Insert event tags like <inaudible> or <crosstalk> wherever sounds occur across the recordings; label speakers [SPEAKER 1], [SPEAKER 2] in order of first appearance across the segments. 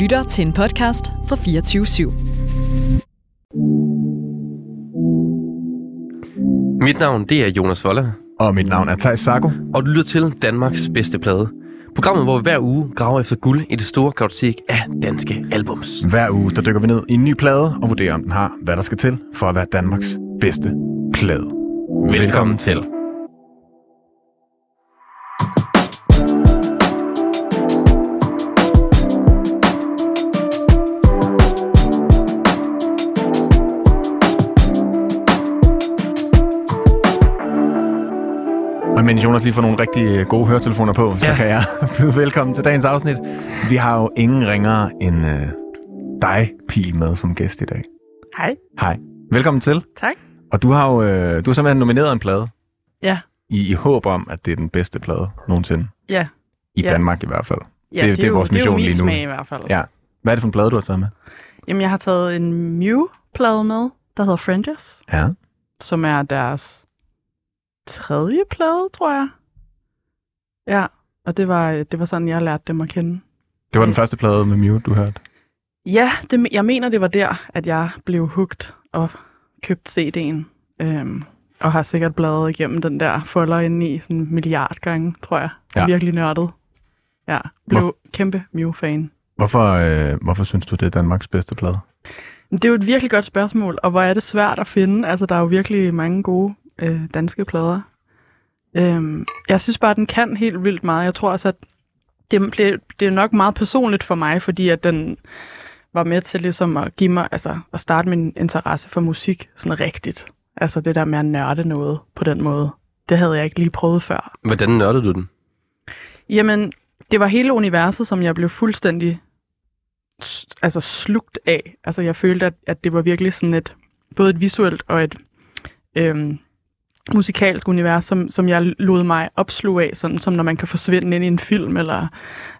[SPEAKER 1] lytter til en podcast fra 24 /7.
[SPEAKER 2] Mit navn det er Jonas Voller,
[SPEAKER 3] Og mit navn er Thijs Sarko.
[SPEAKER 2] og du lytter til Danmarks bedste plade. Programmet, hvor vi hver uge graver efter guld i det store kartotek af danske albums.
[SPEAKER 3] Hver uge der dykker vi ned i en ny plade og vurderer, om den har, hvad der skal til for at være Danmarks bedste plade.
[SPEAKER 2] Velkommen til.
[SPEAKER 3] Og mens Jonas lige får nogle rigtig øh, gode høretelefoner på, så
[SPEAKER 2] Ja.
[SPEAKER 3] kan jeg <laughs> byde velkommen til dagens afsnit. Vi har jo ingen ringere end øh, dig, Pil, med som gæst i dag.
[SPEAKER 4] Hej.
[SPEAKER 3] Hej. Velkommen til.
[SPEAKER 4] Tak.
[SPEAKER 3] Og du har jo øh, du har simpelthen nomineret en plade.
[SPEAKER 4] Ja.
[SPEAKER 3] I, I håb om, at det er den bedste plade nogensinde.
[SPEAKER 4] Ja.
[SPEAKER 3] I
[SPEAKER 4] Ja.
[SPEAKER 3] Danmark i hvert fald.
[SPEAKER 4] Ja,
[SPEAKER 3] Det- det er
[SPEAKER 4] jo-
[SPEAKER 3] vores mission
[SPEAKER 4] det er jo min
[SPEAKER 3] lige nu.
[SPEAKER 4] smag i hvert fald.
[SPEAKER 3] Ja. Hvad er det for en plade, du har taget med?
[SPEAKER 4] Jamen, jeg har taget en Mew-plade med, der hedder Fringes,
[SPEAKER 3] Ja.
[SPEAKER 4] som er deres tredje plade, tror jeg. Ja, og det var, det var sådan, jeg lærte dem at kende.
[SPEAKER 3] Det var den første plade med Mew, du hørte.
[SPEAKER 4] Ja, det, jeg mener, det var der, at jeg blev hugt og købt CD'en. Øhm, og har sikkert bladret igennem den der folder inde i sådan en milliard gange, tror jeg.
[SPEAKER 3] Ja.
[SPEAKER 4] Ja. Virkelig nørdet. Ja, blev kæmpe Mew-fan.
[SPEAKER 3] Hvorfor, øh, hvorfor synes du, det er Danmarks bedste plade?
[SPEAKER 4] Men Det er jo et virkelig godt spørgsmål, og hvor er det svært at finde. Altså, der er jo virkelig mange gode øh, danske plader. Øhm, jeg synes bare, at den kan helt vildt meget. Jeg tror også, at det, blev- det er nok meget personligt for mig, fordi at den var med til ligesom at give mig, altså at starte min interesse for musik sådan rigtigt. Altså det der med at nørde noget på den måde. Det havde jeg ikke lige prøvet før.
[SPEAKER 2] Hvordan nørdede du den?
[SPEAKER 4] Jamen, det var hele universet, som jeg blev fuldstændig s- altså slugt af. Altså, jeg følte, at, at det var virkelig sådan et, både et visuelt og et øhm, musikalsk univers, som, som jeg lod mig opsluge af, sådan som når man kan forsvinde ind i en film. Eller,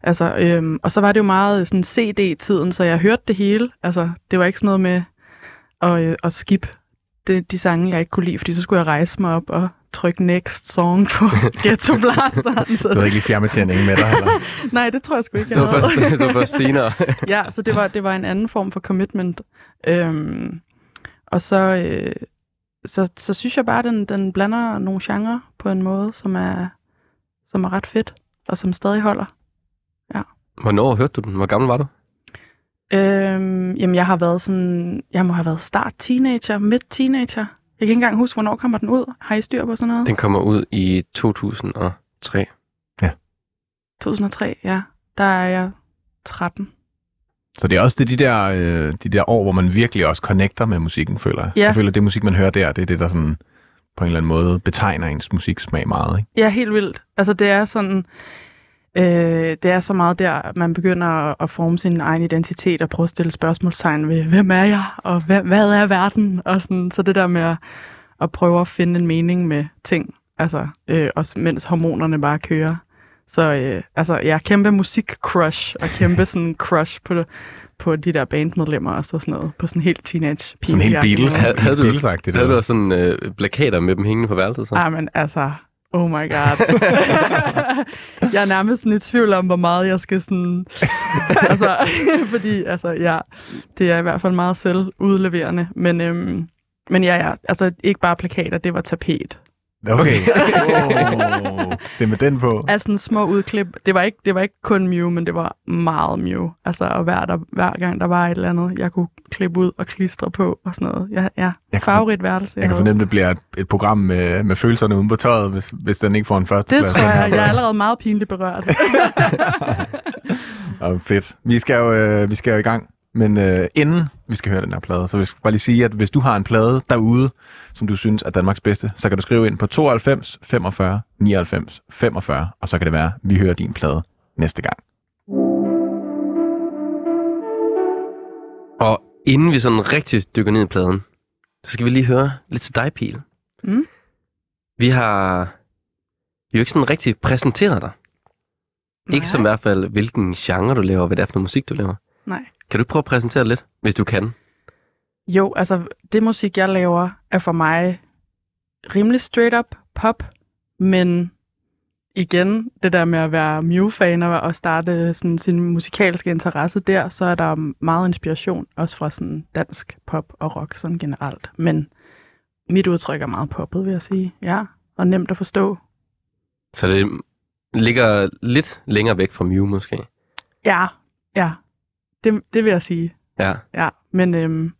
[SPEAKER 4] altså, øhm, og så var det jo meget sådan CD-tiden, så jeg hørte det hele. Altså, det var ikke sådan noget med at, øh, at skip det, de sange, jeg ikke kunne lide, fordi så skulle jeg rejse mig op og trykke next song på Ghetto Blasteren. Så
[SPEAKER 3] Du havde ikke lige fjernbetjeningen med dig, eller?
[SPEAKER 4] Nej, det tror jeg sgu ikke, jeg
[SPEAKER 2] Det var
[SPEAKER 4] havde.
[SPEAKER 2] først,
[SPEAKER 4] <laughs>
[SPEAKER 2] det var først senere.
[SPEAKER 4] ja, så det var, det var en anden form for commitment. Øhm, og så, øh, så, så synes jeg bare, at den, den blander nogle genrer på en måde, som er, som er ret fedt, og som stadig holder.
[SPEAKER 2] Hvornår hørte du den? Hvor gammel var du?
[SPEAKER 4] Øhm, jamen, jeg har været sådan, jeg må have været start teenager, midt teenager. Jeg kan ikke engang huske, hvornår kommer den ud. Har I styr på sådan noget?
[SPEAKER 2] Den kommer ud i 2003.
[SPEAKER 4] 2003, ja. Der er jeg 13.
[SPEAKER 3] <laughs> Så det er også det, de, der, øh, de der år, hvor man virkelig også connecter med musikken, føler jeg.
[SPEAKER 4] Ja.
[SPEAKER 3] Jeg føler, at det musik, man hører der, det er det, der sådan på en eller anden måde betegner ens musiksmag meget. Ikke?
[SPEAKER 4] Ja, helt vildt. Altså det er sådan, øh, det er så meget der, at man begynder at- at forme sin egen identitet og prøve at stille spørgsmålstegn ved, hvem er jeg, og hvad, hvad er verden? Og sådan, så det der med at, at prøve at finde en mening med ting, altså øh, også mens hormonerne bare kører. Så øh, altså, jeg er kæmpe musik-crush, og kæmpe sådan crush på, på de der bandmedlemmer og så sådan noget, på sådan helt teenage pige
[SPEAKER 3] Sådan helt Beatles.
[SPEAKER 2] Havde- havde du-
[SPEAKER 3] Beatles-agtigt.
[SPEAKER 2] Havde du
[SPEAKER 3] eller?
[SPEAKER 2] også sådan øh, plakater med dem hængende på værelset? Så?
[SPEAKER 4] Ah, men altså, oh my god.
[SPEAKER 3] <laughs>
[SPEAKER 4] jeg er nærmest sådan i tvivl om, hvor meget jeg skal
[SPEAKER 3] <laughs>
[SPEAKER 4] sådan... altså, <laughs> fordi, altså, ja, det er i hvert fald meget selvudleverende. Men, øhm, men ja, ja, altså ikke bare plakater, det var tapet.
[SPEAKER 3] Okay. <laughs> Oh, det er med den på.
[SPEAKER 4] Altså sådan små udklip. Det var ikke, det var ikke kun Mew, men det var meget Mew. Altså, og hver, der, hver gang der var et eller andet, jeg kunne klippe ud og klistre på og sådan noget. Ja, ja.
[SPEAKER 3] Jeg kan, for,
[SPEAKER 4] Favoritværelse.
[SPEAKER 3] jeg kan
[SPEAKER 4] havde.
[SPEAKER 3] fornemme, at det bliver et, et program med, med følelserne uden på tøjet, hvis, hvis den ikke får en første
[SPEAKER 4] Det tror
[SPEAKER 3] <laughs>
[SPEAKER 4] jeg. Jeg er allerede meget pinligt berørt.
[SPEAKER 3] Og fedt. Vi skal, jo, øh, vi skal jo i gang. Men øh, inden vi skal høre den her plade, så vil jeg bare lige sige, at hvis du har en plade derude, som du synes er Danmarks bedste, så kan du skrive ind på 92 45 99 45, og så kan det være, at vi hører din plade næste <laughs> gang.
[SPEAKER 2] Og inden vi sådan rigtig dykker ned i pladen, så skal vi lige høre lidt til dig, Pil.
[SPEAKER 4] Mm.
[SPEAKER 2] Vi har jo ikke sådan rigtig præsenteret dig. Ikke som i hvert fald, hvilken genre du laver, og hvad det er for noget musik, du laver.
[SPEAKER 4] Nej.
[SPEAKER 2] Kan du prøve at præsentere lidt, hvis du kan?
[SPEAKER 4] Jo, altså det musik, jeg laver, er for mig rimelig straight up pop, men igen, det der med at være Mew-fan og og starte sådan, sin musikalske interesse der, så er der meget inspiration, også fra sådan dansk pop og rock sådan generelt. Men mit udtryk er meget poppet, vil jeg sige. Ja, og nemt at forstå.
[SPEAKER 2] Så det ligger lidt længere væk fra Mew måske.
[SPEAKER 4] Ja, ja. Det, det vil jeg sige.
[SPEAKER 2] Ja.
[SPEAKER 4] Ja, men øhm,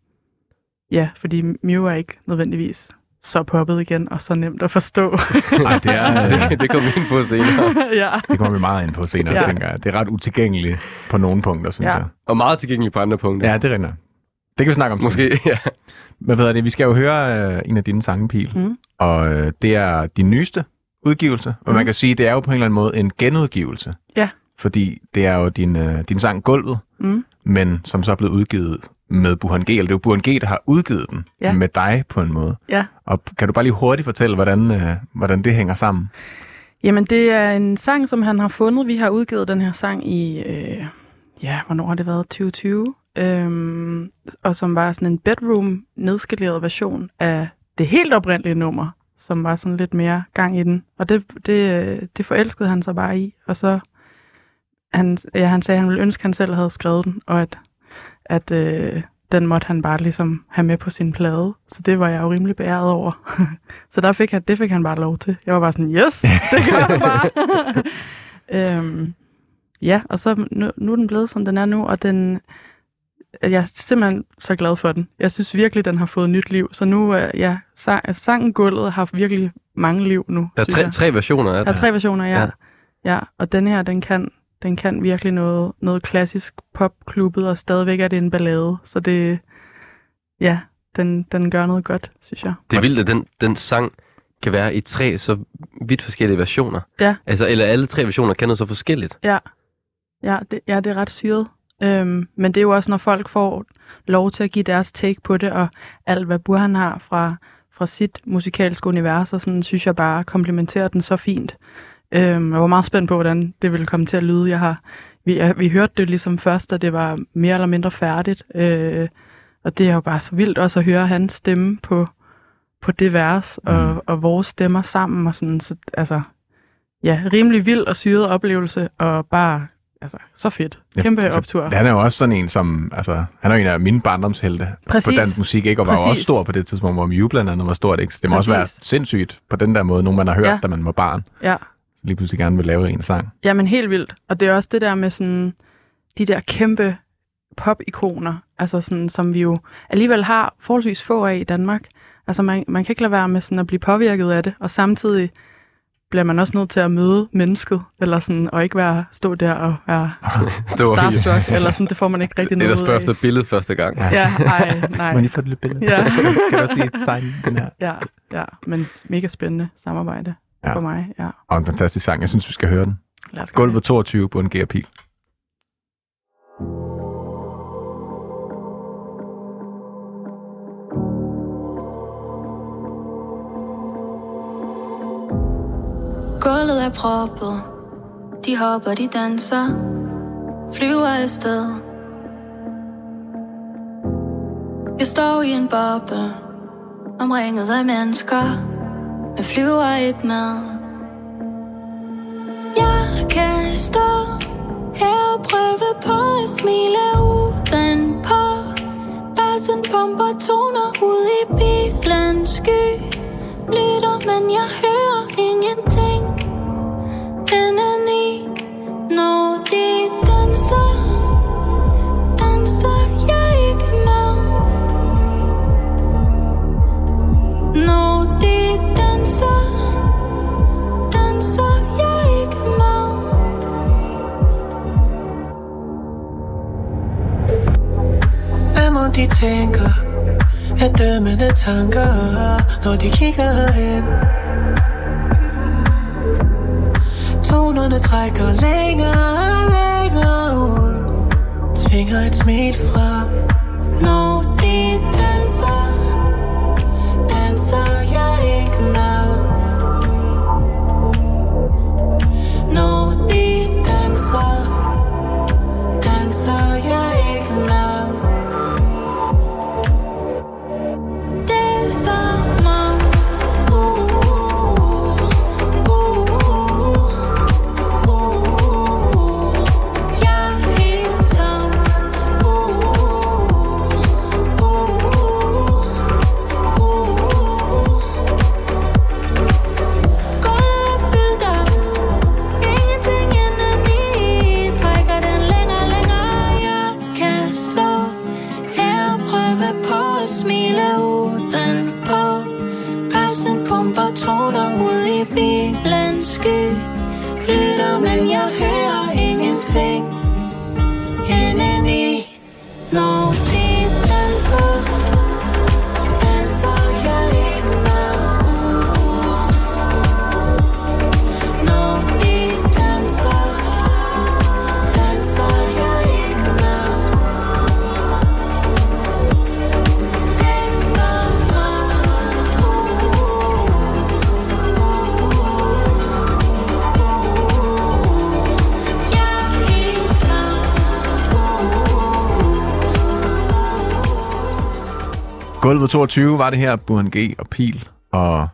[SPEAKER 4] ja, fordi Mew er ikke nødvendigvis så poppet igen, og så nemt at <laughs> forstå.
[SPEAKER 3] Nej, det er...
[SPEAKER 2] <laughs>
[SPEAKER 3] Øh,
[SPEAKER 2] Det, det kommer vi ind på senere.
[SPEAKER 4] ja.
[SPEAKER 3] <laughs> det kommer vi meget ind på senere, ja.
[SPEAKER 4] Ja.
[SPEAKER 3] tænker jeg. Det er ret utilgængeligt på nogle punkter, synes
[SPEAKER 4] Ja.
[SPEAKER 3] jeg.
[SPEAKER 2] Og meget tilgængeligt på andre punkter.
[SPEAKER 3] Ja, det er rigtigt. nok. Det kan vi snakke om. senere.
[SPEAKER 2] Måske, ja.
[SPEAKER 3] Hvad hedder det? Vi skal jo høre øh, en af dine sange, Pil.
[SPEAKER 4] Mm.
[SPEAKER 3] Og øh, det er din nyeste udgivelse. Og mm. man
[SPEAKER 4] Mm.
[SPEAKER 3] kan sige, det er jo på en eller anden måde en genudgivelse.
[SPEAKER 4] Ja.
[SPEAKER 3] Fordi det er jo din, øh, din sang Gulvet,
[SPEAKER 4] Mm.
[SPEAKER 3] men som så er blevet udgivet med Burhan G. Eller det er jo Burhan G, der har udgivet den
[SPEAKER 4] Ja.
[SPEAKER 3] med dig på en måde.
[SPEAKER 4] Ja.
[SPEAKER 3] Og kan du bare lige hurtigt fortælle, hvordan, øh, hvordan det hænger sammen?
[SPEAKER 4] Jamen, det er en sang, som han har fundet. Vi har udgivet den her sang i, øh, ja, hvornår har det været? 2020. Øhm, og som var sådan en bedroom nedskaleret version af det helt oprindelige nummer, som var sådan lidt mere gang i den. Og det, det, øh, det forelskede han sig bare i. Og så, han, ja, han sagde, at han ville ønske, at han selv havde skrevet den, og at, at øh, den måtte han bare ligesom have med på sin plade. Så det var jeg jo rimelig beæret over. <laughs> Så der fik han, det fik han bare lov til. Jeg var bare sådan, yes, det gør jeg bare. <laughs> øhm, ja, og så nu, nu er den blevet, som den er nu, og den, jeg er simpelthen så glad for den. Jeg synes virkelig, den har fået nyt liv. Så nu, øh, ja, sang, altså, sangen Gulvet har virkelig mange liv nu.
[SPEAKER 2] Der er
[SPEAKER 4] synes
[SPEAKER 2] tre,
[SPEAKER 4] jeg.
[SPEAKER 2] tre versioner af
[SPEAKER 4] Der er
[SPEAKER 2] det.
[SPEAKER 4] tre versioner, ja.
[SPEAKER 2] Ja.
[SPEAKER 4] ja. Ja, og den her, den kan, den kan virkelig noget, noget klassisk popklubbet, og stadigvæk er det en ballade. Så det, ja, den, den gør noget godt, synes jeg.
[SPEAKER 2] Det er vildt, at den, den sang kan være i tre så vidt forskellige versioner.
[SPEAKER 4] Ja.
[SPEAKER 2] Altså, eller alle tre versioner kan noget så
[SPEAKER 4] <laughs>
[SPEAKER 2] forskelligt.
[SPEAKER 4] Ja, det, ja, det er ret syret. Øhm, men det er jo også, når folk får lov til at give deres take på det, og alt, hvad Burhan har fra, fra sit musikalske univers, og sådan synes jeg bare komplementerer den så fint. Øhm, jeg var meget spændt på, hvordan det ville komme til at lyde. Jeg har, vi, jeg, vi hørte det ligesom først, da det var mere eller mindre færdigt. Øh, og det er jo bare så vildt også at høre hans stemme på, på det vers, og,
[SPEAKER 3] Mm.
[SPEAKER 4] og vores stemmer sammen. Og sådan, så, altså, ja, rimelig vild og syret oplevelse, og bare altså, så fedt.
[SPEAKER 3] Ja,
[SPEAKER 4] Kæmpe
[SPEAKER 3] for-
[SPEAKER 4] optur.
[SPEAKER 3] Han er jo også sådan en, som... Altså, han er jo en af mine barndomshelte på
[SPEAKER 4] Præcis.
[SPEAKER 3] dansk musik, ikke? Og var jo
[SPEAKER 4] Præcis.
[SPEAKER 3] også stor på det tidspunkt, hvor Mew blandt andet var stort, ikke? Så det må også være
[SPEAKER 4] Præcis.
[SPEAKER 3] sindssygt på den der måde, nogen man har hørt, ja.
[SPEAKER 4] Ja.
[SPEAKER 3] da man var barn.
[SPEAKER 4] Ja.
[SPEAKER 3] Lige pludselig gerne vil lave en sang.
[SPEAKER 4] Jamen helt vildt. Og det er også det der med sådan, de der kæmpe pop-ikoner, altså sådan, som vi jo alligevel har forholdsvis få af i Danmark. Altså man, man kan ikke lade være med sådan at blive påvirket af det, og samtidig bliver man også nødt til at møde mennesket, eller sådan, og ikke være, stå der og være
[SPEAKER 2] Stå og-
[SPEAKER 4] starstruck, eller sådan, det får man ikke rigtig noget
[SPEAKER 2] Eller spørge
[SPEAKER 4] ud af.
[SPEAKER 2] efter billedet første gang.
[SPEAKER 3] Ja.
[SPEAKER 4] Ja, ej,
[SPEAKER 3] Må jeg
[SPEAKER 4] nej.
[SPEAKER 3] lige få et lille billede? <laughs>
[SPEAKER 4] Ja.
[SPEAKER 3] kan du også lige tegne den her?
[SPEAKER 4] Ja, ja, men mega spændende samarbejde
[SPEAKER 3] Ja.
[SPEAKER 4] ja. for mig. Ja,
[SPEAKER 3] Og en fantastisk sang. Jeg synes, vi skal høre den.
[SPEAKER 4] lad os gøre det.
[SPEAKER 3] Gulvet 22 på en gearpil.
[SPEAKER 5] Gulvet er proppet De hopper, de danser Flyver afsted Jeg står i en boble Omringet af mennesker Men flyver ikke med Jeg kan stå her og prøve på at smile udenpå Bassen pumper toner ud i bilens sky lytter, men jeg hører ingenting indeni, når de danser. Danser jeg ikke med. Når de danser, danser jeg ikke med.
[SPEAKER 6] Hvad må de tænker? Er dømmende tanker, når de kigger hen Tonerne trækker længere og længere ud Tvinger et smil frem
[SPEAKER 5] Når de danser, danser jeg ikke med. Når de danser, danser jeg ikke med. Det er som om, uh, uh, uh, uh,
[SPEAKER 3] Gulvet 22 var det her, Burhan G og Pil. Og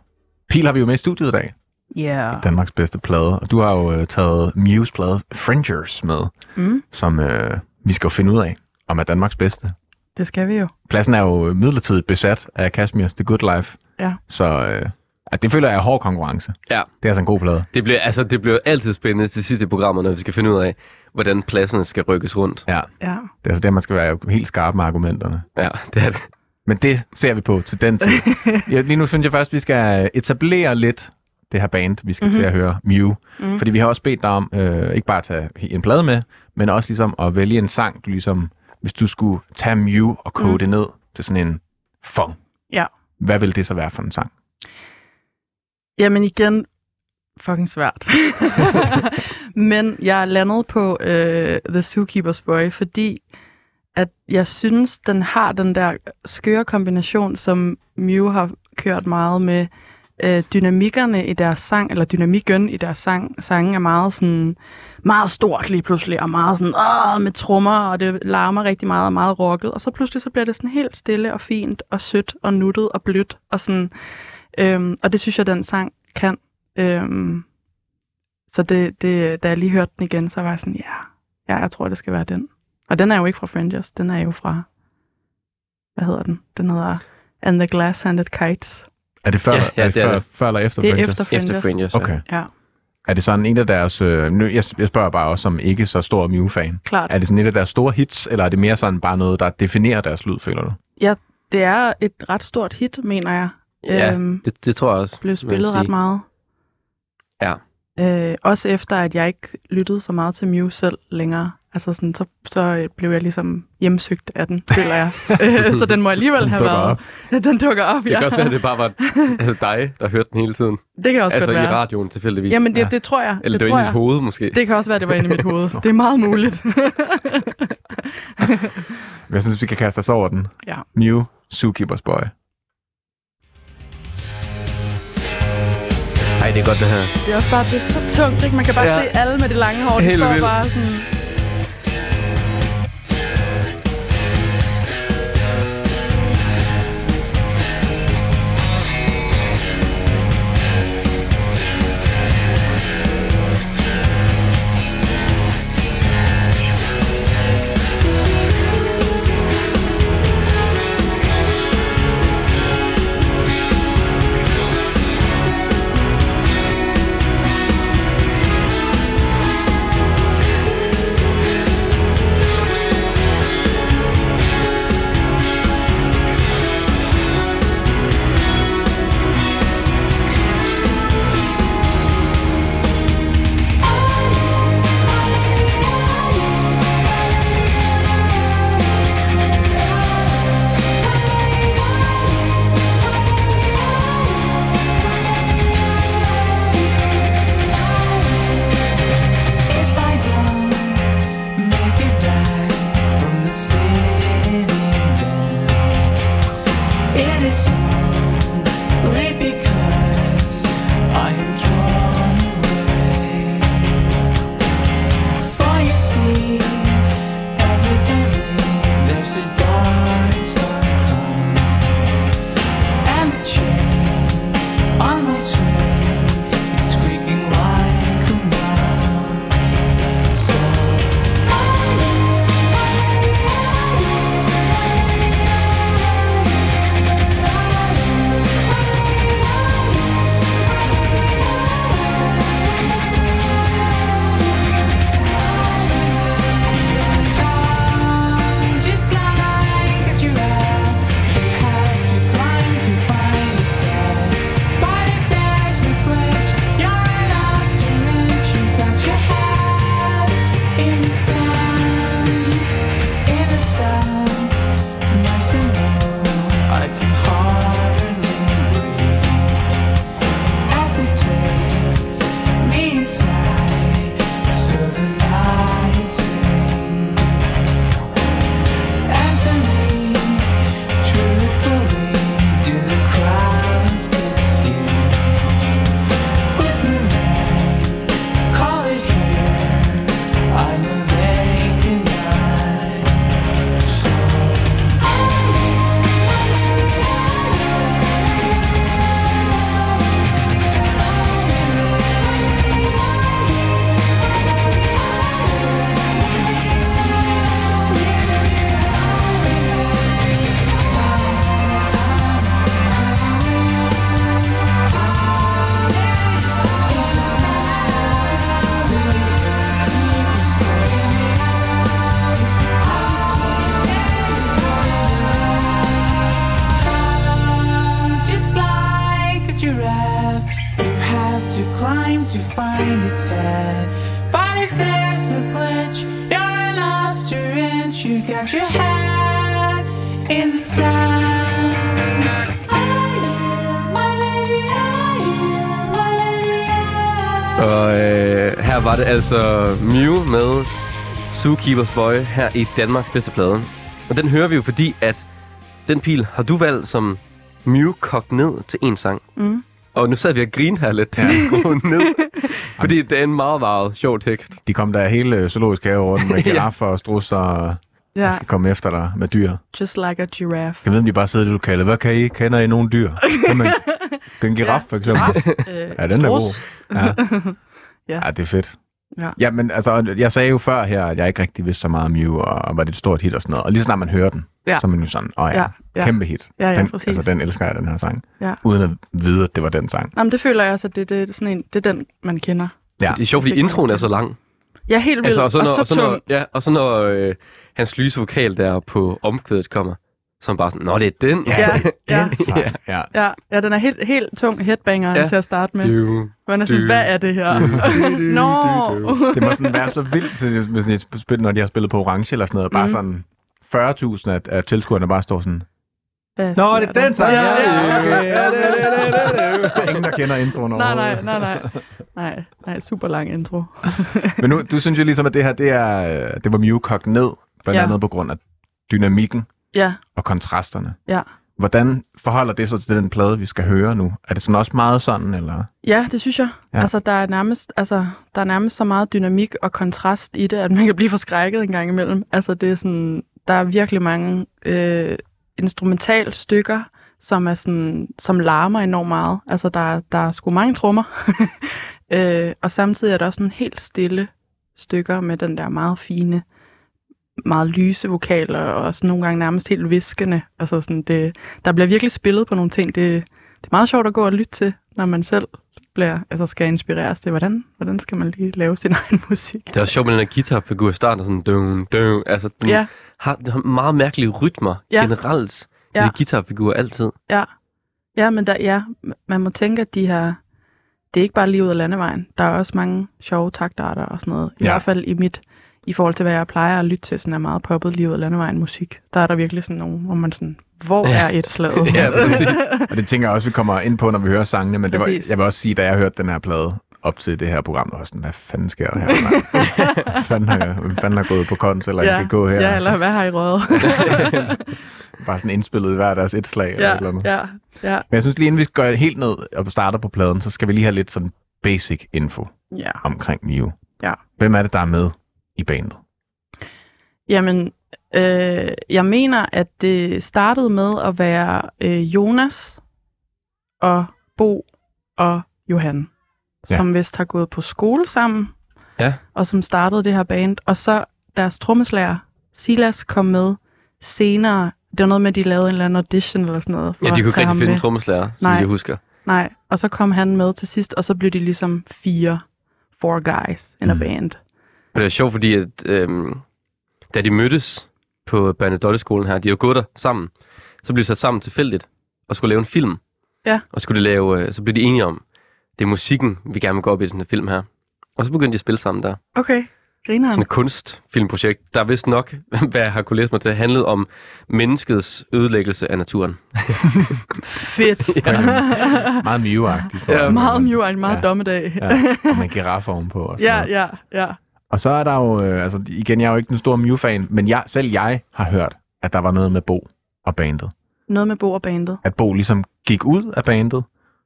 [SPEAKER 3] Pil har vi jo med i studiet i dag.
[SPEAKER 4] Yeah.
[SPEAKER 3] Danmarks bedste plade. Og du har jo øh, taget Muse plade Fringers med,
[SPEAKER 4] Mm,
[SPEAKER 3] som øh, vi skal jo finde ud af, om er Danmarks bedste.
[SPEAKER 4] det skal vi jo.
[SPEAKER 3] Pladsen er jo midlertidigt besat af Kashmir's The Good Life.
[SPEAKER 4] Ja.
[SPEAKER 3] Så øh, at det føler jeg er hård konkurrence.
[SPEAKER 2] Ja.
[SPEAKER 3] Det er altså en god plade.
[SPEAKER 2] Det bliver, altså, det bliver altid spændende til sidste programmer, når vi skal finde ud af, hvordan pladserne skal rykkes rundt.
[SPEAKER 3] Ja.
[SPEAKER 4] Ja.
[SPEAKER 3] Det er altså der, man skal være helt skarp med argumenterne.
[SPEAKER 2] Ja, det er det.
[SPEAKER 3] Men det ser vi på til den tid.
[SPEAKER 4] <laughs>
[SPEAKER 3] ja, lige nu synes jeg først, vi skal øh, etablere lidt det her band, vi skal
[SPEAKER 4] Mhm.
[SPEAKER 3] mm-hmm. til at høre, Mew. Mm-hmm. Fordi vi har også bedt dig om øh, ikke bare at tage en plade med, men også ligesom at vælge en sang, du ligesom, hvis du skulle tage Mew og kode mm. det ned til sådan en fong.
[SPEAKER 4] Mhm. Ja.
[SPEAKER 3] Hvad vil det så være for en sang?
[SPEAKER 4] Jamen igen, fucking svært. Men jeg er landet på øh, The Zookeeper's Boy, fordi at jeg synes, den har den der skøre kombination, som Mew har kørt meget med. Øh, dynamikkerne i deres sang, eller dynamikken i deres sang, sange er meget sådan meget stort lige pludselig, og meget sådan Åh, med trommer, og det larmer rigtig meget, og meget rocket, og så pludselig så bliver det sådan helt stille og fint, og sødt, og nuttet, og blødt, og sådan, øhm, og det synes jeg, den sang kan. Øhm, så det, det, da jeg lige hørte den igen, så var jeg sådan, ja, ja, jeg tror, det skal være den. Og den er jo ikke fra Fringers, den er jo fra, hvad hedder den? Den hedder And the Glass-Handed Kites.
[SPEAKER 3] Er det før,
[SPEAKER 2] Ja, ja,
[SPEAKER 3] er det
[SPEAKER 2] det er
[SPEAKER 3] før,
[SPEAKER 2] det.
[SPEAKER 3] før eller efter
[SPEAKER 4] Det er
[SPEAKER 3] Fringes?
[SPEAKER 4] efter Fringers.
[SPEAKER 2] Efter Fringers. ja.
[SPEAKER 3] Okay.
[SPEAKER 4] Ja,
[SPEAKER 3] Er det sådan en af deres... Øh, nu, jeg, jeg spørger bare også som ikke så stor Mew-fan.
[SPEAKER 4] klart.
[SPEAKER 3] Er det sådan et af deres store hits, eller er det mere sådan bare noget, der definerer deres lyd, føler du?
[SPEAKER 4] Det er et ret stort hit, mener jeg.
[SPEAKER 2] Ja,
[SPEAKER 4] Øhm,
[SPEAKER 2] det, det tror jeg også.
[SPEAKER 4] blev
[SPEAKER 2] vil jeg
[SPEAKER 4] spillet ret
[SPEAKER 2] sige.
[SPEAKER 4] meget.
[SPEAKER 2] Ja.
[SPEAKER 4] Øh, også efter, at jeg ikke lyttede så meget til Mew selv længere. Altså sådan, så, så øh, blev jeg ligesom hjemsøgt af den, føler
[SPEAKER 2] <laughs>
[SPEAKER 4] jeg. Øh, så den må alligevel
[SPEAKER 3] Den
[SPEAKER 4] have
[SPEAKER 3] dukker
[SPEAKER 4] været.
[SPEAKER 3] op.
[SPEAKER 4] Op. Den dukker op,
[SPEAKER 2] Det
[SPEAKER 4] ja.
[SPEAKER 2] kan
[SPEAKER 4] <laughs>
[SPEAKER 2] også være, at det bare var altså dig, der hørte den hele tiden.
[SPEAKER 4] det kan også
[SPEAKER 2] altså
[SPEAKER 4] godt
[SPEAKER 2] i
[SPEAKER 4] være.
[SPEAKER 2] radioen tilfældigvis.
[SPEAKER 4] Jamen, det,
[SPEAKER 3] Ja.
[SPEAKER 4] det tror jeg.
[SPEAKER 2] Eller det,
[SPEAKER 4] det
[SPEAKER 2] det
[SPEAKER 4] tror
[SPEAKER 2] var inde i
[SPEAKER 4] jeg.
[SPEAKER 2] dit hoved, måske.
[SPEAKER 4] Det kan også være, det var inde i mit
[SPEAKER 2] <laughs>
[SPEAKER 4] hoved. Det er meget muligt.
[SPEAKER 3] Jeg synes, vi kan kaste os over den.
[SPEAKER 4] Ja.
[SPEAKER 3] Mew, Zookeeper's Boy.
[SPEAKER 2] Ej, det er godt, det her.
[SPEAKER 4] det er også bare, det er så tungt, ikke? Man kan bare
[SPEAKER 2] Ja.
[SPEAKER 4] ja. se alle med det lange hår. De
[SPEAKER 2] Helt
[SPEAKER 4] står
[SPEAKER 2] vildt.
[SPEAKER 4] bare sådan...
[SPEAKER 6] dreams you had in the sand.
[SPEAKER 2] Og øh, her var det altså Mew med Zookeepers Boy her i Danmarks bedste plade. Og den hører vi jo, fordi at den pil har du valgt som Mew kogt ned til en sang.
[SPEAKER 4] Mm.
[SPEAKER 2] Og nu sad vi og grinede her lidt, da vi skruede
[SPEAKER 4] <laughs>
[SPEAKER 2] ned. fordi det er en meget, meget sjov tekst.
[SPEAKER 3] De kom der hele øh, zoologisk have
[SPEAKER 4] <laughs>
[SPEAKER 3] rundt med
[SPEAKER 2] Ja.
[SPEAKER 3] giraffer og strusser, og
[SPEAKER 4] Ja,
[SPEAKER 3] ja. skal komme efter dig med dyr.
[SPEAKER 4] just like a
[SPEAKER 2] <laughs>
[SPEAKER 4] giraffe.
[SPEAKER 3] Jeg ved, om de bare sidder i lokalet. Hvad kan I? Kender I nogle dyr?
[SPEAKER 4] <laughs>
[SPEAKER 3] Kan man, kan en giraf, for eksempel?
[SPEAKER 4] Øh,
[SPEAKER 3] Ja, den er god.
[SPEAKER 4] strus.
[SPEAKER 3] Ja.
[SPEAKER 4] <laughs> Ja.
[SPEAKER 3] ja, det er fedt.
[SPEAKER 4] Ja.
[SPEAKER 3] ja, men altså, jeg sagde jo før her, at jeg ikke rigtig vidste så meget om Mew, og var det et stort hit og sådan noget. Og lige så snart man hører den,
[SPEAKER 4] Ja.
[SPEAKER 3] så er man jo sådan, åh ja,
[SPEAKER 4] Ja,
[SPEAKER 3] ja.
[SPEAKER 4] ja.
[SPEAKER 3] kæmpe hit.
[SPEAKER 4] Ja, ja,
[SPEAKER 3] den,
[SPEAKER 4] præcis.
[SPEAKER 3] altså, den elsker jeg, den her sang.
[SPEAKER 4] Ja.
[SPEAKER 3] Uden at vide, at det var den
[SPEAKER 4] <laughs>
[SPEAKER 3] sang.
[SPEAKER 4] Jamen, det føler jeg også, at det, det, er sådan en, det er den, man kender.
[SPEAKER 3] Ja.
[SPEAKER 2] Det er sjovt, fordi
[SPEAKER 4] Sikkert.
[SPEAKER 2] introen er så lang.
[SPEAKER 4] Ja, helt vildt.
[SPEAKER 2] Altså, og så når,
[SPEAKER 4] og så tung.
[SPEAKER 2] når, ja, og så når øh, hans lyse vokal der på omkvædet kommer, så er man bare sådan, nå, det er den. <laughs>
[SPEAKER 4] Ja, ja,
[SPEAKER 3] Den sang,
[SPEAKER 2] Ja.
[SPEAKER 3] ja.
[SPEAKER 4] ja, ja, den er helt, helt tung headbanger
[SPEAKER 2] Ja.
[SPEAKER 4] ja. til at starte med.
[SPEAKER 2] Du,
[SPEAKER 4] Man er sådan,
[SPEAKER 2] du,
[SPEAKER 4] hvad er det her? Nå!
[SPEAKER 3] Det må sådan være så vildt, til, det- med sådan et spil, når de har spillet på Orange eller sådan noget. Bare
[SPEAKER 4] Mm.
[SPEAKER 3] sådan 40.000 af, af tilskuerne bare står sådan,
[SPEAKER 4] Hvad
[SPEAKER 3] Nå,
[SPEAKER 4] sker
[SPEAKER 3] det er
[SPEAKER 4] der?
[SPEAKER 3] den sang,
[SPEAKER 4] Ja, ja,
[SPEAKER 3] okay.
[SPEAKER 4] ja, ja, ja, ja.
[SPEAKER 3] Der er ingen, der kender introen
[SPEAKER 4] Nej, nej,
[SPEAKER 3] overhovedet.
[SPEAKER 4] nej, nej. Nej, nej, super lang intro.
[SPEAKER 3] Men nu, du synes jo ligesom, at det her, det, er, øh, det var Mew kogt ned, blandt
[SPEAKER 4] Ja.
[SPEAKER 3] andet på grund af dynamikken
[SPEAKER 4] Ja,
[SPEAKER 3] og kontrasterne.
[SPEAKER 4] ja.
[SPEAKER 3] Hvordan forholder det sig til den plade, vi skal høre nu? Er det sådan også meget sådan, eller?
[SPEAKER 4] Ja, det synes jeg.
[SPEAKER 3] Ja.
[SPEAKER 4] Ja. Altså, der er nærmest, altså, der er nærmest så meget dynamik og kontrast i det, at man kan blive forskrækket en gang imellem. Altså, det er sådan, der er virkelig mange øh, instrumental stykker, som er sådan, som larmer enormt meget. Altså, der, er- der er sgu mange trommer. <laughs> øh, og samtidig er der også sådan helt stille stykker med den der meget fine, meget lyse vokaler, og sådan nogle gange nærmest helt viskende. Altså, sådan, det, der bliver virkelig spillet på nogle ting. Det, det er meget sjovt at gå og lytte til, når man selv bliver, altså skal inspireres til, hvordan, hvordan skal man lige lave sin <laughs> egen musik.
[SPEAKER 2] Det er også sjovt med den her guitarfigur i starten, og sådan, døn, døn, altså, den,
[SPEAKER 4] Ja,
[SPEAKER 2] har, den har meget mærkelige rytmer ja.
[SPEAKER 4] Ja.
[SPEAKER 2] generelt til ja.
[SPEAKER 4] Ja.
[SPEAKER 2] de guitarfigurer altid.
[SPEAKER 4] ja. Ja, men der, ja, man må tænke, at de her, det er ikke bare lige ud af landevejen. Der er også mange sjove taktarter og sådan noget. I
[SPEAKER 3] Ja.
[SPEAKER 4] ja. hvert fald i mit, i forhold til, hvad jeg plejer at lytte til, sådan er meget poppet lige ud af landevejen musik. Der er der virkelig sådan nogle, hvor man sådan, hvor
[SPEAKER 2] Ja.
[SPEAKER 4] <laughs> ja. er et slag?
[SPEAKER 2] <laughs> Ja, præcis.
[SPEAKER 3] Og det tænker jeg også, vi kommer ind på, når vi hører sangene, men det var,
[SPEAKER 4] Præcis.
[SPEAKER 3] jeg vil også sige, da jeg hørte den her plade op til det her program, der var sådan, hvad fanden sker der her? Hvad fanden har, hvem fanden har gået på kons, eller ja. kan gå her?
[SPEAKER 4] ja, eller hvad har I røget?
[SPEAKER 3] <laughs> Bare sådan indspillet i hver deres et slag. eller et
[SPEAKER 4] ja,
[SPEAKER 3] eller andet.
[SPEAKER 4] ja, ja,
[SPEAKER 3] Men jeg synes lige, inden vi går helt ned og starter på pladen, så skal vi lige have lidt sådan basic info
[SPEAKER 4] ja.
[SPEAKER 3] omkring Mew.
[SPEAKER 4] Ja.
[SPEAKER 3] Hvem er det, der er med i bandet?
[SPEAKER 4] Jamen, øh, jeg mener, at det startede med at være øh, Jonas og Bo og Johan,
[SPEAKER 3] Ja.
[SPEAKER 4] ja. som vist har gået på skole sammen,
[SPEAKER 2] Ja.
[SPEAKER 4] og som startede det her band. Og så deres trommeslager, Silas, kom med senere. Det var noget med, at de lavede en eller anden audition eller sådan noget. For
[SPEAKER 2] Ja, de
[SPEAKER 4] at
[SPEAKER 2] kunne ikke
[SPEAKER 4] tage ham
[SPEAKER 2] rigtig finde en
[SPEAKER 4] med.
[SPEAKER 2] trommeslager, som
[SPEAKER 4] Nej.
[SPEAKER 2] jeg husker.
[SPEAKER 4] Nej, og så kom han med til sidst, og så blev de ligesom fire, four guys in
[SPEAKER 3] Mm.
[SPEAKER 4] a band.
[SPEAKER 2] Og det er sjovt, fordi at, øhm, da de mødtes på Bernadotte-skolen her, de har gået der sammen, så blev de sat sammen tilfældigt og skulle lave en film.
[SPEAKER 4] Ja.
[SPEAKER 2] Og skulle de lave, øh, så blev de enige om, det er musikken, vi gerne vil gå op i den her film her. Og så begyndte de at spille sammen der.
[SPEAKER 4] Okay, griner
[SPEAKER 2] Sådan et kunstfilmprojekt, der vist nok, <laughs> hvad jeg har kunne læse mig til, handlede om menneskets ødelæggelse af naturen. <laughs>
[SPEAKER 4] Fedt.
[SPEAKER 3] Meget Mew-agtigt, tror
[SPEAKER 2] Ja,
[SPEAKER 3] jeg.
[SPEAKER 4] Meget mjørt, meget
[SPEAKER 3] Ja.
[SPEAKER 4] ja. dommedag. <laughs>
[SPEAKER 3] Ja, og med en giraf ovenpå. Og, sådan
[SPEAKER 4] Ja,
[SPEAKER 3] noget.
[SPEAKER 4] ja, ja.
[SPEAKER 3] og så er der jo, øh, altså igen, jeg er jo ikke den store Mew-fan, men jeg, selv jeg har hørt, at der var noget med Bo og bandet.
[SPEAKER 4] Noget med Bo og bandet.
[SPEAKER 3] At Bo ligesom gik ud af bandet,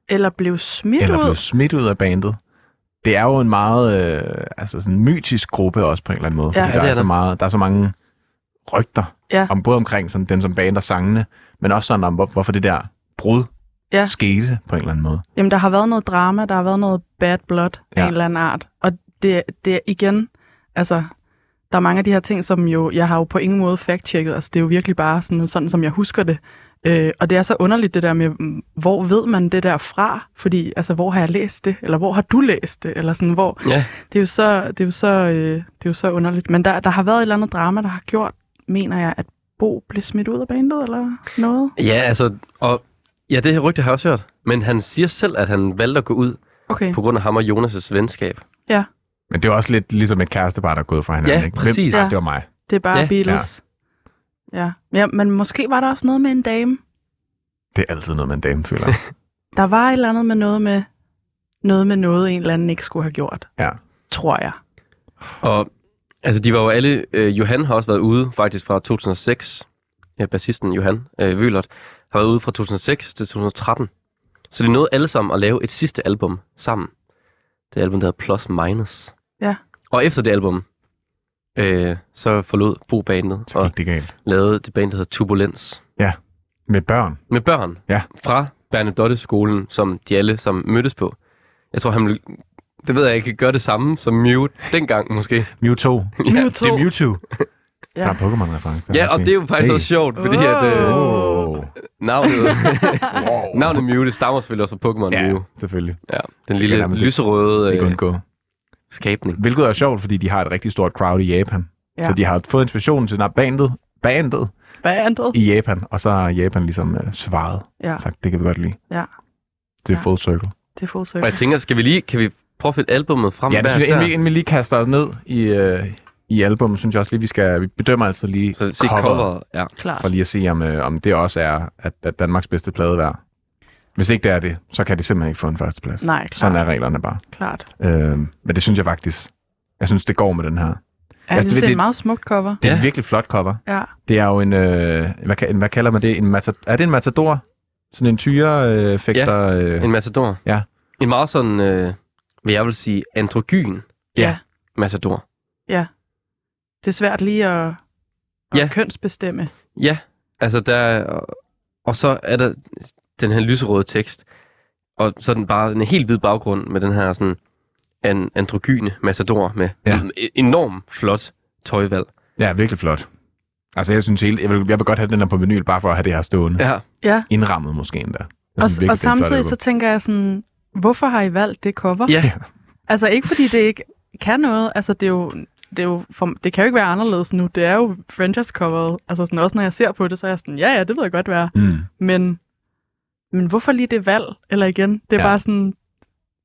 [SPEAKER 4] Eller blev smidt
[SPEAKER 3] eller
[SPEAKER 4] ud.
[SPEAKER 3] blev smidt ud af bandet. Det er jo en meget øh, altså sådan mytisk gruppe også på en eller anden måde,
[SPEAKER 4] Ja.
[SPEAKER 3] fordi
[SPEAKER 2] Ja,
[SPEAKER 3] der,
[SPEAKER 2] det
[SPEAKER 3] er
[SPEAKER 2] er
[SPEAKER 3] så
[SPEAKER 2] der.
[SPEAKER 3] meget, der er så mange rygter,
[SPEAKER 4] Ja.
[SPEAKER 3] om, både omkring sådan, dem som bander sangene, men også sådan om, hvor, hvorfor det der brud
[SPEAKER 4] Ja.
[SPEAKER 3] skete på en eller anden måde.
[SPEAKER 4] Jamen, der har været noget drama, der har været noget bad blood ja.
[SPEAKER 3] Ja.
[SPEAKER 4] af en eller anden art. Og det, det er igen, altså, der er mange af de her ting, som jo, jeg har jo på ingen måde fact-checket. Altså, det er jo virkelig bare sådan, sådan som jeg husker det. Øh, og det er så underligt det der med, mm, hvor ved man det der fra? Fordi, altså, hvor har jeg læst det? Eller hvor har du læst det? Eller sådan, hvor,
[SPEAKER 2] Ja,
[SPEAKER 4] Det er jo så, det er jo så, øh, det er jo så underligt. Men der, der har været et eller andet drama, der har gjort, mener jeg, at Bo blev smidt ud af bandet eller noget.
[SPEAKER 2] ja altså, og ja, det her rygte har jeg også hørt. Men han siger selv, at han valgte at gå ud
[SPEAKER 4] Okay.
[SPEAKER 2] på grund af ham og Jonas' venskab.
[SPEAKER 3] Men det er også lidt ligesom et kærestepar, der er gået fra hinanden.
[SPEAKER 2] Ja,
[SPEAKER 3] ikke?
[SPEAKER 2] præcis.
[SPEAKER 3] Hvem?
[SPEAKER 4] Ja.
[SPEAKER 3] Det var mig.
[SPEAKER 4] Det er bare
[SPEAKER 2] Ja.
[SPEAKER 4] ja, Beatles. Ja. ja, men måske var der også noget med en dame.
[SPEAKER 3] Det er altid noget, man dame føler. jeg.
[SPEAKER 4] Der var et eller andet med noget med noget, med noget en eller anden ikke skulle have gjort,
[SPEAKER 3] ja.
[SPEAKER 4] tror jeg.
[SPEAKER 2] Og altså, de var jo alle... Øh, Johan har også været ude faktisk fra 2006. Ja, bassisten Johan øh, Vølert har været ude fra 2006 til 2013. Så de nåede alle sammen at lave et sidste album sammen. Det album, der hedder Plus Minus.
[SPEAKER 4] Ja.
[SPEAKER 2] Og efter det album, øh, så forlod Bo bandet
[SPEAKER 3] Så
[SPEAKER 2] og
[SPEAKER 3] gik det galt.
[SPEAKER 2] lavede det band, der hedder Turbulens.
[SPEAKER 3] Med børn.
[SPEAKER 2] Med børn?
[SPEAKER 3] Ja.
[SPEAKER 2] Fra Bernadotte-skolen, som de alle sammen mødtes på. Jeg tror, han ville... Det ved jeg ikke, gøre det samme som Mew dengang måske.
[SPEAKER 3] Mewtwo.
[SPEAKER 4] Mewtwo.
[SPEAKER 3] Det er Mewtwo.
[SPEAKER 4] Ja.
[SPEAKER 3] <laughs> ja. Der er en Pokémon-reference.
[SPEAKER 2] Ja, og det er jo faktisk
[SPEAKER 3] Hey.
[SPEAKER 2] også sjovt, fordi
[SPEAKER 4] Wow.
[SPEAKER 2] at øh,
[SPEAKER 3] Oh.
[SPEAKER 2] navnet,
[SPEAKER 3] <laughs> Wow.
[SPEAKER 2] navnet Mew, det stammer selvfølgelig også fra Pokémon
[SPEAKER 3] Ja,
[SPEAKER 2] Mew.
[SPEAKER 3] selvfølgelig.
[SPEAKER 2] Ja, den
[SPEAKER 3] kan
[SPEAKER 2] lille
[SPEAKER 3] nærmest ikke-
[SPEAKER 2] lyserøde
[SPEAKER 3] Det kan
[SPEAKER 2] øh,
[SPEAKER 3] undgå.
[SPEAKER 2] skabning.
[SPEAKER 3] Hvilket er sjovt, fordi de har et rigtig stort crowd i Japan.
[SPEAKER 4] Ja.
[SPEAKER 3] Ja. Så de har fået inspiration til nej, bandet, bandet
[SPEAKER 4] Bandet.
[SPEAKER 3] i Japan, og så har Japan ligesom øh, svaret.
[SPEAKER 4] Ja,
[SPEAKER 3] Ja. Sagt, det kan vi godt lide.
[SPEAKER 4] Ja.
[SPEAKER 3] Det er
[SPEAKER 4] Ja.
[SPEAKER 3] full circle.
[SPEAKER 4] det er full
[SPEAKER 2] Og jeg
[SPEAKER 4] circle.
[SPEAKER 2] tænker, skal vi lige, kan vi prøve at finde albumet frem?
[SPEAKER 3] Ja, det
[SPEAKER 2] hver
[SPEAKER 3] synes jeg, inden, vi,
[SPEAKER 2] især?
[SPEAKER 3] inden vi lige kaster os ned i, øh, i album, synes jeg også lige, vi skal vi bedømmer altså lige
[SPEAKER 2] Så se
[SPEAKER 3] coveret,
[SPEAKER 2] coveret, ja.
[SPEAKER 4] Klart.
[SPEAKER 3] for lige at se, om, øh, om det også er at, at Danmarks bedste plade værd. Hvis ikke det er det, så kan det simpelthen ikke få en førsteplads.
[SPEAKER 4] Nej, klart.
[SPEAKER 3] Sådan er reglerne bare.
[SPEAKER 4] klart.
[SPEAKER 3] Øh, men det synes jeg faktisk, jeg synes, det går med den her. Altså,
[SPEAKER 4] Ja, jeg synes,
[SPEAKER 3] det-
[SPEAKER 4] det er
[SPEAKER 3] det-
[SPEAKER 4] en meget smukt cover.
[SPEAKER 3] Det er
[SPEAKER 2] Ja.
[SPEAKER 3] ja. virkelig flot cover.
[SPEAKER 4] Ja.
[SPEAKER 3] Det er jo en, øh, hvad, ka- en hvad kalder man det? En mata- er det en matador? Sådan en tyre øh, fægter? Øh,
[SPEAKER 2] En matador.
[SPEAKER 3] Ja.
[SPEAKER 2] En meget sådan, øh, vil jeg vil sige, androgyn
[SPEAKER 3] Ja.
[SPEAKER 2] matador.
[SPEAKER 4] Det er svært lige at, at
[SPEAKER 2] Ja.
[SPEAKER 4] ja. kønsbestemme.
[SPEAKER 2] Ja, altså der... Og, og så er der den her lyserøde tekst, og så er den bare en helt hvid baggrund med den her sådan an, androgyne matador med ja.
[SPEAKER 3] Ja.
[SPEAKER 2] en e-, enorm flot tøjvalg.
[SPEAKER 3] ja, virkelig flot. Altså, jeg synes helt, jeg vil, jeg vil godt have den her på vinyl, bare for at have det her stående.
[SPEAKER 2] Ja,
[SPEAKER 4] Ja,
[SPEAKER 3] indrammet måske endda.
[SPEAKER 4] og,
[SPEAKER 3] Altså, virkelig,
[SPEAKER 4] og
[SPEAKER 3] det er et flot
[SPEAKER 4] samtidig så
[SPEAKER 3] album.
[SPEAKER 4] tænker jeg sådan, hvorfor har I valgt det cover?
[SPEAKER 2] ja,
[SPEAKER 4] Altså ikke fordi det ikke kan noget, altså det er jo, det, er jo for, det kan jo ikke være anderledes nu, det er jo franchise coveret, altså sådan, også når jeg ser på det, så er jeg sådan, ja ja, det ved jeg godt være,
[SPEAKER 3] Mm.
[SPEAKER 4] men, men hvorfor lige det valg, eller igen, det er ja.
[SPEAKER 3] Ja.
[SPEAKER 4] bare sådan,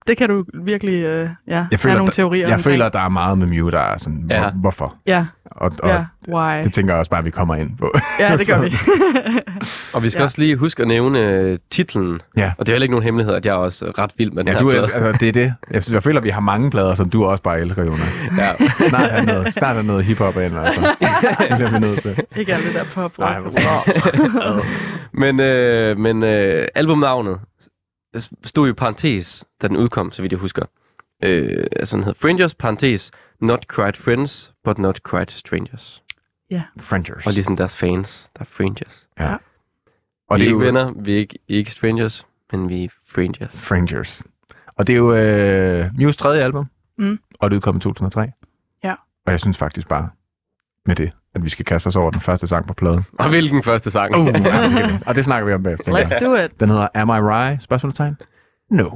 [SPEAKER 4] det kan du virkelig, øh, ja,
[SPEAKER 3] Jeg
[SPEAKER 4] have
[SPEAKER 3] føler,
[SPEAKER 4] nogle
[SPEAKER 3] der-
[SPEAKER 4] teorier
[SPEAKER 3] Jeg
[SPEAKER 4] omkring.
[SPEAKER 3] føler, at der er meget med Mew, der er sådan, hvor,
[SPEAKER 2] Ja.
[SPEAKER 3] ja. hvorfor?
[SPEAKER 4] Ja,
[SPEAKER 3] Og, og
[SPEAKER 4] ja, why?
[SPEAKER 3] det tænker jeg også bare, at vi kommer ind på.
[SPEAKER 4] Ja, det gør vi. <laughs>
[SPEAKER 2] og vi skal ja.
[SPEAKER 4] Ja.
[SPEAKER 2] også lige huske at nævne øh, titlen.
[SPEAKER 3] Ja.
[SPEAKER 2] Og det er heller ikke nogen hemmelighed, at jeg er også ret vild med den
[SPEAKER 3] ja,
[SPEAKER 2] her
[SPEAKER 3] du
[SPEAKER 2] plade.
[SPEAKER 3] elsker, altså, det er det. Jeg, synes, jeg føler, at vi har mange plader, som du også bare elsker, Jonas.
[SPEAKER 2] Ja.
[SPEAKER 3] Snart er noget, snart er noget hiphop ind, altså. Det bliver vi nødt til.
[SPEAKER 4] ikke alt det der pop.
[SPEAKER 3] Nej, hvor-
[SPEAKER 2] Men, øh, men øh, albumnavnet stod i parentes, da den udkom, så vidt jeg husker. Øh, altså den hed Fringers, parentes, Not Cried Friends, but Not Cried Strangers.
[SPEAKER 3] Fringers.
[SPEAKER 2] Og ligesom deres fans, der er Fringers.
[SPEAKER 3] ja.
[SPEAKER 2] Og vi
[SPEAKER 3] det
[SPEAKER 2] er
[SPEAKER 3] er
[SPEAKER 2] ikke
[SPEAKER 3] jo
[SPEAKER 2] venner, vi er ikke, ikke strangers, men vi er Fringers.
[SPEAKER 3] Fringers. Og det er jo øh, Mews tredje album,
[SPEAKER 4] Mm.
[SPEAKER 3] og det udkom i 2003.
[SPEAKER 4] Ja.
[SPEAKER 3] Og jeg synes faktisk bare med det, at vi skal kaste os over den første sang på pladen.
[SPEAKER 2] Og hvilken første sang? <laughs>
[SPEAKER 3] Uh, ja, det kan vi. og det snakker vi om bagefter. tænker jeg.
[SPEAKER 4] Let's do it.
[SPEAKER 3] Den hedder Am I Rye? Spørgsmålstegn? No.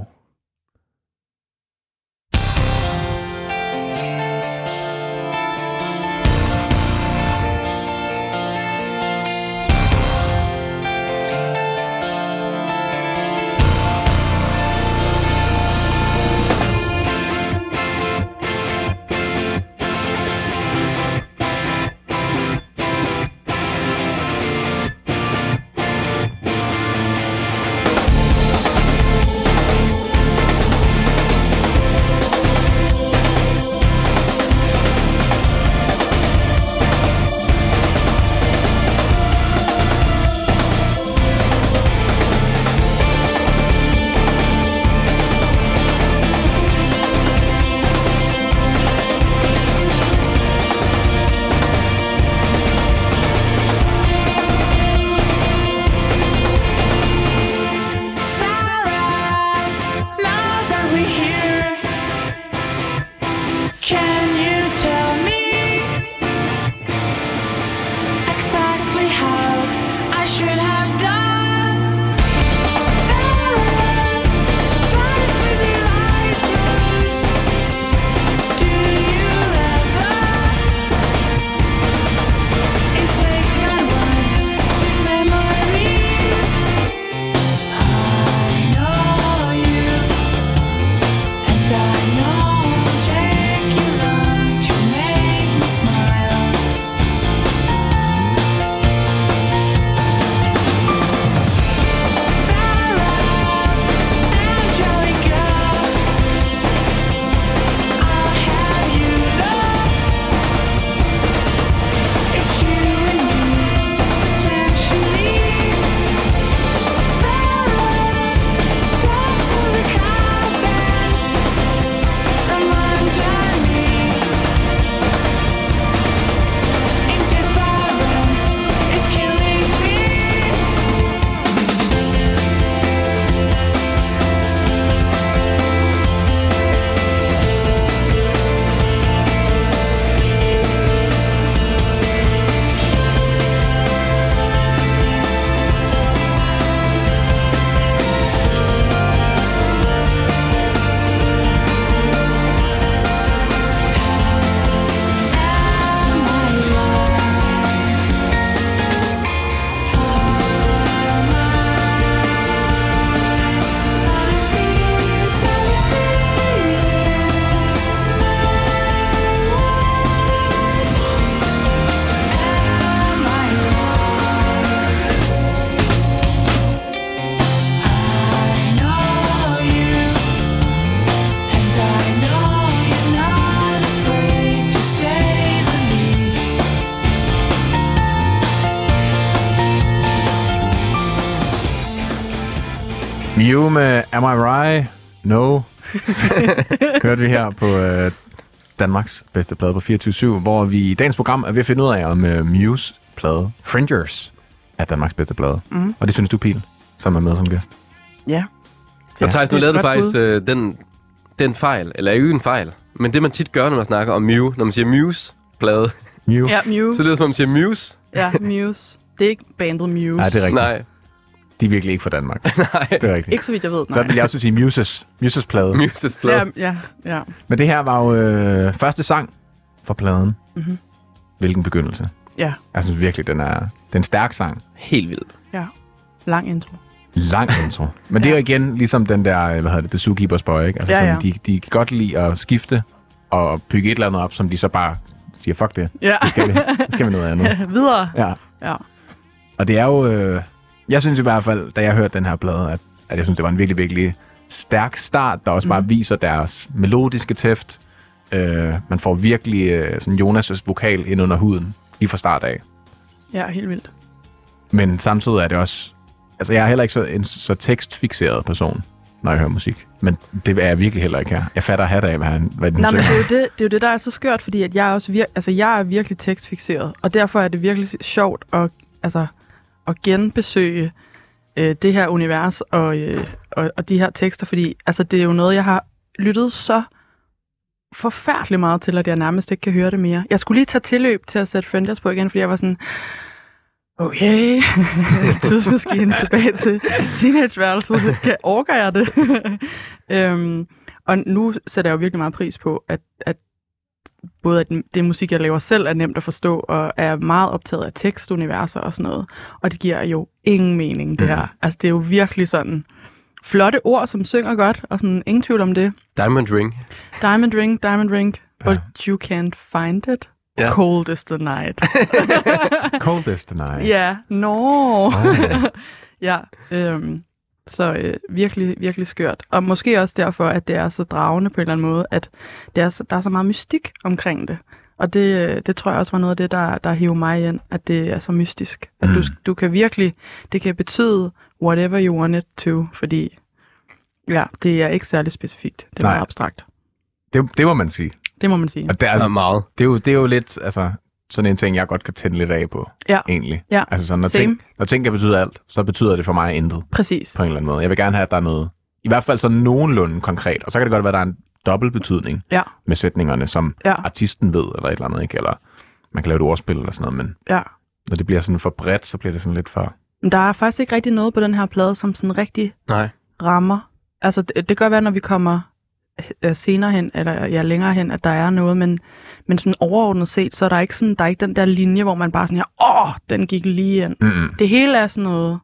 [SPEAKER 5] Am
[SPEAKER 3] Mew med Am I Right?
[SPEAKER 4] <laughs>
[SPEAKER 3] No. Hørte vi her på øh, Danmarks bedste plade på 24 hvor vi i dagens program er ved at finde ud af, om øh, Mews plade Fringers er Danmarks bedste plade.
[SPEAKER 4] Mhm.
[SPEAKER 3] Mm. Og det synes du, Pil, som er med som gæst.
[SPEAKER 4] Ja.
[SPEAKER 2] Og Thijs, nu
[SPEAKER 4] Det er
[SPEAKER 2] lavede
[SPEAKER 4] et
[SPEAKER 2] du
[SPEAKER 4] godt
[SPEAKER 2] faktisk øh, den, den fejl, eller ikke en fejl, men det man tit gør, når man snakker om Mew, når man siger Muse-plade,
[SPEAKER 3] Mew.
[SPEAKER 4] Ja, Muse.
[SPEAKER 2] så lyder det som om man siger Muse.
[SPEAKER 4] Ja, Muse. Det er ikke bandet Muse.
[SPEAKER 3] Nej, det er rigtigt.
[SPEAKER 2] Nej,
[SPEAKER 3] De er virkelig ikke fra
[SPEAKER 4] <laughs>
[SPEAKER 3] Danmark.
[SPEAKER 2] nej.
[SPEAKER 3] Det er rigtigt.
[SPEAKER 4] Ikke så vidt jeg ved, nej.
[SPEAKER 3] Så vil jeg også sige Muses. Muses plade.
[SPEAKER 2] Muses plade.
[SPEAKER 4] Ja, ja, ja.
[SPEAKER 3] Men det her var jo øh, første sang fra pladen. Mm-hmm.
[SPEAKER 4] Mhm.
[SPEAKER 3] Hvilken begyndelse.
[SPEAKER 4] Ja,
[SPEAKER 3] Jeg synes virkelig, den er, den er en stærk sang.
[SPEAKER 2] Helt vildt.
[SPEAKER 4] ja. Lang intro.
[SPEAKER 3] Lang intro. Men det er jo igen ligesom den der, øh, hvad hedder det, The Zookeeper's Boy, ikke? Altså,
[SPEAKER 4] Ja,
[SPEAKER 3] sådan,
[SPEAKER 4] ja.
[SPEAKER 3] De, de kan godt lide at skifte og bygge et eller andet op, som de så bare siger, fuck det,
[SPEAKER 4] Ja,
[SPEAKER 3] nu skal vi, nu skal vi noget
[SPEAKER 4] <laughs>
[SPEAKER 3] andet.
[SPEAKER 4] videre.
[SPEAKER 3] Ja.
[SPEAKER 4] Ja.
[SPEAKER 3] Og det er jo, øh, jeg synes i hvert fald, da jeg hørte den her plade, at, at jeg synes, det var en virkelig, virkelig stærk start, der også
[SPEAKER 4] Mhm.
[SPEAKER 3] bare viser deres melodiske tæft. Øh, man får virkelig øh, sådan Jonas' vokal ind under huden, lige fra start af.
[SPEAKER 4] Ja, helt vildt.
[SPEAKER 3] Men samtidig er det også... Altså, jeg er heller ikke så, en så tekstfixeret person, når jeg hører musik. Men det er jeg virkelig heller ikke her. Jeg fatter hat af, hvad, han, hvad den
[SPEAKER 4] Nej, men
[SPEAKER 3] synger.
[SPEAKER 4] det er, jo det, det er jo det, der er så skørt, fordi at jeg, er også vir- altså, jeg er virkelig tekstfixeret, og derfor er det virkelig sjovt at, altså, at genbesøge øh, det her univers og, øh, og, og de her tekster, fordi altså, det er jo noget, jeg har lyttet så forfærdelig meget til, at jeg nærmest ikke kan høre det mere. Jeg skulle lige tage tilløb til at sætte Fenders på igen, fordi jeg var sådan, okay, <laughs> tidsmaskinen tilbage til teenageværelset, kan orker jeg det? <laughs> øhm, og nu sætter jeg jo virkelig meget pris på, at, at både at det musik, jeg laver selv, er nemt at forstå, og er meget optaget af tekstuniverser og sådan noget. Og det giver jo ingen mening, det her. Altså, det er jo virkelig sådan flotte ord, som synger godt, og sådan ingen tvivl om det.
[SPEAKER 2] Diamond Ring.
[SPEAKER 4] Diamond ring, diamond ring, but you can't find it.
[SPEAKER 2] Ja.
[SPEAKER 4] Cold is the night.
[SPEAKER 3] Coldest Tonight.
[SPEAKER 4] ja, no.
[SPEAKER 3] Oh,
[SPEAKER 4] <laughs> Ja, øhm, så øh, virkelig, virkelig skørt. Og måske også derfor, at det er så dragende på en eller anden måde, at det er så, der er så meget mystik omkring det. Og det, øh, det tror jeg også var noget af det, der, der hiver mig ind, at det er så mystisk. At
[SPEAKER 3] Mm.
[SPEAKER 4] du, du kan virkelig, det kan betyde whatever you want it to, fordi ja, det er ikke særlig specifikt. Det er
[SPEAKER 3] Nej.
[SPEAKER 4] meget abstrakt.
[SPEAKER 3] det, det må man sige.
[SPEAKER 4] Det må man sige.
[SPEAKER 3] Og det, er,
[SPEAKER 2] Altså,
[SPEAKER 3] altså,
[SPEAKER 2] meget.
[SPEAKER 3] det, er jo, det er jo lidt altså, sådan en ting, jeg godt kan tænde lidt af på,
[SPEAKER 4] Ja.
[SPEAKER 3] egentlig.
[SPEAKER 4] Ja.
[SPEAKER 3] Altså, sådan, når,
[SPEAKER 4] Same.
[SPEAKER 3] ting, når ting kan betyde alt, så betyder det for mig intet,
[SPEAKER 4] Præcis.
[SPEAKER 3] på en eller anden måde. Jeg vil gerne have, at der er noget, i hvert fald sådan nogenlunde konkret. Og så kan det godt være, at der er en dobbelt betydning
[SPEAKER 4] Ja,
[SPEAKER 3] med sætningerne, som
[SPEAKER 4] ja,
[SPEAKER 3] artisten ved, eller et eller andet, ikke? Eller man kan lave et ordspil eller sådan noget, men
[SPEAKER 4] ja.
[SPEAKER 3] når det bliver sådan for bredt, så bliver det sådan lidt for...
[SPEAKER 4] Men der er faktisk ikke rigtig noget på den her plade, som sådan rigtig
[SPEAKER 2] Nej.
[SPEAKER 4] rammer. Altså, det, det kan godt være, når vi kommer øh, senere hen, eller ja, længere hen, at der er noget, men, men sådan overordnet set, så er der ikke sådan, der er ikke den der linje, hvor man bare sådan her, åh, den gik lige ind.
[SPEAKER 3] Mm-mm.
[SPEAKER 4] Det hele er sådan noget,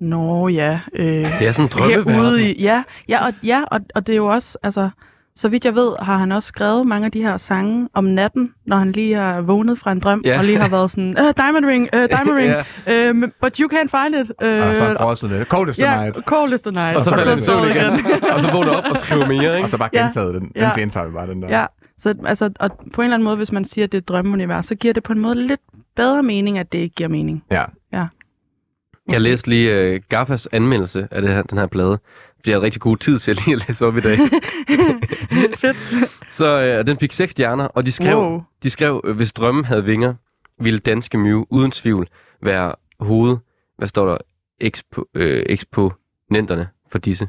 [SPEAKER 4] nå ja, øh,
[SPEAKER 2] Det er sådan en drømmeverden.
[SPEAKER 4] herude i, ja, ja, og, ja og, og det er jo også, altså, så vidt jeg ved, har han også skrevet mange af de her sange om natten, når han lige har vågnet fra en drøm,
[SPEAKER 2] Ja.
[SPEAKER 4] og lige har været sådan, øh, diamond ring, øh,
[SPEAKER 3] <laughs>
[SPEAKER 4] diamond ring, øh, but you can't find it. Øh,
[SPEAKER 3] Og Ah, så er han frosset lidt. Coldest
[SPEAKER 4] Ja,
[SPEAKER 3] yeah. night.
[SPEAKER 4] cold is the night.
[SPEAKER 2] Og så falder
[SPEAKER 3] falder
[SPEAKER 2] den i søvn igen. og så vågner op og skriver mere,
[SPEAKER 3] Og
[SPEAKER 2] ikke?
[SPEAKER 3] så bare
[SPEAKER 4] Ja.
[SPEAKER 3] gentaget den. Den
[SPEAKER 4] Ja.
[SPEAKER 3] gentager vi bare, den der.
[SPEAKER 4] Ja, så altså, og på en eller anden måde, hvis man siger, at det er et drømmeunivers, så giver det på en måde lidt bedre mening, at det ikke giver
[SPEAKER 3] <laughs>
[SPEAKER 4] mening.
[SPEAKER 3] ja.
[SPEAKER 2] Jeg læste lige uh, Gaffas anmeldelse af det her, den her plade. Det er en rigtig god tid til lige at læse op i dag.
[SPEAKER 4] Fedt.
[SPEAKER 2] Så uh, den fik seks stjerner, og de skrev, wow.
[SPEAKER 4] Wow.
[SPEAKER 2] de skrev, øh, hvis drømmen havde vinger, ville danske Mew uden tvivl være hoved, hvad står der, Expo, øh, eksponenterne for disse.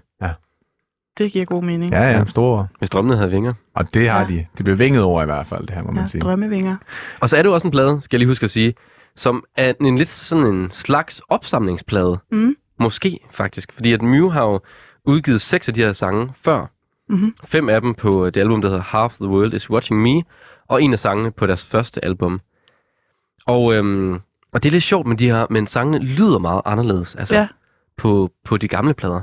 [SPEAKER 4] Det giver god mening.
[SPEAKER 3] Ja, ja, store ord.
[SPEAKER 2] Hvis drømmene havde vinger.
[SPEAKER 3] Og det har
[SPEAKER 4] Ja.
[SPEAKER 3] de. Det blev vinget over i hvert fald, det her, må man
[SPEAKER 4] ja
[SPEAKER 3] sige.
[SPEAKER 4] drømmevinger.
[SPEAKER 2] Og så er det jo også en plade, skal jeg lige huske at sige, som er en lidt sådan en slags opsamlingsplade.
[SPEAKER 4] Mm.
[SPEAKER 2] Måske faktisk, fordi at Mew har jo udgivet seks af de her sange før.
[SPEAKER 4] Mhm.
[SPEAKER 2] Fem af dem på det album, der hedder Half the World is Watching Me, og en af sangene på deres første album. Og, øhm, og det er lidt sjovt med de her, men sangene lyder meget anderledes altså,
[SPEAKER 4] Ja.
[SPEAKER 2] på, på de gamle plader.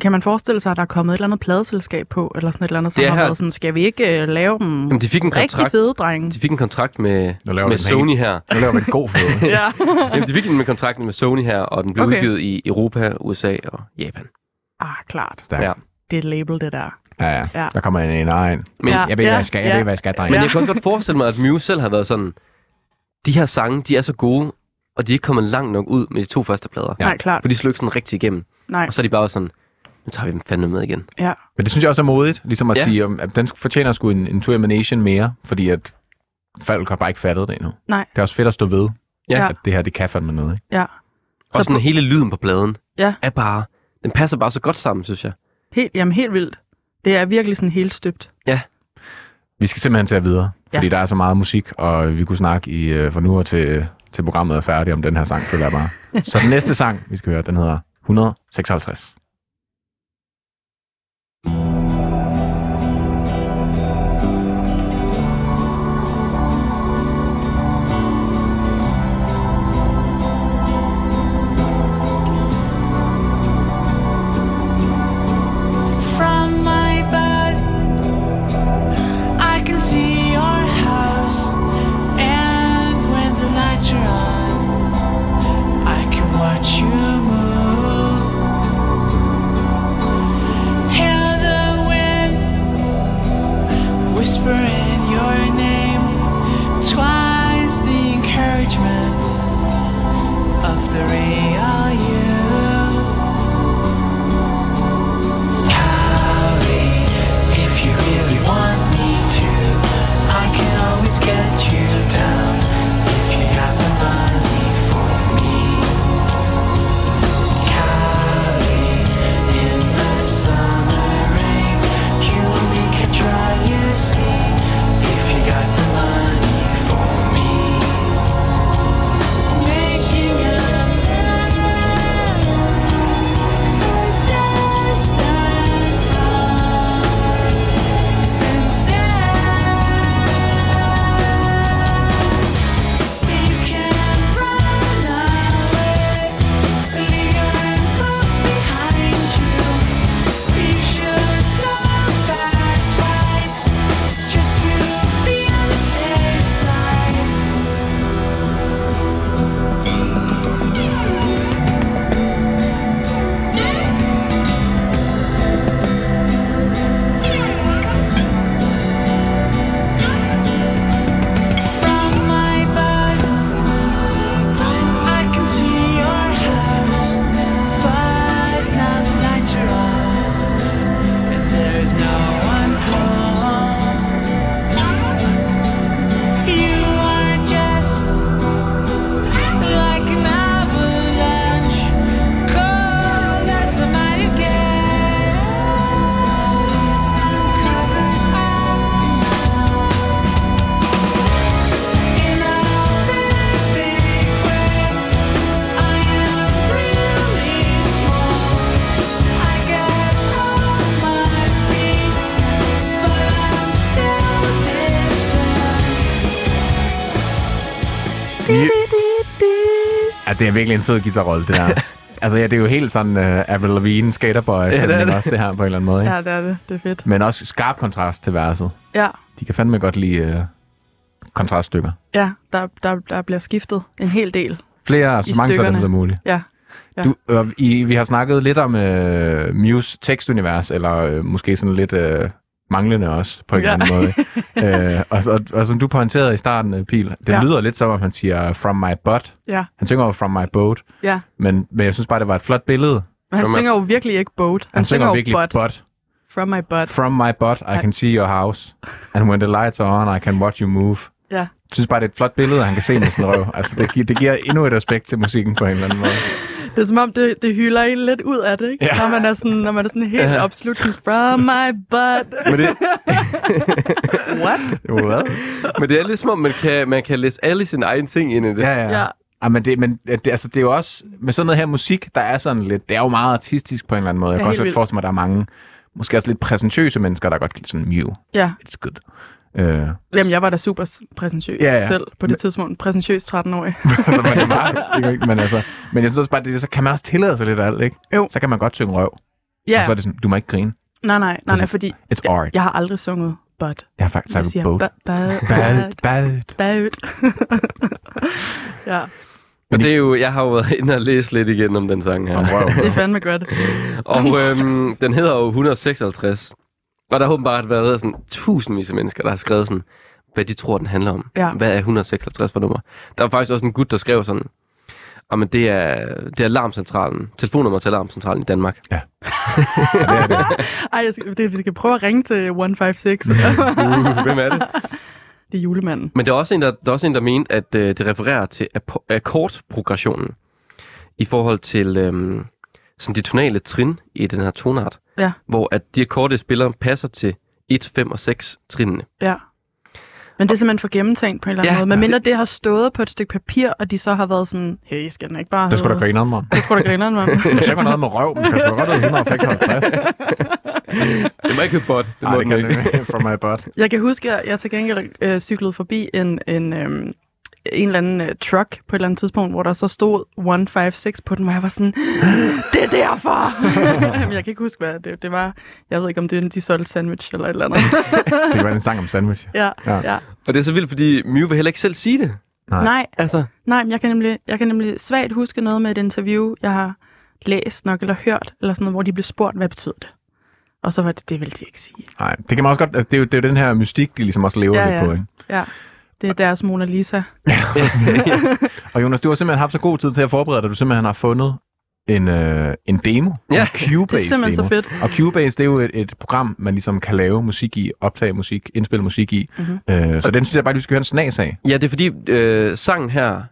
[SPEAKER 4] Kan man forestille sig, at der er kommet et eller andet pladeselskab på, eller sådan et eller andet, som
[SPEAKER 2] Det er
[SPEAKER 4] har
[SPEAKER 2] her-
[SPEAKER 4] været sådan, skal vi ikke øh, lave dem
[SPEAKER 2] Jamen, de fik en
[SPEAKER 4] rigtig
[SPEAKER 2] kontrakt,
[SPEAKER 4] fede,
[SPEAKER 3] <laughs>
[SPEAKER 4] drenge?
[SPEAKER 2] de fik en kontrakt med,
[SPEAKER 3] Nu laver
[SPEAKER 2] med
[SPEAKER 3] vi den helt.
[SPEAKER 2] Sony her.
[SPEAKER 3] Nu laver vi en god
[SPEAKER 4] <laughs>
[SPEAKER 3] føde.
[SPEAKER 4] ja.
[SPEAKER 2] Jamen, de fik den med kontrakten med Sony her, og den blev okay.
[SPEAKER 4] Okay.
[SPEAKER 2] udgivet i Europa, USA og Japan.
[SPEAKER 4] ah, klart.
[SPEAKER 3] Stærkt.
[SPEAKER 2] Ja.
[SPEAKER 3] Ja.
[SPEAKER 4] Det er et label, det der.
[SPEAKER 3] ja, ja.
[SPEAKER 4] Ja.
[SPEAKER 3] Der kommer en en egen.
[SPEAKER 2] Men, ja.
[SPEAKER 3] Jeg ved,
[SPEAKER 4] Ja,
[SPEAKER 3] hvad jeg skal. Jeg
[SPEAKER 4] ja.
[SPEAKER 3] ved, hvad jeg skal, dreng.
[SPEAKER 2] men
[SPEAKER 4] Ja.
[SPEAKER 2] jeg kan også godt forestille mig, at Mew selv har været sådan, de her sange, de er så gode, og de er ikke kommet langt nok ud med de to første plader.
[SPEAKER 4] Ja. Nej, klart.
[SPEAKER 2] For de slog ikke sådan rigtig igennem.
[SPEAKER 4] Nej,
[SPEAKER 2] Og så er de bare sådan, Nu tager vi dem fandme med igen.
[SPEAKER 4] Ja.
[SPEAKER 3] Men det synes jeg også er modigt, ligesom at
[SPEAKER 2] Ja.
[SPEAKER 3] ja. sige, om- at den fortjener sgu en, en termination mere, fordi at folk har bare ikke fattet det endnu.
[SPEAKER 4] Nej.
[SPEAKER 3] Det er også fedt at stå ved,
[SPEAKER 2] Ja.
[SPEAKER 3] ja. at det her, det kan fandme noget. Ikke?
[SPEAKER 4] Ja. Så
[SPEAKER 2] Og sådan
[SPEAKER 4] på-
[SPEAKER 2] hele lyden på pladen
[SPEAKER 4] Ja.
[SPEAKER 2] er bare... Den passer bare så godt sammen, synes jeg.
[SPEAKER 4] Helt, jamen helt vildt. Det er virkelig sådan helt støbt.
[SPEAKER 3] Vi skal simpelthen tage videre, fordi
[SPEAKER 4] Ja.
[SPEAKER 3] der er så meget musik, og vi kunne snakke i, øh, fra nu og til, til programmet er færdigt om den her sang, føler jeg bare. Så den næste sang, vi skal høre, den hedder 156.
[SPEAKER 6] From my bed, I can see your house. And when the lights are on, I can watch you move. Hear the wind whisper in your name. Twice the encouragement of the real you. Callie, if you really want me to, I can always get you down if you got the money for me. Callie, in the summer rain, you and me can dry your sleep if you got the money for me. Making up plans for distant Thank From my bed, I can see your house, but now the lights are off, and there's no one home. You are just like an avalanche, cold as a mighty gale, uncovered up. In a big way, I am really small. I get off my feet, but I'm still distant.
[SPEAKER 3] Ja, det er virkelig en fed guitarrolle, det der. altså ja, det er jo helt sådan uh, Avril Lavigne, Skaterboy, ja,
[SPEAKER 2] det er
[SPEAKER 3] det
[SPEAKER 2] det.
[SPEAKER 3] også det her på en eller anden måde. Ikke?
[SPEAKER 4] Ja, det er det. Det er fedt.
[SPEAKER 3] Men også skarp kontrast til verset.
[SPEAKER 4] Ja,
[SPEAKER 3] De kan fandme godt lide øh, kontraststykker.
[SPEAKER 4] ja der, der, der bliver skiftet en hel del.
[SPEAKER 3] Flere og
[SPEAKER 4] I
[SPEAKER 3] så mange sådan
[SPEAKER 4] stykkerne.
[SPEAKER 3] som muligt.
[SPEAKER 4] Ja, Ja.
[SPEAKER 3] Du, øh, I, vi har snakket lidt om øh, Muse tekstunivers, eller øh, måske sådan lidt øh, manglende også, på en
[SPEAKER 4] Ja.
[SPEAKER 3] eller anden måde.
[SPEAKER 4] <laughs>
[SPEAKER 3] øh, og, og, og som du pointerede i starten, øh, Pil, det
[SPEAKER 4] Ja.
[SPEAKER 3] ja. lyder lidt som om, han siger From my butt.
[SPEAKER 4] ja,
[SPEAKER 3] Han synger over From my boat,
[SPEAKER 4] ja.
[SPEAKER 3] men, men jeg synes bare, det var et flot billede. Han,
[SPEAKER 4] Men han
[SPEAKER 2] From my-
[SPEAKER 4] synger jo virkelig ikke boat. Han, synger, jo
[SPEAKER 3] virkelig
[SPEAKER 4] butt.
[SPEAKER 3] butt.
[SPEAKER 4] From my butt.
[SPEAKER 3] From my butt, I can see your house. And when the lights are on, I can watch you move.
[SPEAKER 4] Ja.
[SPEAKER 3] Jeg synes bare, det er et flot billede, han kan se med sin røv. Altså, det, gi- det giver endnu et aspekt til musikken på en eller anden måde.
[SPEAKER 4] Det er som om, det, det hylder en lidt ud af det, ikke? Ja.
[SPEAKER 3] Ja.
[SPEAKER 4] Når, man er sådan, når man er sådan helt
[SPEAKER 2] Ja.
[SPEAKER 4] opslugt. sådan, From my butt.
[SPEAKER 2] Men det,
[SPEAKER 4] What?
[SPEAKER 3] Jo, hvad?
[SPEAKER 2] men det er lidt som om, man kan, man kan læse alle sine egne ting ind i det.
[SPEAKER 3] Ja, ja.
[SPEAKER 4] Ja.
[SPEAKER 3] ja. ja men, det, men øh, det, altså, det er jo også, med sådan noget her musik, der er sådan lidt, det er jo meget artistisk på en eller anden måde. Jeg
[SPEAKER 4] Ja,
[SPEAKER 3] kan
[SPEAKER 4] helt
[SPEAKER 3] også godt
[SPEAKER 4] vildt.
[SPEAKER 3] forestille mig, at der er mange, måske også lidt præsentøse mennesker, der godt kan lide sådan Mew.
[SPEAKER 4] Ja.
[SPEAKER 3] It's good. Øh, <laughs>
[SPEAKER 4] Jamen, jeg var da super s- præsentøs ja,
[SPEAKER 3] Ja,
[SPEAKER 4] ja.
[SPEAKER 3] ja.
[SPEAKER 4] selv på det tidspunkt. Præsentøs 13-årig.
[SPEAKER 3] altså, men, det var, det er jo ikke, men, altså, men jeg synes også bare, det, er- så kan man også tillade sig lidt af alt, ikke?
[SPEAKER 4] Jo.
[SPEAKER 3] Så kan man godt synge røv.
[SPEAKER 4] Ja,
[SPEAKER 3] Og så er det sådan, du må ikke grine.
[SPEAKER 4] nej, nej, nej, nej,
[SPEAKER 3] Præcis.
[SPEAKER 4] fordi
[SPEAKER 3] It's alright.
[SPEAKER 4] jeg har aldrig sunget butt.
[SPEAKER 3] Jeg har faktisk
[SPEAKER 4] Jeg
[SPEAKER 3] sagt
[SPEAKER 4] siger
[SPEAKER 3] boat.
[SPEAKER 4] butt, butt,
[SPEAKER 3] Bad,
[SPEAKER 4] butt,
[SPEAKER 3] bad.
[SPEAKER 4] butt. <laughs> ja,
[SPEAKER 2] Og det er jo, jeg har jo været inde og læse lidt igen om den sang her.
[SPEAKER 3] Om røv.
[SPEAKER 4] det er fandme godt.
[SPEAKER 2] Og øhm, den hedder jo 156. Og der har åbenbart været sådan tusindvis af mennesker, der har skrevet sådan, hvad de tror, den handler om.
[SPEAKER 4] Ja.
[SPEAKER 2] Hvad er 156 for nummer? Der var faktisk også en gut, der skrev sådan, men det er, det er alarmcentralen, telefonnummer til alarmcentralen i Danmark.
[SPEAKER 3] Ja. Ja, det er det.
[SPEAKER 4] Ej, jeg skal, det, vi skal prøve at ringe til
[SPEAKER 3] <laughs>
[SPEAKER 4] 156.
[SPEAKER 2] Uh, <laughs> hvem er det?
[SPEAKER 4] det er julemanden.
[SPEAKER 2] Men der er også en, der, der, er også en, der mente, at øh, det refererer til ap- akkordprogressionen i forhold til øhm, sådan de tonale trin i den her tonart.
[SPEAKER 4] Ja.
[SPEAKER 2] Hvor at de akkorder, spiller, passer til 1, 5 og 6 trinene.
[SPEAKER 4] Ja. Men det er simpelthen for gennemtænkt på en eller anden
[SPEAKER 2] Ja,
[SPEAKER 4] ja, måde. Men mindre det har stået på et stykke papir, og de så har været sådan, hey, skal den ikke bare
[SPEAKER 3] Det skulle da
[SPEAKER 4] hedde-
[SPEAKER 3] grine om.
[SPEAKER 4] Det skulle da grineren, mand.
[SPEAKER 3] <laughs> Jeg søger noget med røv, men kan sgu da godt hedde <laughs> 156.
[SPEAKER 2] <laughs> Det må ikke hedde bot. Det
[SPEAKER 3] Nej,
[SPEAKER 2] må
[SPEAKER 3] det
[SPEAKER 2] den
[SPEAKER 3] kan
[SPEAKER 2] ikke.
[SPEAKER 3] det ikke. From my butt.
[SPEAKER 4] Jeg kan huske, at jeg til gengæld øh, cyklede forbi en, en, øh, en eller anden øh, truck på et eller andet tidspunkt, hvor der så stod 156 på den, hvor jeg var sådan, det er
[SPEAKER 3] <laughs>
[SPEAKER 4] derfor! Men jeg kan ikke huske, hvad det, det var. Jeg ved ikke, om det er en de solgte sandwich eller
[SPEAKER 3] <laughs>
[SPEAKER 4] et eller andet.
[SPEAKER 3] Det kan være en sang om sandwich.
[SPEAKER 4] ja,
[SPEAKER 3] Ja.
[SPEAKER 4] ja. ja.
[SPEAKER 2] Og det er så vildt, fordi Mew vil heller ikke selv sige det.
[SPEAKER 3] Nej.
[SPEAKER 4] Nej,
[SPEAKER 2] Altså,
[SPEAKER 4] nej, men jeg kan, nemlig, jeg kan nemlig svagt huske noget med et interview, jeg har læst nok eller hørt, eller sådan noget, hvor de blev spurgt, hvad betyder det? Og så var det, det ville de ikke sige.
[SPEAKER 3] Nej, det kan man også godt... Altså, det, er jo, det er jo den her mystik, de ligesom også lever
[SPEAKER 4] Ja,
[SPEAKER 3] ja, lidt
[SPEAKER 4] ja.
[SPEAKER 3] på, ikke?
[SPEAKER 4] Ja, det er deres Mona Lisa.
[SPEAKER 3] Og Jonas, du har simpelthen haft så god tid til at forberede dig, at du simpelthen har fundet en, øh, en demo.
[SPEAKER 2] Ja.
[SPEAKER 3] en Cubase
[SPEAKER 4] Det er simpelthen
[SPEAKER 3] demo.
[SPEAKER 4] så fedt.
[SPEAKER 3] Og Cubase, det er jo et, et program, man ligesom kan lave musik i, optage musik, indspille musik i. Mm-hmm. Øh, så den synes jeg bare, du skal høre en snas af.
[SPEAKER 2] ja, det er fordi øh, sangen her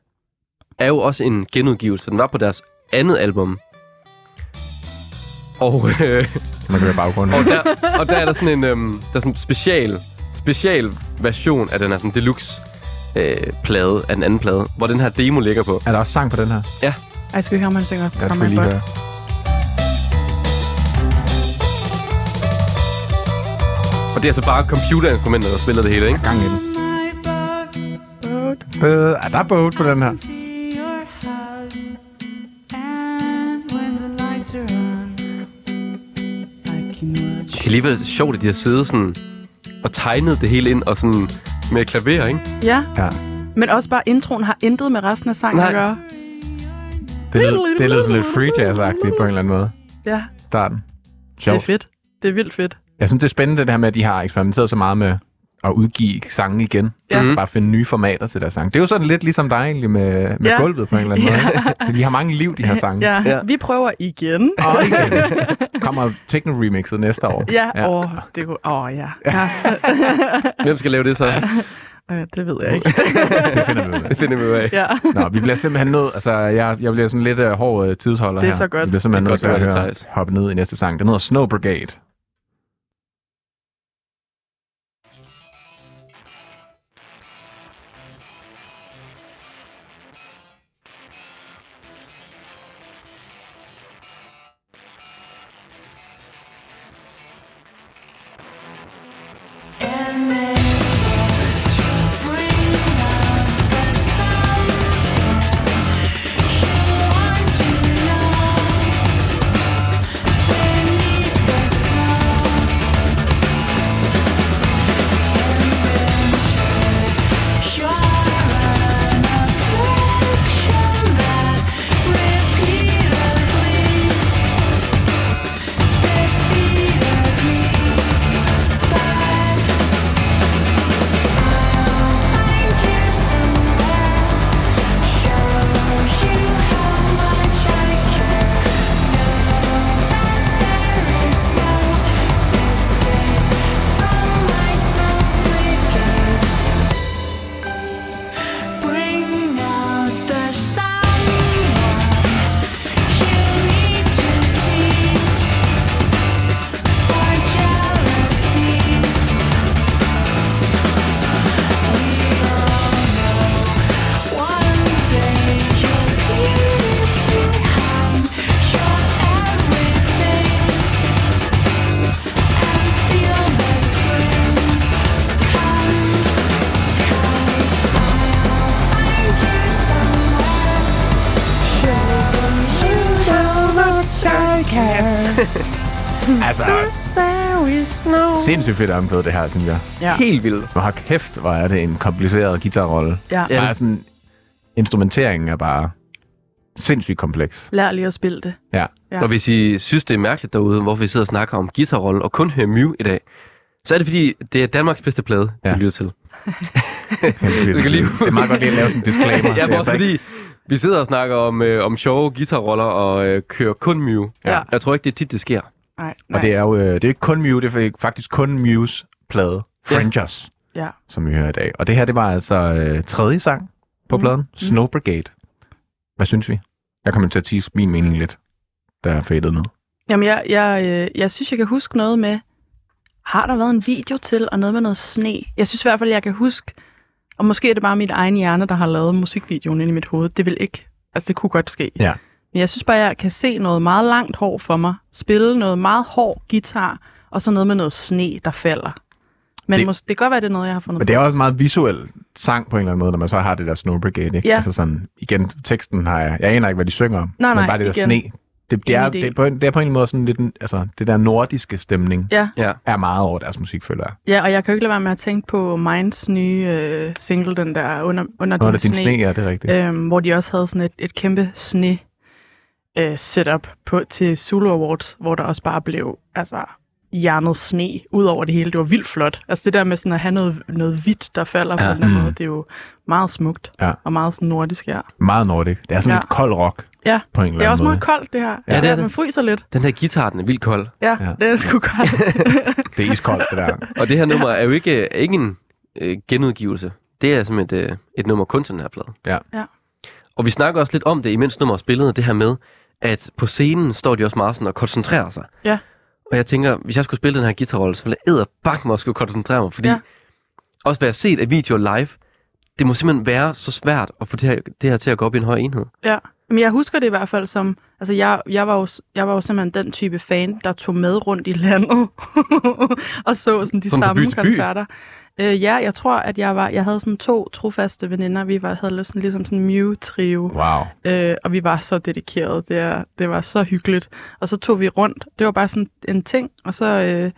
[SPEAKER 2] er jo også en genudgivelse. Den var på deres andet album. Og, øh,
[SPEAKER 3] Man kan høre baggrunden.
[SPEAKER 2] og, der, og der er der sådan en øhm, der er sådan en special, special version af den her sådan deluxe øh, plade, af den anden plade, hvor den her demo ligger på.
[SPEAKER 3] er der også sang på den her?
[SPEAKER 4] Ej, skal vi høre, om han synger?
[SPEAKER 3] Jeg
[SPEAKER 4] Kom
[SPEAKER 3] skal
[SPEAKER 4] her,
[SPEAKER 3] vi lige
[SPEAKER 4] bud.
[SPEAKER 3] høre.
[SPEAKER 2] Og det er altså bare computerinstrumenter, der spiller det hele, ikke?
[SPEAKER 3] Gang i den. Øh, er der boat på den her?
[SPEAKER 6] see your house, and when the lights are on, I can
[SPEAKER 2] Det
[SPEAKER 6] watch.
[SPEAKER 2] er alligevel sjovt, at de har siddet sådan og tegnet det hele ind og sådan med et klaver, ikke?
[SPEAKER 4] Ja,
[SPEAKER 3] Ja.
[SPEAKER 4] men også bare introen har intet med resten af sangen
[SPEAKER 2] Nej.
[SPEAKER 4] at gøre.
[SPEAKER 3] Det lyder, det lyder sådan lidt free jazz-agtigt på en eller anden måde.
[SPEAKER 4] Ja,
[SPEAKER 3] Starten.
[SPEAKER 4] det er
[SPEAKER 3] Sjovt.
[SPEAKER 4] fedt. Det er vildt fedt.
[SPEAKER 3] Jeg synes, det er spændende det her med, at de har eksperimenteret så meget med at udgive sange igen.
[SPEAKER 4] Ja. Mhm.
[SPEAKER 3] Ja. Altså bare finde nye formater til deres sange. Det er jo sådan lidt ligesom dig egentlig med, med ja.
[SPEAKER 4] <laughs> Ja.
[SPEAKER 3] gulvet på en eller anden måde. ikke? De har mange liv, de her sange.
[SPEAKER 4] Ja,
[SPEAKER 2] Ja.
[SPEAKER 4] ja. vi prøver
[SPEAKER 3] <laughs>
[SPEAKER 4] igen.
[SPEAKER 3] Og igen. Kommer techno-remixet næste år.
[SPEAKER 4] Ja,
[SPEAKER 3] Ja.
[SPEAKER 4] ja. Åh, det kunne... Åh, ja. ja. <laughs>
[SPEAKER 2] Hvem skal lave det så?
[SPEAKER 4] Øh, det ved jeg ikke.
[SPEAKER 3] Det finder vi ud af.
[SPEAKER 2] <laughs> Det finder vi ud af.
[SPEAKER 3] <laughs>
[SPEAKER 4] Ja.
[SPEAKER 3] Nå, vi bliver simpelthen nødt, altså jeg, jeg bliver sådan lidt uh, hård uh, tidsholder
[SPEAKER 4] Det er
[SPEAKER 3] her.
[SPEAKER 4] så godt.
[SPEAKER 3] Vi bliver simpelthen
[SPEAKER 2] Det er
[SPEAKER 3] nødt til
[SPEAKER 2] godt,
[SPEAKER 3] at
[SPEAKER 2] du er det,
[SPEAKER 3] høre,
[SPEAKER 2] Thijs.
[SPEAKER 3] hoppe ned i næste sang. Den hedder Snow Brigade.
[SPEAKER 6] Bring out the sunlight you need to see for jealousy. We all know one day you'll leave behind your everything and feel the spring come, come.
[SPEAKER 3] Altså, sindssygt fedt omkvædet det her, synes jeg.
[SPEAKER 4] Ja.
[SPEAKER 2] Helt vildt.
[SPEAKER 3] Og har kæft, hvor er det en kompliceret guitarrolle.
[SPEAKER 4] ja.
[SPEAKER 2] Ja.
[SPEAKER 3] Ja. Bare sådan, instrumenteringen er bare sindssygt kompleks.
[SPEAKER 4] Lær lige at spille det.
[SPEAKER 3] Ja.
[SPEAKER 4] Ja.
[SPEAKER 2] Og hvis I synes, det er mærkeligt derude, hvorfor vi sidder og snakker om guitarrolle og kun hører Mew i dag, så er det fordi, det er Danmarks bedste plade, ja.
[SPEAKER 3] Ja.
[SPEAKER 2] du lytter til. <laughs>
[SPEAKER 3] Heldigvis.
[SPEAKER 2] Du kan lige-
[SPEAKER 3] Det er meget godt lige at lave sådan en
[SPEAKER 2] <laughs>
[SPEAKER 3] disclaimer.
[SPEAKER 2] Ja,
[SPEAKER 3] Det er
[SPEAKER 2] men også
[SPEAKER 3] altså ikke-
[SPEAKER 2] fordi, vi sidder og snakker om, øh, om sjove guitarroller og øh, kører kun Mew.
[SPEAKER 4] Ja.
[SPEAKER 2] Jeg tror ikke, det er tit, det sker.
[SPEAKER 4] Nej, nej.
[SPEAKER 3] Og det er jo øh, det er ikke kun Mew, det er faktisk kun Mews plade, Fringers,
[SPEAKER 4] Ja.
[SPEAKER 3] som vi hører i dag. Og det her, det var altså øh, tredje sang på
[SPEAKER 4] Mm.
[SPEAKER 3] pladen, Snow Brigade. Hvad synes vi? Jeg kommer til at tease min mening lidt, der er fadet ned.
[SPEAKER 4] Jamen, jeg, jeg, øh, jeg synes, jeg kan huske noget med, har der været en video til, og noget med noget sne? Jeg synes i hvert fald, jeg kan huske, og måske er det bare min egen hjerne, der har lavet musikvideoen ind i mit hoved. Det vil ikke, altså det kunne godt ske.
[SPEAKER 3] Ja.
[SPEAKER 4] Men jeg synes bare, jeg kan se noget meget langt hår for mig, spille noget meget hård guitar, og så noget med noget sne, der falder. Men
[SPEAKER 3] Det-
[SPEAKER 4] det, mås- det kan godt være, det er noget, jeg har fundet
[SPEAKER 3] Men det er også en meget visuel sang på en eller anden måde, når man så har det der Snow Brigade. Ikke?
[SPEAKER 4] Ja.
[SPEAKER 3] Altså sådan, igen, teksten har jeg, jeg aner ikke, hvad de synger om,
[SPEAKER 4] Nej,
[SPEAKER 3] men
[SPEAKER 4] nej,
[SPEAKER 3] bare det der
[SPEAKER 4] igen.
[SPEAKER 3] sne. Det, det, er,
[SPEAKER 4] Ingen idé.
[SPEAKER 3] det, er på en, det er på en eller anden måde sådan lidt, en- altså det der nordiske stemning
[SPEAKER 4] på. Ja,
[SPEAKER 2] Ja.
[SPEAKER 3] er meget over deres musik, føler jeg.
[SPEAKER 4] ja, og jeg kan jo ikke lade være med at tænke på Minds nye øh, single, den der under, under,
[SPEAKER 3] Nå,
[SPEAKER 4] din,
[SPEAKER 3] det er din
[SPEAKER 4] sne.
[SPEAKER 3] sne, ja, det er rigtigt.
[SPEAKER 4] øhm, hvor de også havde sådan et, et kæmpe sne øh, setup på til Zulu Awards, hvor der også bare blev altså hjernet sne ud over det hele. Det var vildt flot. Altså det der med sådan at have noget, noget hvidt, der falder ja.
[SPEAKER 2] Ja.
[SPEAKER 4] på den her
[SPEAKER 3] Mm.
[SPEAKER 4] måde, det er jo meget smukt
[SPEAKER 3] Ja.
[SPEAKER 4] og meget sådan nordisk her.
[SPEAKER 3] Meget nordisk. Det er sådan
[SPEAKER 4] Ja.
[SPEAKER 3] ja. lidt kold rock
[SPEAKER 4] Ja,
[SPEAKER 3] på en eller anden
[SPEAKER 4] det er også
[SPEAKER 3] måde.
[SPEAKER 4] meget koldt det her.
[SPEAKER 2] Ja, det er det.
[SPEAKER 4] Man fryser lidt.
[SPEAKER 2] Den her guitar, den er vildt kold.
[SPEAKER 4] Ja,
[SPEAKER 3] Ja.
[SPEAKER 4] ja. det er sgu koldt.
[SPEAKER 3] Det er iskoldt, det der.
[SPEAKER 2] Og <laughs> det her nummer er jo ikke, er ikke en øh, genudgivelse. Det er som et, øh, et nummer kun til den her plade.
[SPEAKER 3] Ja.
[SPEAKER 4] Ja.
[SPEAKER 2] Og vi snakker også lidt om det, imens nummeret spillede, det her med, at på scenen står de også meget sådan og koncentrerer sig.
[SPEAKER 4] Ja.
[SPEAKER 2] Og jeg tænker, hvis jeg skulle spille den her guitarrolle, så ville jeg edderbank mig at skulle koncentrere mig, fordi ja.
[SPEAKER 4] Ja.
[SPEAKER 2] også hvad jeg har set af videoer live, det må simpelthen være så svært at få det her, det her til at gå op i en høj enhed.
[SPEAKER 4] Ja, men jeg husker det i hvert fald som, altså jeg, jeg, var, jo, s- jeg var jo simpelthen den type fan, der tog med rundt i landet <laughs> og så sådan de
[SPEAKER 2] Sådan fra by
[SPEAKER 4] samme
[SPEAKER 2] til by?
[SPEAKER 4] koncerter. Øh, ja, jeg tror, at jeg var, jeg havde sådan to trofaste veninder, vi var, havde lavet sådan, ligesom sådan en Mew-trio,
[SPEAKER 3] Wow.
[SPEAKER 4] øh, og vi var så dedikerede, det, er, det var så hyggeligt. Og så tog vi rundt, det var bare sådan en ting, og så, øh,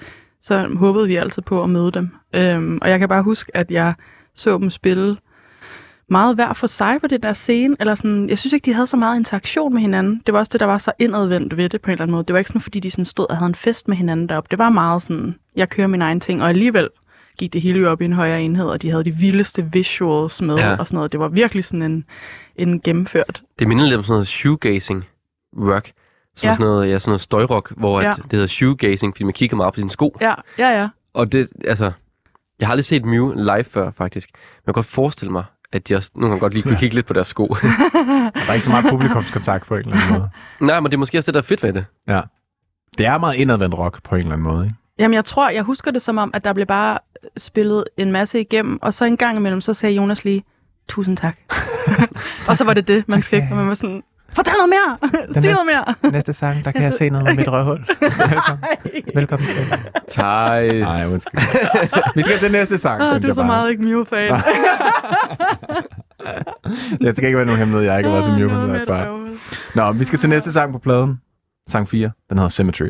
[SPEAKER 4] så håbede vi altid på at møde dem. Øhm, og jeg kan bare huske, at jeg så dem spille meget hver for sig på det der scene, eller sådan, jeg synes ikke, de havde så meget interaktion med hinanden. Det var også det, der var så indadvendt ved det på en eller anden måde. Det var ikke sådan, fordi de sådan stod og havde en fest med hinanden deroppe. Det var meget sådan, jeg kører min egen ting, og alligevel gik det hele jo op i en højere enhed, og de havde de vildeste visuals med
[SPEAKER 2] Ja.
[SPEAKER 4] ja. og sådan noget. Det var virkelig sådan en, en gennemført
[SPEAKER 2] Det minder lidt om sådan noget shoegazing rock, som ja.
[SPEAKER 4] Ja.
[SPEAKER 2] er sådan noget, ja, sådan noget støjrock, hvor ja.
[SPEAKER 4] Ja.
[SPEAKER 2] at det hedder shoegazing, fordi man kigger meget på sine sko.
[SPEAKER 4] Ja, ja, ja.
[SPEAKER 2] Og det, altså, jeg har aldrig set Mew live før, faktisk. Men jeg kan godt forestille mig, at de også nogle gange godt lige kunne kigge lidt på deres sko. <laughs>
[SPEAKER 3] Der er ikke så meget publikumskontakt på en eller anden måde.
[SPEAKER 2] Nej, men det er måske også det, der er fedt ved det.
[SPEAKER 3] Ja. Det er meget indadvendt rock på en eller anden måde. Ikke?
[SPEAKER 4] Jamen, jeg tror, jeg husker det som om, at der blev bare øh, spillet en masse igennem, og så en gang imellem, så sagde Jonas lige, tusind tak. <laughs> og så var det det, man fik, og man var sådan, fortæl noget mere, <laughs> sig noget mere.
[SPEAKER 3] Næste sang, der kan
[SPEAKER 4] jeg
[SPEAKER 3] se noget
[SPEAKER 4] <laughs>
[SPEAKER 3] med mit røvhul. Velkommen, Velkommen til.
[SPEAKER 2] Thijs.
[SPEAKER 3] <laughs> Nej, undskyld. Vi skal til næste sang,
[SPEAKER 4] Åh,
[SPEAKER 3] synes
[SPEAKER 4] du er
[SPEAKER 3] jeg
[SPEAKER 4] så
[SPEAKER 3] bare.
[SPEAKER 4] meget ikke
[SPEAKER 3] <laughs>
[SPEAKER 4] <laughs> Mew-fan.
[SPEAKER 3] Jeg skal ikke være nogen hemmelighed, jeg har ikke været så
[SPEAKER 4] Åh,
[SPEAKER 3] mute
[SPEAKER 4] noget med
[SPEAKER 3] med
[SPEAKER 4] et
[SPEAKER 3] før.
[SPEAKER 4] røvhul.
[SPEAKER 3] Nå, vi skal til næste sang på pladen. Sang 4. Den hedder Symmetry.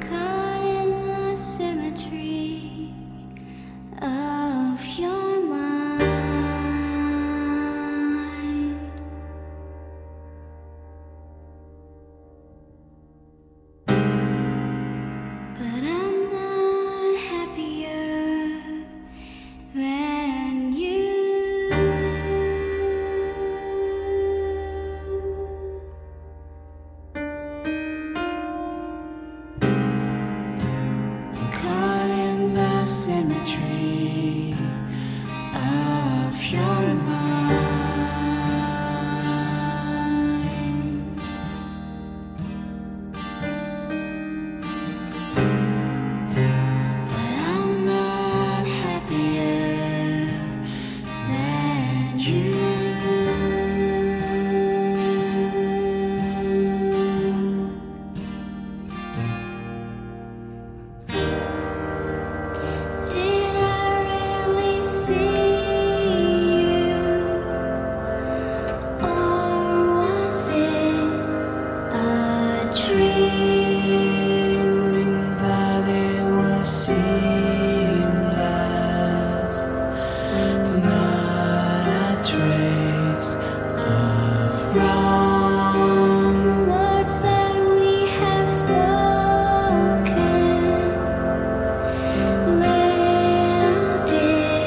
[SPEAKER 7] Caught in the symmetry of your mind. But I'm not happier than you.
[SPEAKER 6] Caught in the symmetry of your mind.
[SPEAKER 7] But I'm not happier than you. Did I really see you, or was it a dream?
[SPEAKER 6] Feeling that it was seamless, not a trace of wrong.
[SPEAKER 7] Words that we have spoken, little did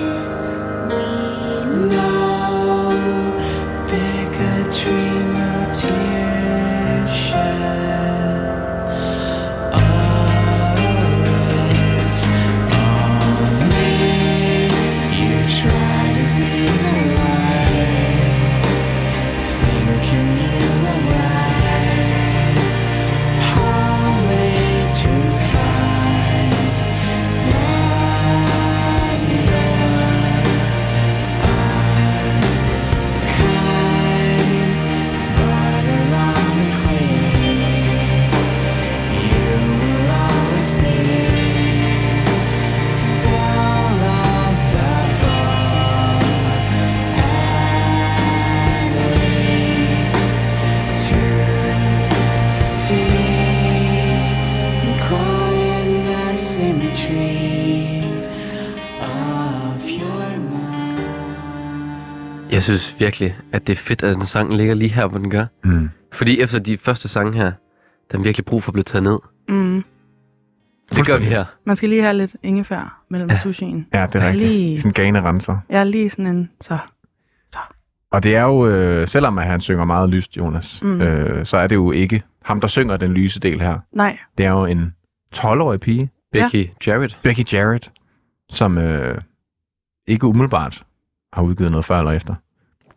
[SPEAKER 2] Jeg synes virkelig, at det er fedt, at den sang ligger lige her, hvor den gør.
[SPEAKER 3] Mm.
[SPEAKER 2] Fordi efter de første sange her, der er virkelig brug for at blive taget ned.
[SPEAKER 4] Mm.
[SPEAKER 2] Det gør vi her.
[SPEAKER 4] Man skal lige have lidt ingefær mellem
[SPEAKER 2] Ja.
[SPEAKER 4] sushien.
[SPEAKER 3] Ja, det er rigtigt.
[SPEAKER 4] Lige.
[SPEAKER 3] Sådan gane renser.
[SPEAKER 4] Jeg er lige sådan en, så
[SPEAKER 3] Og det er jo, øh, selvom at han synger meget lyst, Jonas,
[SPEAKER 4] Mm.
[SPEAKER 3] mm. øh, så er det jo ikke ham, der synger den lyse del her.
[SPEAKER 4] nej,
[SPEAKER 3] Det er jo en 12-årig pige,
[SPEAKER 2] Becky Jarrett.
[SPEAKER 3] Becky Jarrett, som øh, ikke umiddelbart har udgivet noget før eller efter.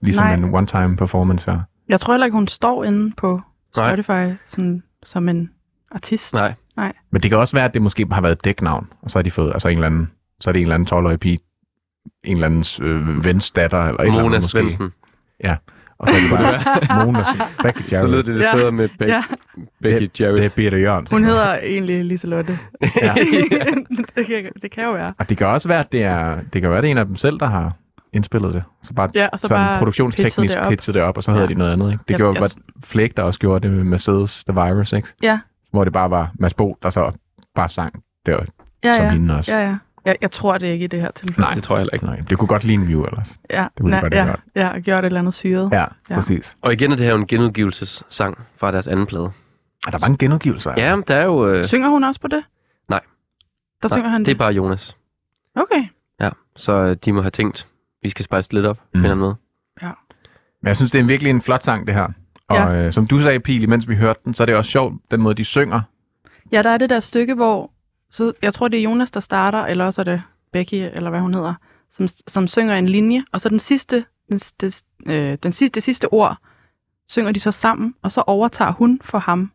[SPEAKER 3] Ligesom
[SPEAKER 4] Nej.
[SPEAKER 3] Nej. en one-time performance her.
[SPEAKER 4] Jeg tror heller ikke, hun står inde på
[SPEAKER 2] Nej.
[SPEAKER 4] Spotify sådan, som en artist.
[SPEAKER 2] Nej,
[SPEAKER 3] Men det kan også være, at det måske har været et dæknavn, og så har de fået, altså en eller anden, så er det en eller anden 12-årig pige, en eller andens øh, vens datter, eller et eller
[SPEAKER 2] Mona
[SPEAKER 3] andet måske.
[SPEAKER 2] Svendsen.
[SPEAKER 3] Og så er det
[SPEAKER 2] <laughs>
[SPEAKER 3] bare Mona Svendsen. Becky
[SPEAKER 2] Så lød
[SPEAKER 3] Jarrett.
[SPEAKER 2] det lidt
[SPEAKER 4] Ja.
[SPEAKER 2] bedre med Be-
[SPEAKER 4] Ja,
[SPEAKER 2] Becky
[SPEAKER 3] Det er
[SPEAKER 2] Jarrett.
[SPEAKER 3] Birte Jørgensen.
[SPEAKER 4] hun hedder egentlig Liselotte.
[SPEAKER 3] Ja.
[SPEAKER 4] <laughs> det, kan, det kan jo være.
[SPEAKER 3] Og det kan også være, at det er, det kan være, at det er en af dem selv, der har indspillet det. Så bare
[SPEAKER 4] Ja, og så
[SPEAKER 3] så sådan
[SPEAKER 4] bare
[SPEAKER 3] produktionsteknisk
[SPEAKER 4] pitchet
[SPEAKER 3] pitchet
[SPEAKER 4] det
[SPEAKER 3] det,
[SPEAKER 4] op.
[SPEAKER 3] pitchet det op, og så hedder
[SPEAKER 4] Ja.
[SPEAKER 3] de noget andet. Ikke? Det
[SPEAKER 4] Jeg-
[SPEAKER 3] gjorde
[SPEAKER 4] jeg-
[SPEAKER 3] bare Flake, der også gjorde det med Mercedes The Virus, ikke?
[SPEAKER 4] Ja.
[SPEAKER 3] Hvor det bare var Mads Bo, der så bare sang der, ja,
[SPEAKER 4] Ja,
[SPEAKER 3] som
[SPEAKER 4] ja.
[SPEAKER 3] hende også.
[SPEAKER 4] ja, ja. Jeg, jeg tror det ikke i det her tilfælde.
[SPEAKER 3] Nej.
[SPEAKER 2] Det tror jeg heller ikke.
[SPEAKER 3] Nej, det kunne godt ligne View ellers.
[SPEAKER 4] Ja,
[SPEAKER 3] Det kunne de
[SPEAKER 4] nej,
[SPEAKER 3] godt have
[SPEAKER 4] ja,
[SPEAKER 3] gjort.
[SPEAKER 4] ja, og gjort et eller andet syret.
[SPEAKER 3] Ja,
[SPEAKER 4] Ja.
[SPEAKER 3] ja. præcis.
[SPEAKER 2] Og igen er det her jo en genudgivelsessang fra deres anden plade.
[SPEAKER 3] Og der var en genudgivelse.
[SPEAKER 2] Ja, men der er jo... Øh,
[SPEAKER 4] Synger hun også på det?
[SPEAKER 2] Nej.
[SPEAKER 4] Der synger han
[SPEAKER 2] det er bare Jonas.
[SPEAKER 4] Okay.
[SPEAKER 2] Ja, så øh, de må have tænkt, vi skal spice lidt op mm. på en
[SPEAKER 3] Mm.
[SPEAKER 2] eller anden måde.
[SPEAKER 3] Men jeg synes, det er virkelig en flot sang, det her. Og
[SPEAKER 4] Ja.
[SPEAKER 3] ja. øh, som du sagde, Pili, mens vi hørte den, så er det også sjovt, den måde, de synger.
[SPEAKER 4] Ja, der er det der stykke, hvor... Så jeg tror, det er Jonas, der starter, eller også er det Becky, eller hvad hun hedder, som, som synger en linje, og så den sidste, den, det, øh, den sidste, det sidste ord, synger de så sammen, og så overtager hun for ham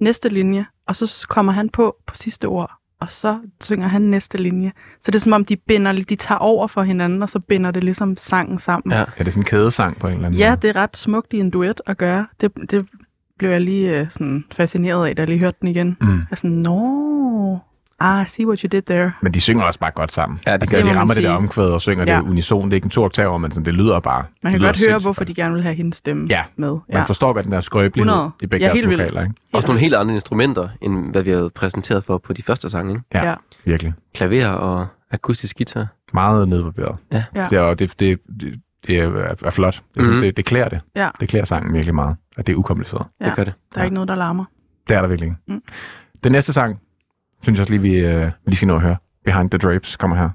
[SPEAKER 4] næste linje, og så kommer han på på sidste ord, og så synger han næste linje. Så det er som om, de binder, de tager over for hinanden, og så binder det ligesom sangen sammen.
[SPEAKER 2] Ja.
[SPEAKER 3] Ja, det er sådan en kædesang på en eller anden
[SPEAKER 4] Ja,
[SPEAKER 3] måde.
[SPEAKER 4] det er ret smukt i en duet at gøre. Det, det blev jeg lige øh, sådan fascineret af, da jeg lige hørte den igen.
[SPEAKER 3] Mm.
[SPEAKER 4] Jeg er sådan, no, ah, I see what you did there.
[SPEAKER 3] Men de synger også bare godt sammen.
[SPEAKER 2] Ja, det
[SPEAKER 3] altså,
[SPEAKER 2] gør
[SPEAKER 4] de.
[SPEAKER 3] de rammer det
[SPEAKER 4] Det
[SPEAKER 3] der
[SPEAKER 4] må man
[SPEAKER 3] omkvæd og synger
[SPEAKER 4] Ja.
[SPEAKER 3] ja. det unison. Det er ikke en to oktaver, men sådan, det lyder bare.
[SPEAKER 4] Man
[SPEAKER 3] det
[SPEAKER 4] kan
[SPEAKER 3] lyder
[SPEAKER 4] godt høre,
[SPEAKER 3] sindssygt
[SPEAKER 4] hvorfor
[SPEAKER 3] godt.
[SPEAKER 4] de gerne vil have hendes stemme
[SPEAKER 3] Ja,
[SPEAKER 4] med.
[SPEAKER 3] Man forstår godt den der skrøbelighed
[SPEAKER 4] 100.
[SPEAKER 3] i begge ja,
[SPEAKER 4] Ja,
[SPEAKER 3] deres
[SPEAKER 4] helt vildt.
[SPEAKER 3] vokaler, ikke?
[SPEAKER 2] Også nogle helt andre instrumenter, end hvad vi havde præsenteret for på de første sange. Ikke?
[SPEAKER 3] Ja,
[SPEAKER 4] Ja.
[SPEAKER 3] ja. virkelig.
[SPEAKER 2] Klaver og akustisk guitar.
[SPEAKER 3] Meget nedbarberet.
[SPEAKER 2] Ja.
[SPEAKER 4] Ja.
[SPEAKER 3] Det, er, og det, det, det, det er, er flot. Jeg synes,
[SPEAKER 2] Mhm.
[SPEAKER 3] det, det klæder det.
[SPEAKER 4] Ja.
[SPEAKER 3] Det klæder sangen virkelig meget. Og det er ukompliceret.
[SPEAKER 2] Ja.
[SPEAKER 4] Ja.
[SPEAKER 2] Det gør det.
[SPEAKER 4] Der er ikke noget, der larmer.
[SPEAKER 3] Det er der virkelig ikke.
[SPEAKER 4] Mm.
[SPEAKER 3] Mm. Den næste sang, synes jeg også lige, vi øh, lige skal nå at høre. Behind the Drapes kommer her.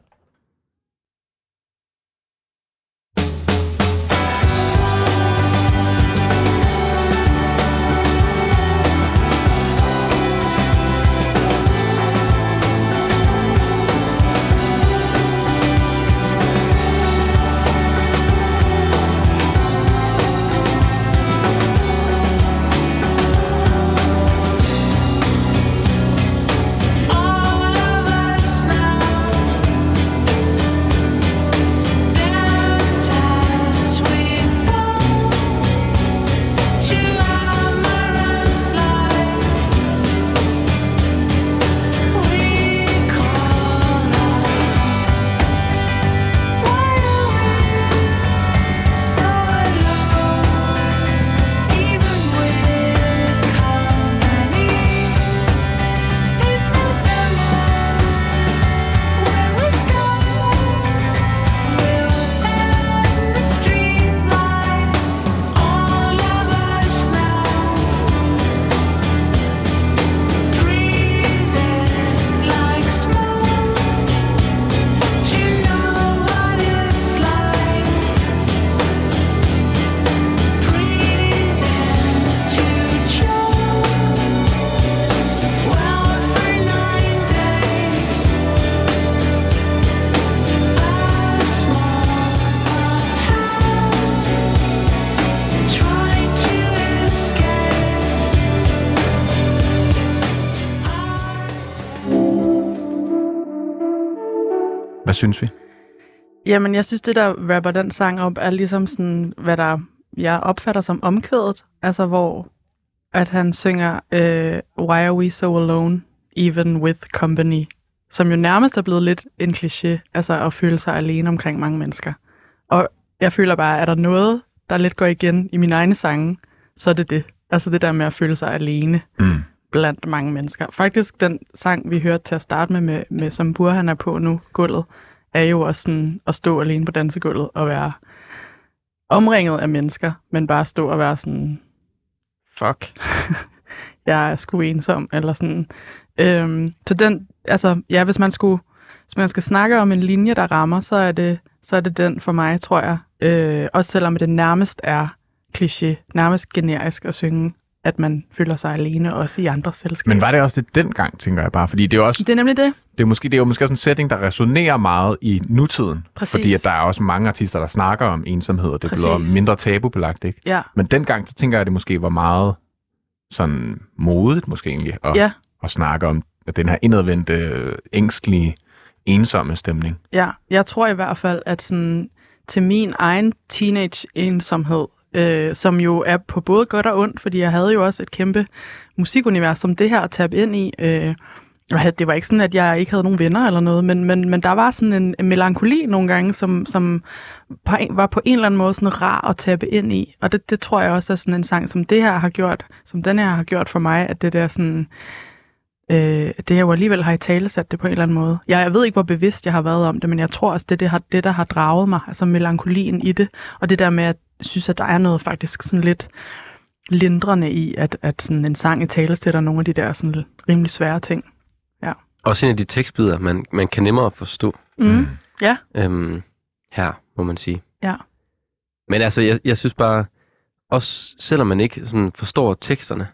[SPEAKER 3] Hvad synes vi?
[SPEAKER 4] Jamen, jeg synes, det der rapper den sang op, er ligesom sådan, hvad der jeg opfatter som omkvædet. Altså, hvor at han synger, øh, Why are we so alone, even with company? Som jo nærmest er blevet lidt en kliché, altså at føle sig alene omkring mange mennesker. Og jeg føler bare, er der noget, der lidt går igen i mine egne sange, så er det det. Altså det der med at føle sig alene
[SPEAKER 3] Mm.
[SPEAKER 4] blandt mange mennesker. Faktisk den sang, vi hørte til at starte med, med, med som Burhan er på nu, gulvet, er jo også sådan at stå alene på dansegulvet og være omringet af mennesker, men bare stå og være sådan, fuck, <laughs> jeg er sgu ensom, eller sådan. Øhm, så den, altså, ja, hvis man skulle, hvis man skal snakke om en linje, der rammer, så er det, så er det den for mig, tror jeg. Øh, også selvom det nærmest er kliché, nærmest generisk at synge, at man føler sig alene, også i andre selskaber.
[SPEAKER 3] Men var det også det dengang, tænker jeg bare? Fordi det er jo også,
[SPEAKER 4] Det er nemlig det.
[SPEAKER 3] det er måske, det er jo måske også en sætning, der resonerer meget i nutiden.
[SPEAKER 4] Præcis.
[SPEAKER 3] Fordi at der er også mange artister, der snakker om ensomhed, og det
[SPEAKER 4] Præcis.
[SPEAKER 3] bliver mindre tabubelagt, ikke?
[SPEAKER 4] Ja,
[SPEAKER 3] Men dengang, så tænker jeg, at det måske var meget sådan modigt måske egentlig, at,
[SPEAKER 4] ja,
[SPEAKER 3] at snakke om den her indadvendte, øh, ængstlige, ensomme stemning.
[SPEAKER 4] ja. Jeg tror i hvert fald, at sådan, til min egen teenage-ensomhed, øh, som jo er på både godt og ondt, fordi jeg havde jo også et kæmpe musikunivers som det her at tabe ind i. Øh, og havde- det var ikke sådan, at jeg ikke havde nogen venner eller noget, men, men, men der var sådan en, en melankoli nogle gange, som, som på en, var på en eller anden måde sådan rar at tabe ind i. Og det, det tror jeg også er sådan en sang, som det her har gjort, som den her har gjort for mig, at det der sådan... Øh, det jeg jo alligevel har i tale sat det på en eller anden måde. Jeg, jeg ved ikke, hvor bevidst jeg har været om det, men jeg tror også, det er det, har, det, der har draget mig, altså melankolien i det, og det der med, at jeg synes, at der er noget faktisk sådan lidt lindrende i, at, at sådan en sang i tale sætter nogle af de der sådan rimelig svære ting.
[SPEAKER 2] Også en af de tekstbider, man, man kan nemmere forstå
[SPEAKER 4] Mm. Mm. Ja.
[SPEAKER 2] øhm, her, må man sige.
[SPEAKER 4] Ja.
[SPEAKER 2] Men altså, jeg, jeg synes bare, også selvom man ikke sådan forstår teksterne,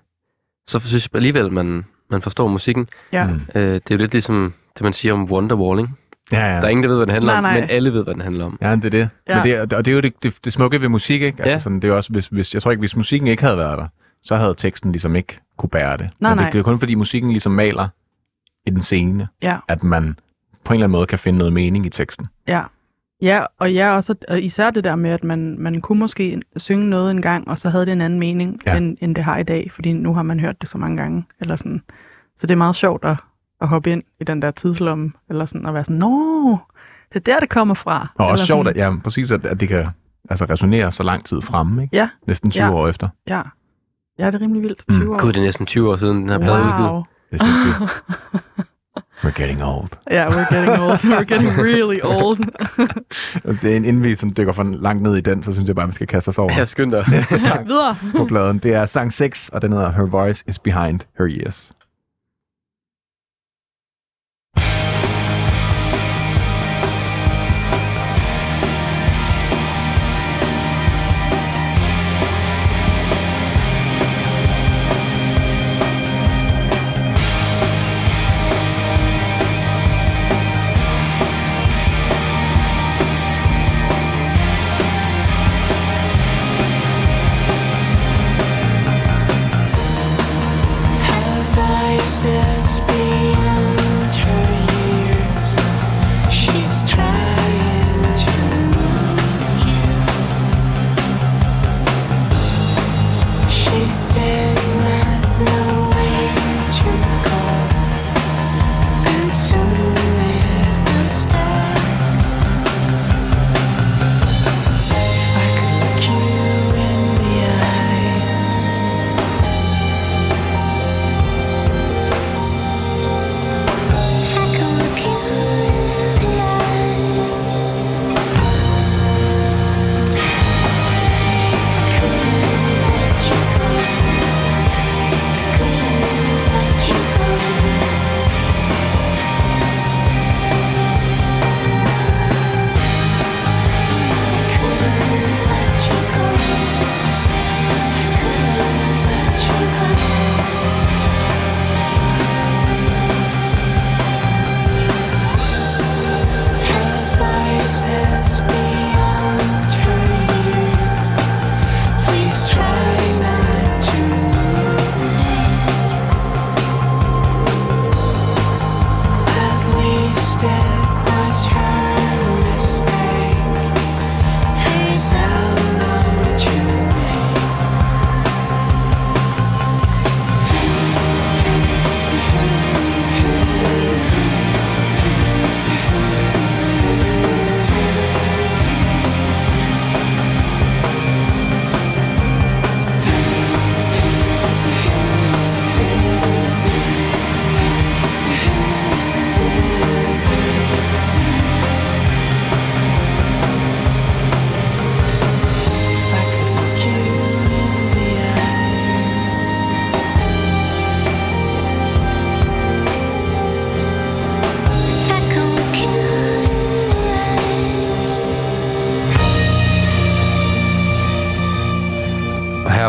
[SPEAKER 2] så synes jeg alligevel, man, man forstår musikken.
[SPEAKER 4] Ja.
[SPEAKER 3] Mm.
[SPEAKER 2] Øh, det er jo lidt ligesom det, man siger om Wonderwalling.
[SPEAKER 3] Ja, ja.
[SPEAKER 2] Der er ingen, der ved, hvad den handler
[SPEAKER 4] Nej,
[SPEAKER 2] om,
[SPEAKER 4] nej.
[SPEAKER 2] men alle ved, hvad den handler om.
[SPEAKER 3] Ja, det er det. Ja.
[SPEAKER 4] Ja.
[SPEAKER 3] Men det er, og det er jo det, det, det smukke ved musik, ikke? Altså,
[SPEAKER 2] Ja.
[SPEAKER 3] ja. sådan, det er jo også, hvis, hvis, jeg tror ikke, hvis musikken ikke havde været der, så havde teksten ligesom ikke kunne bære det.
[SPEAKER 4] Nej,
[SPEAKER 3] Men
[SPEAKER 4] nej.
[SPEAKER 3] Det, det er kun fordi musikken ligesom maler en scene,
[SPEAKER 4] Ja.
[SPEAKER 3] at man på en eller anden måde kan finde noget mening i teksten.
[SPEAKER 4] Ja. Ja, og jeg også, og især det der med, at man, man kunne måske synge noget en gang, og så havde det en anden mening, ja.
[SPEAKER 3] Ja.
[SPEAKER 4] end, end det har i dag, fordi nu har man hørt det så mange gange. Eller sådan. Så det er meget sjovt at, at hoppe ind i den der tidslomme, eller sådan at være sådan, nå, det er der, det kommer fra.
[SPEAKER 3] Og
[SPEAKER 4] eller
[SPEAKER 3] også sjovt,
[SPEAKER 4] sådan.
[SPEAKER 3] at, ja, præcis, at, at det kan altså, resonere så lang tid fremme, ikke?
[SPEAKER 4] Ja.
[SPEAKER 3] Næsten 20
[SPEAKER 4] Ja.
[SPEAKER 3] ja. år efter.
[SPEAKER 4] Ja. ja, det er rimelig vildt.
[SPEAKER 3] Mm.
[SPEAKER 4] 20 år.
[SPEAKER 2] Gud, det er næsten 20 år siden, den her plade <laughs> er udgivet.
[SPEAKER 4] wow.
[SPEAKER 3] Det er
[SPEAKER 4] <laughs>
[SPEAKER 3] sindssygt. We're getting old.
[SPEAKER 4] Ja, yeah, we're getting old. We're getting really old. <laughs>
[SPEAKER 3] Altså, inden vi sådan dykker for langt ned i den, så synes jeg bare, vi skal kaste os over <laughs>
[SPEAKER 2] Jeg skynder.
[SPEAKER 3] næste sang.
[SPEAKER 4] Videre.
[SPEAKER 3] på pladen. Det er sang 6, og den hedder Her Voice is Behind Her Ears.
[SPEAKER 6] Have I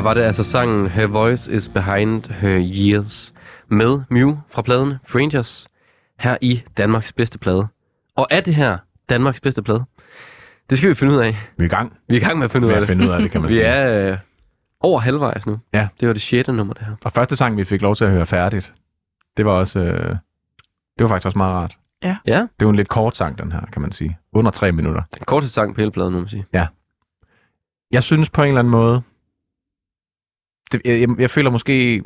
[SPEAKER 2] var det altså sangen Her Voice Is Behind Her Years med Mew fra pladen Frangers her i Danmarks bedste plade. Og er det her Danmarks bedste plade? Det skal vi finde ud af.
[SPEAKER 3] Vi er i gang
[SPEAKER 2] Vi er i gang med at finde ud
[SPEAKER 3] med
[SPEAKER 2] af
[SPEAKER 3] at
[SPEAKER 2] det.
[SPEAKER 3] finde ud af det, kan
[SPEAKER 2] <laughs>
[SPEAKER 3] man
[SPEAKER 2] Vi
[SPEAKER 3] sige.
[SPEAKER 2] er øh, over halvvejs nu.
[SPEAKER 3] Ja.
[SPEAKER 2] Det var det sjette nummer, det her.
[SPEAKER 3] Og første sang, vi fik lov til at høre færdigt, det var også... Øh, det var faktisk også meget rart.
[SPEAKER 4] Ja.
[SPEAKER 2] Ja.
[SPEAKER 3] Det er jo en lidt kort sang, den her, kan man sige. Under tre minutter.
[SPEAKER 2] Den korteste sang på hele pladen, må man sige.
[SPEAKER 3] Jeg synes på en eller anden måde... Det, jeg, jeg, jeg føler måske...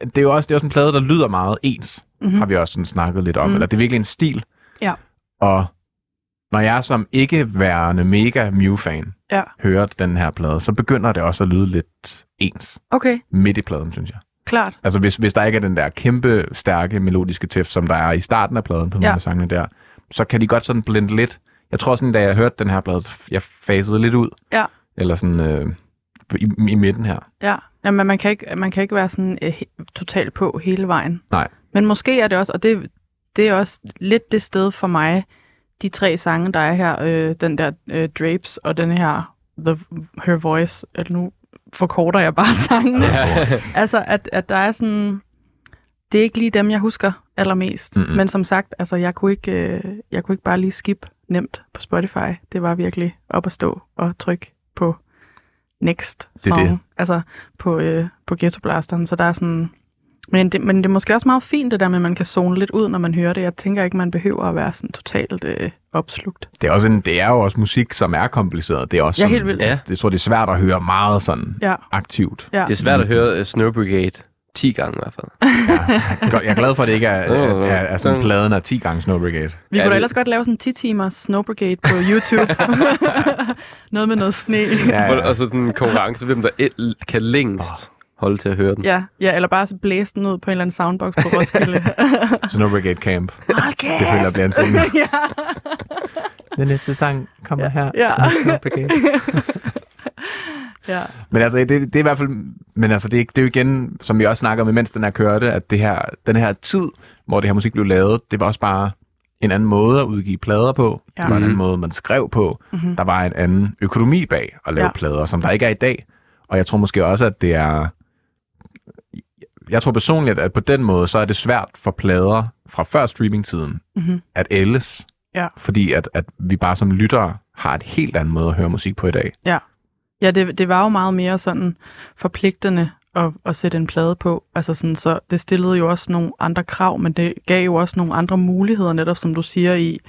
[SPEAKER 3] Det er jo også, det er også en plade, der lyder meget ens, mm. har
[SPEAKER 4] Mm-hmm.
[SPEAKER 3] vi også sådan snakket lidt om.
[SPEAKER 4] Mm.
[SPEAKER 3] Mm. Eller det er virkelig en stil.
[SPEAKER 4] Ja.
[SPEAKER 3] Og når jeg som ikke værende mega Mew-fan
[SPEAKER 4] Ja.
[SPEAKER 3] hører den her plade, så begynder det også at lyde lidt ens
[SPEAKER 4] Okay,
[SPEAKER 3] midt i pladen, synes jeg.
[SPEAKER 4] klart.
[SPEAKER 3] Altså hvis, hvis der ikke er den der kæmpe, stærke melodiske tæft, som der er i starten af pladen på nogle
[SPEAKER 4] Ja.
[SPEAKER 3] af sangene der, så kan de godt sådan blende lidt. Jeg tror sådan, da jeg hørte den her plade, så f- jeg fasede lidt ud.
[SPEAKER 4] Ja.
[SPEAKER 3] Eller sådan øh, i, i midten her.
[SPEAKER 4] Ja, Jamen, man, kan ikke, man kan ikke være sådan øh, he- totalt på hele vejen.
[SPEAKER 3] Nej.
[SPEAKER 4] Men måske er det også, og det, det er også lidt det sted for mig, de tre sange, der er her, øh, den der øh, Drapes og den her The, Her Voice, at nu forkorter jeg bare <laughs> sangene. Altså, at, at der er sådan... Det er ikke lige dem, jeg husker allermest.
[SPEAKER 3] Mm-mm.
[SPEAKER 4] Mm-hmm. Men som sagt, altså, jeg, kunne ikke, øh, jeg kunne ikke bare lige skip nemt på Spotify. Det var virkelig op at stå og trykke på next
[SPEAKER 3] Det er
[SPEAKER 4] song.
[SPEAKER 3] det.
[SPEAKER 4] Altså på, øh, på Ghetto Blasteren. Så der er sådan... Men det, men det er måske også meget fint, det der med, at man kan zone lidt ud, når man hører det. Jeg tænker ikke, man behøver at være sådan totalt øh, opslugt.
[SPEAKER 3] Det er, også en, det er jo også musik, som er kompliceret. Det er også
[SPEAKER 4] Ja,
[SPEAKER 3] sådan,
[SPEAKER 4] helt vildt.
[SPEAKER 2] <laughs> Ja.
[SPEAKER 3] Det, jeg tror, det er svært at høre meget sådan
[SPEAKER 4] Ja,
[SPEAKER 3] aktivt.
[SPEAKER 4] ja.
[SPEAKER 2] Det er svært at høre uh, Snow Brigade 10 gange i hvert fald.
[SPEAKER 3] Godt, Jeg er glad for, at det ikke er,
[SPEAKER 2] Ja, ja,
[SPEAKER 3] er,
[SPEAKER 2] ja.
[SPEAKER 3] er, er sådan
[SPEAKER 2] Sådan.
[SPEAKER 3] pladen af 10 gange Snow Brigade.
[SPEAKER 4] Vi
[SPEAKER 2] Ja,
[SPEAKER 4] kunne da
[SPEAKER 2] det-
[SPEAKER 4] ellers godt lave sådan en 10 timers Snow Brigade på
[SPEAKER 3] <laughs>
[SPEAKER 4] YouTube. <laughs> noget med noget sne.
[SPEAKER 3] Ja,
[SPEAKER 2] Ja, ja.
[SPEAKER 3] ja.
[SPEAKER 2] Og så sådan en konkurrence, hvem der el- kan længst holde til at høre den.
[SPEAKER 4] Ja, ja, eller bare så blæse den ud på en eller anden soundbox på Roskilde.
[SPEAKER 3] Snow Brigade Camp.
[SPEAKER 4] Hold
[SPEAKER 3] Det føler jeg bliver en ting.
[SPEAKER 4] <laughs> ja,
[SPEAKER 3] Den næste sang kommer her.
[SPEAKER 4] Ja.
[SPEAKER 3] Snow
[SPEAKER 4] <laughs>
[SPEAKER 3] Brigade.
[SPEAKER 4] ja.
[SPEAKER 3] Men altså, det, det er i hvert fald... Men altså, det, er- det er jo igen, som vi også snakker om, imens den her kørte, at det her, den her tid, hvor det her musik blev lavet, det var også bare en anden måde at udgive plader på. Ja.
[SPEAKER 4] Ja. Mhm.
[SPEAKER 3] Det var en anden
[SPEAKER 2] Mhm.
[SPEAKER 3] måde, man skrev på. Mm-hmm. Der var en anden økonomi bag at lave ja.
[SPEAKER 4] Ja.
[SPEAKER 3] plader, som der ikke er i dag. Og jeg tror måske også, at det er... Jeg tror personligt, at på den måde, så er det svært for plader fra før streamingtiden
[SPEAKER 4] Mhm.
[SPEAKER 3] at ældes.
[SPEAKER 4] Ja.
[SPEAKER 3] Fordi at, at vi bare som lyttere har et helt andet måde at høre musik på i dag.
[SPEAKER 4] ja det, det var jo meget mere sådan forpligtende at, at sætte en plade på. Altså sådan, så det stillede jo også nogle andre krav, men det gav jo også nogle andre muligheder, netop som du siger i,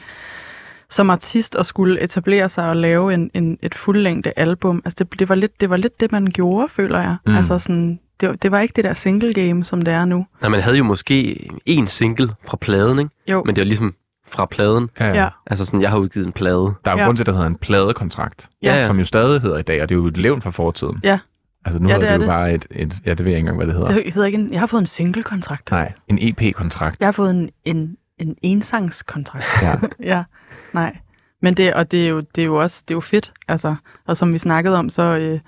[SPEAKER 4] som artist at skulle etablere sig og lave en, en, et fuldlængde album. Altså det, det, var lidt, det var lidt det, man gjorde, føler jeg.
[SPEAKER 3] Mm.
[SPEAKER 4] Mm. Altså sådan, det, det var ikke det der single game, som det er nu.
[SPEAKER 2] Nej, man havde jo måske en single fra pladen, ikke?
[SPEAKER 4] Jo,
[SPEAKER 2] Men det var ligesom fra pladen.
[SPEAKER 4] ja.
[SPEAKER 2] Altså sådan, jeg har udgivet en plade.
[SPEAKER 3] Der er jo ja.
[SPEAKER 4] Ja.
[SPEAKER 3] grund til, at der hedder en pladekontrakt,
[SPEAKER 2] Ja,
[SPEAKER 3] ja.
[SPEAKER 2] ja.
[SPEAKER 3] som jo stadig hedder i dag, og det er jo et levn fra fortiden.
[SPEAKER 4] Ja.
[SPEAKER 3] Altså nu ja,
[SPEAKER 4] Ja,
[SPEAKER 3] hedder det,
[SPEAKER 4] det er
[SPEAKER 3] jo
[SPEAKER 4] det.
[SPEAKER 3] bare et, et, ja, det ved jeg ikke engang, hvad det hedder.
[SPEAKER 4] Det hedder ikke en, jeg har fået en single-kontrakt.
[SPEAKER 3] Nej, en E EP-kontrakt.
[SPEAKER 4] Jeg har fået en, en, en
[SPEAKER 3] <laughs>
[SPEAKER 4] ensangskontrakt.
[SPEAKER 3] Ja.
[SPEAKER 4] ja, nej. Men det, og det er, jo, det er jo også det er jo fedt, altså. Og som vi snakkede om, så, øh,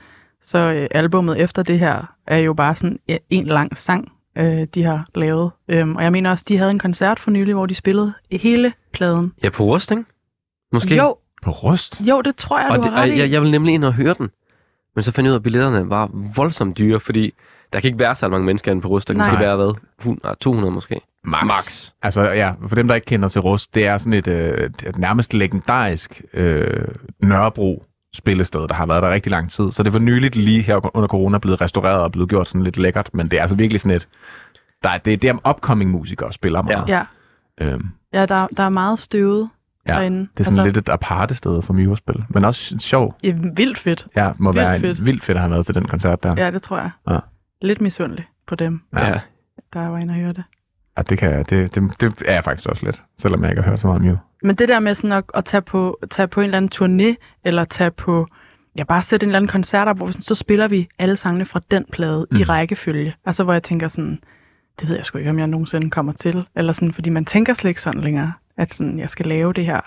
[SPEAKER 4] så øh, albummet efter det her er jo bare sådan øh, en lang sang, øh, de har lavet. Øhm, og jeg mener også, de havde en koncert for nylig, hvor de spillede hele pladen.
[SPEAKER 2] Ja, på rust, ikke? Måske.
[SPEAKER 4] Jo,
[SPEAKER 3] På rust?
[SPEAKER 4] jo, det tror jeg,
[SPEAKER 2] og
[SPEAKER 4] du
[SPEAKER 2] det,
[SPEAKER 4] har ret
[SPEAKER 2] og
[SPEAKER 4] i.
[SPEAKER 2] jeg, jeg ville nemlig ind og høre den. Men så fandt jeg ud af, at billetterne var voldsomt dyre, fordi der kan ikke være så mange mennesker inde på rust. Der kan
[SPEAKER 4] Nej.
[SPEAKER 2] måske være, hvad? 100, 200 måske.
[SPEAKER 3] Max.
[SPEAKER 2] Max.
[SPEAKER 3] Altså ja, for dem, der ikke kender til rust, det er sådan et, øh, et nærmest legendarisk øh, Nørrebro spillested, der har været der rigtig lang tid. Så det er for nyligt lige her under corona blevet restaureret og blevet gjort sådan lidt lækkert, men det er altså virkelig sådan et, der er, det er der, upcoming musikere spiller meget.
[SPEAKER 4] Ja,
[SPEAKER 3] Øhm,
[SPEAKER 4] ja der, der er meget støvet
[SPEAKER 3] Ja,
[SPEAKER 4] derinde.
[SPEAKER 3] det er sådan altså, lidt et aparte sted for Mjørspil, men også sjov.
[SPEAKER 4] Ja, vildt fedt.
[SPEAKER 3] Ja, må
[SPEAKER 4] Vildt
[SPEAKER 3] være en,
[SPEAKER 4] fedt.
[SPEAKER 3] vildt fedt at have været til den koncert der.
[SPEAKER 4] Ja, det tror jeg.
[SPEAKER 3] Ja.
[SPEAKER 4] Lidt misundelig på dem,
[SPEAKER 3] Ja.
[SPEAKER 2] ja.
[SPEAKER 4] der var inde og høre det.
[SPEAKER 3] ja det, kan, jeg- det, det, det er jeg faktisk også lidt, selvom jeg ikke har hørt så meget om Mew.
[SPEAKER 4] Men det der med sådan at, at tage, på, tage på en eller anden turné, eller tage på, ja, bare sætte en eller anden koncert op, hvor vi sådan, så spiller vi alle sangene fra den plade mm. i
[SPEAKER 3] Mhm.
[SPEAKER 4] rækkefølge. Altså hvor jeg tænker sådan, det ved jeg sgu ikke, om jeg nogensinde kommer til. Eller sådan, fordi man tænker slet ikke sådan længere, at sådan, jeg skal lave det her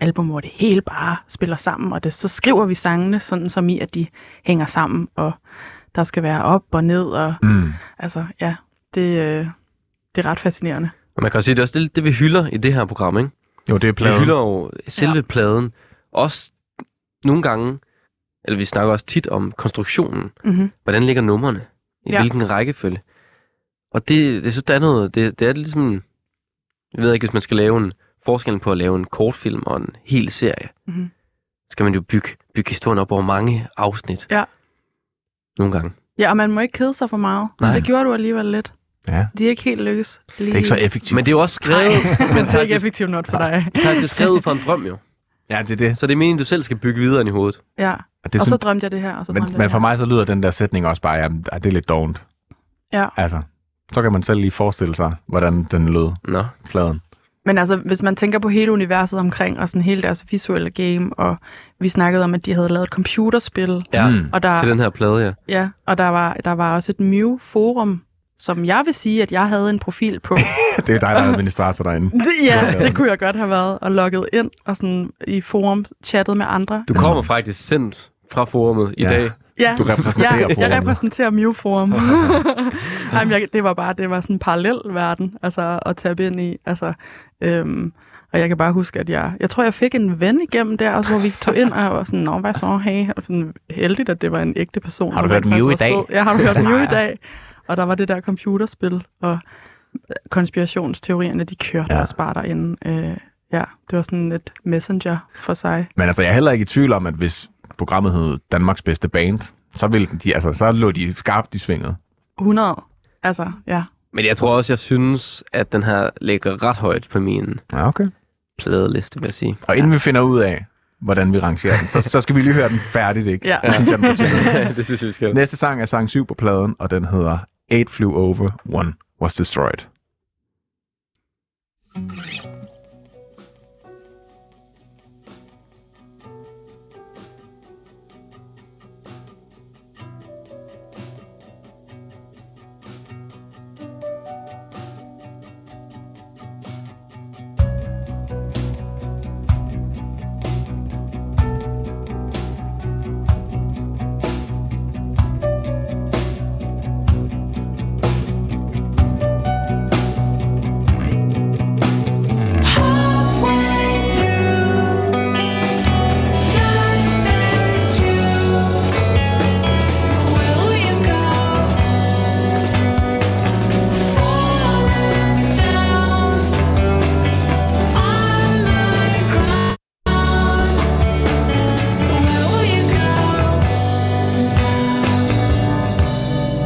[SPEAKER 4] album, hvor det hele bare spiller sammen, og det, så skriver vi sangene sådan som i, at de hænger sammen, og der skal være op og ned, og
[SPEAKER 3] Mm.
[SPEAKER 4] altså ja, det, øh, det er ret fascinerende.
[SPEAKER 2] Og man kan også sige, det er også det, det, vi hylder i det her program, ikke?
[SPEAKER 3] Jo, det er
[SPEAKER 2] Vi
[SPEAKER 3] pladen.
[SPEAKER 2] hylder jo selve ja. pladen. Også nogle gange eller vi snakker også tit om konstruktionen.
[SPEAKER 4] Mm-hmm.
[SPEAKER 2] Hvordan ligger numrene? I
[SPEAKER 4] Ja.
[SPEAKER 2] ja. hvilken rækkefølge? Og det, jeg synes, der er noget, det, det er ligesom, jeg ved ikke, hvis man skal lave en forskel på at lave en kortfilm og en hel serie,
[SPEAKER 4] Mhm.
[SPEAKER 2] skal man jo bygge, bygge historien op over mange afsnit.
[SPEAKER 4] Ja.
[SPEAKER 2] Nogle gange.
[SPEAKER 4] Ja, og man må ikke kede sig for meget. Nej.
[SPEAKER 2] Nej.
[SPEAKER 4] Det gjorde du alligevel lidt.
[SPEAKER 3] Ja.
[SPEAKER 4] De er ikke helt lykkes. Lige.
[SPEAKER 3] Det er ikke så effektivt.
[SPEAKER 2] Men det er jo også skrevet,
[SPEAKER 4] <laughs> men
[SPEAKER 2] <laughs> men
[SPEAKER 4] det er ikke
[SPEAKER 2] taktisk,
[SPEAKER 4] effektivt nok for dig.
[SPEAKER 2] taktisk skrevet ud fra en drøm jo.
[SPEAKER 3] ja, det er det.
[SPEAKER 2] Så det er meningen, du selv skal bygge videre ind i hovedet.
[SPEAKER 4] <laughs> Ja.
[SPEAKER 3] Og, det er
[SPEAKER 4] Og så
[SPEAKER 3] sådan,
[SPEAKER 4] drømte jeg det her, og så drømte
[SPEAKER 3] men, men
[SPEAKER 4] jeg
[SPEAKER 3] for
[SPEAKER 4] det
[SPEAKER 3] mig så lyder den der sætning også bare, jamen, ej, det er lidt dovent.
[SPEAKER 4] her. Ja.
[SPEAKER 3] Altså, så kan man selv lige forestille sig, hvordan den lød,
[SPEAKER 2] Nå.
[SPEAKER 3] pladen. <laughs>
[SPEAKER 4] Men altså, hvis man tænker på hele universet omkring, og sådan hele deres visuelle game, og vi snakkede om, at de havde lavet et computerspil,
[SPEAKER 2] Ja,
[SPEAKER 3] Mm.
[SPEAKER 2] mm.
[SPEAKER 4] og
[SPEAKER 2] til
[SPEAKER 4] der,
[SPEAKER 2] den her plade, ja.
[SPEAKER 4] ja, og der, var, der var også et Mew-forum, som jeg vil sige, at jeg havde en
[SPEAKER 3] <laughs>
[SPEAKER 4] profil på.
[SPEAKER 3] Det er dig, der er administrator derinde.
[SPEAKER 4] Det- ja, det kunne jeg godt have været, og logget ind og sådan i forum chattet med andre.
[SPEAKER 2] Du
[SPEAKER 3] Ja.
[SPEAKER 2] kommer faktisk sendt fra forumet i
[SPEAKER 3] Mm. Ja.
[SPEAKER 2] ja. dag.
[SPEAKER 4] Ja,
[SPEAKER 3] Du repræsenterer
[SPEAKER 4] jeg,
[SPEAKER 3] forummet.
[SPEAKER 4] jeg repræsenterer Mew-forum. <laughs> Jamen, jeg, det var bare det var sådan en parallel verden altså, at tabe ind i. Altså, øhm, og jeg kan bare huske, at jeg, jeg tror, jeg fik en ven igennem der, også, hvor vi tog ind og var sådan, Nå, hvad så, hey, og sådan, heldigt, at det var en ægte person.
[SPEAKER 3] Har du
[SPEAKER 4] der
[SPEAKER 3] hørt
[SPEAKER 4] rent faktisk
[SPEAKER 3] Mew i
[SPEAKER 4] var
[SPEAKER 3] dag?
[SPEAKER 4] sød. Ja, har du hørt
[SPEAKER 3] <laughs>
[SPEAKER 4] Mew i dag? Og der var det der computerspil, og øh, konspirationsteorierne, de kørte
[SPEAKER 3] Ja.
[SPEAKER 4] ja. også bare derinde. Øh, ja, det var sådan et messenger for sig.
[SPEAKER 3] Men altså, jeg er heller ikke i tvivl om, at hvis programmet hed Danmarks bedste band, så, ville den- de, altså, så lå de skarpt i svinget.
[SPEAKER 4] 100. Altså, ja.
[SPEAKER 2] Men jeg tror også, jeg synes, at den her ligger ret højt på min
[SPEAKER 3] Ja, okay.
[SPEAKER 2] pladeliste, vil jeg sige.
[SPEAKER 3] Og inden vi finder ud af, hvordan vi rangerer den, så, så skal vi lige høre den færdigt, ikke?
[SPEAKER 4] Ja.
[SPEAKER 3] Det synes jeg, den
[SPEAKER 4] <laughs>
[SPEAKER 3] fortjener.
[SPEAKER 2] det synes jeg, vi skal.
[SPEAKER 3] Næste sang er sang 7 på pladen, og den hedder Eight Flew Over, One Was Destroyed.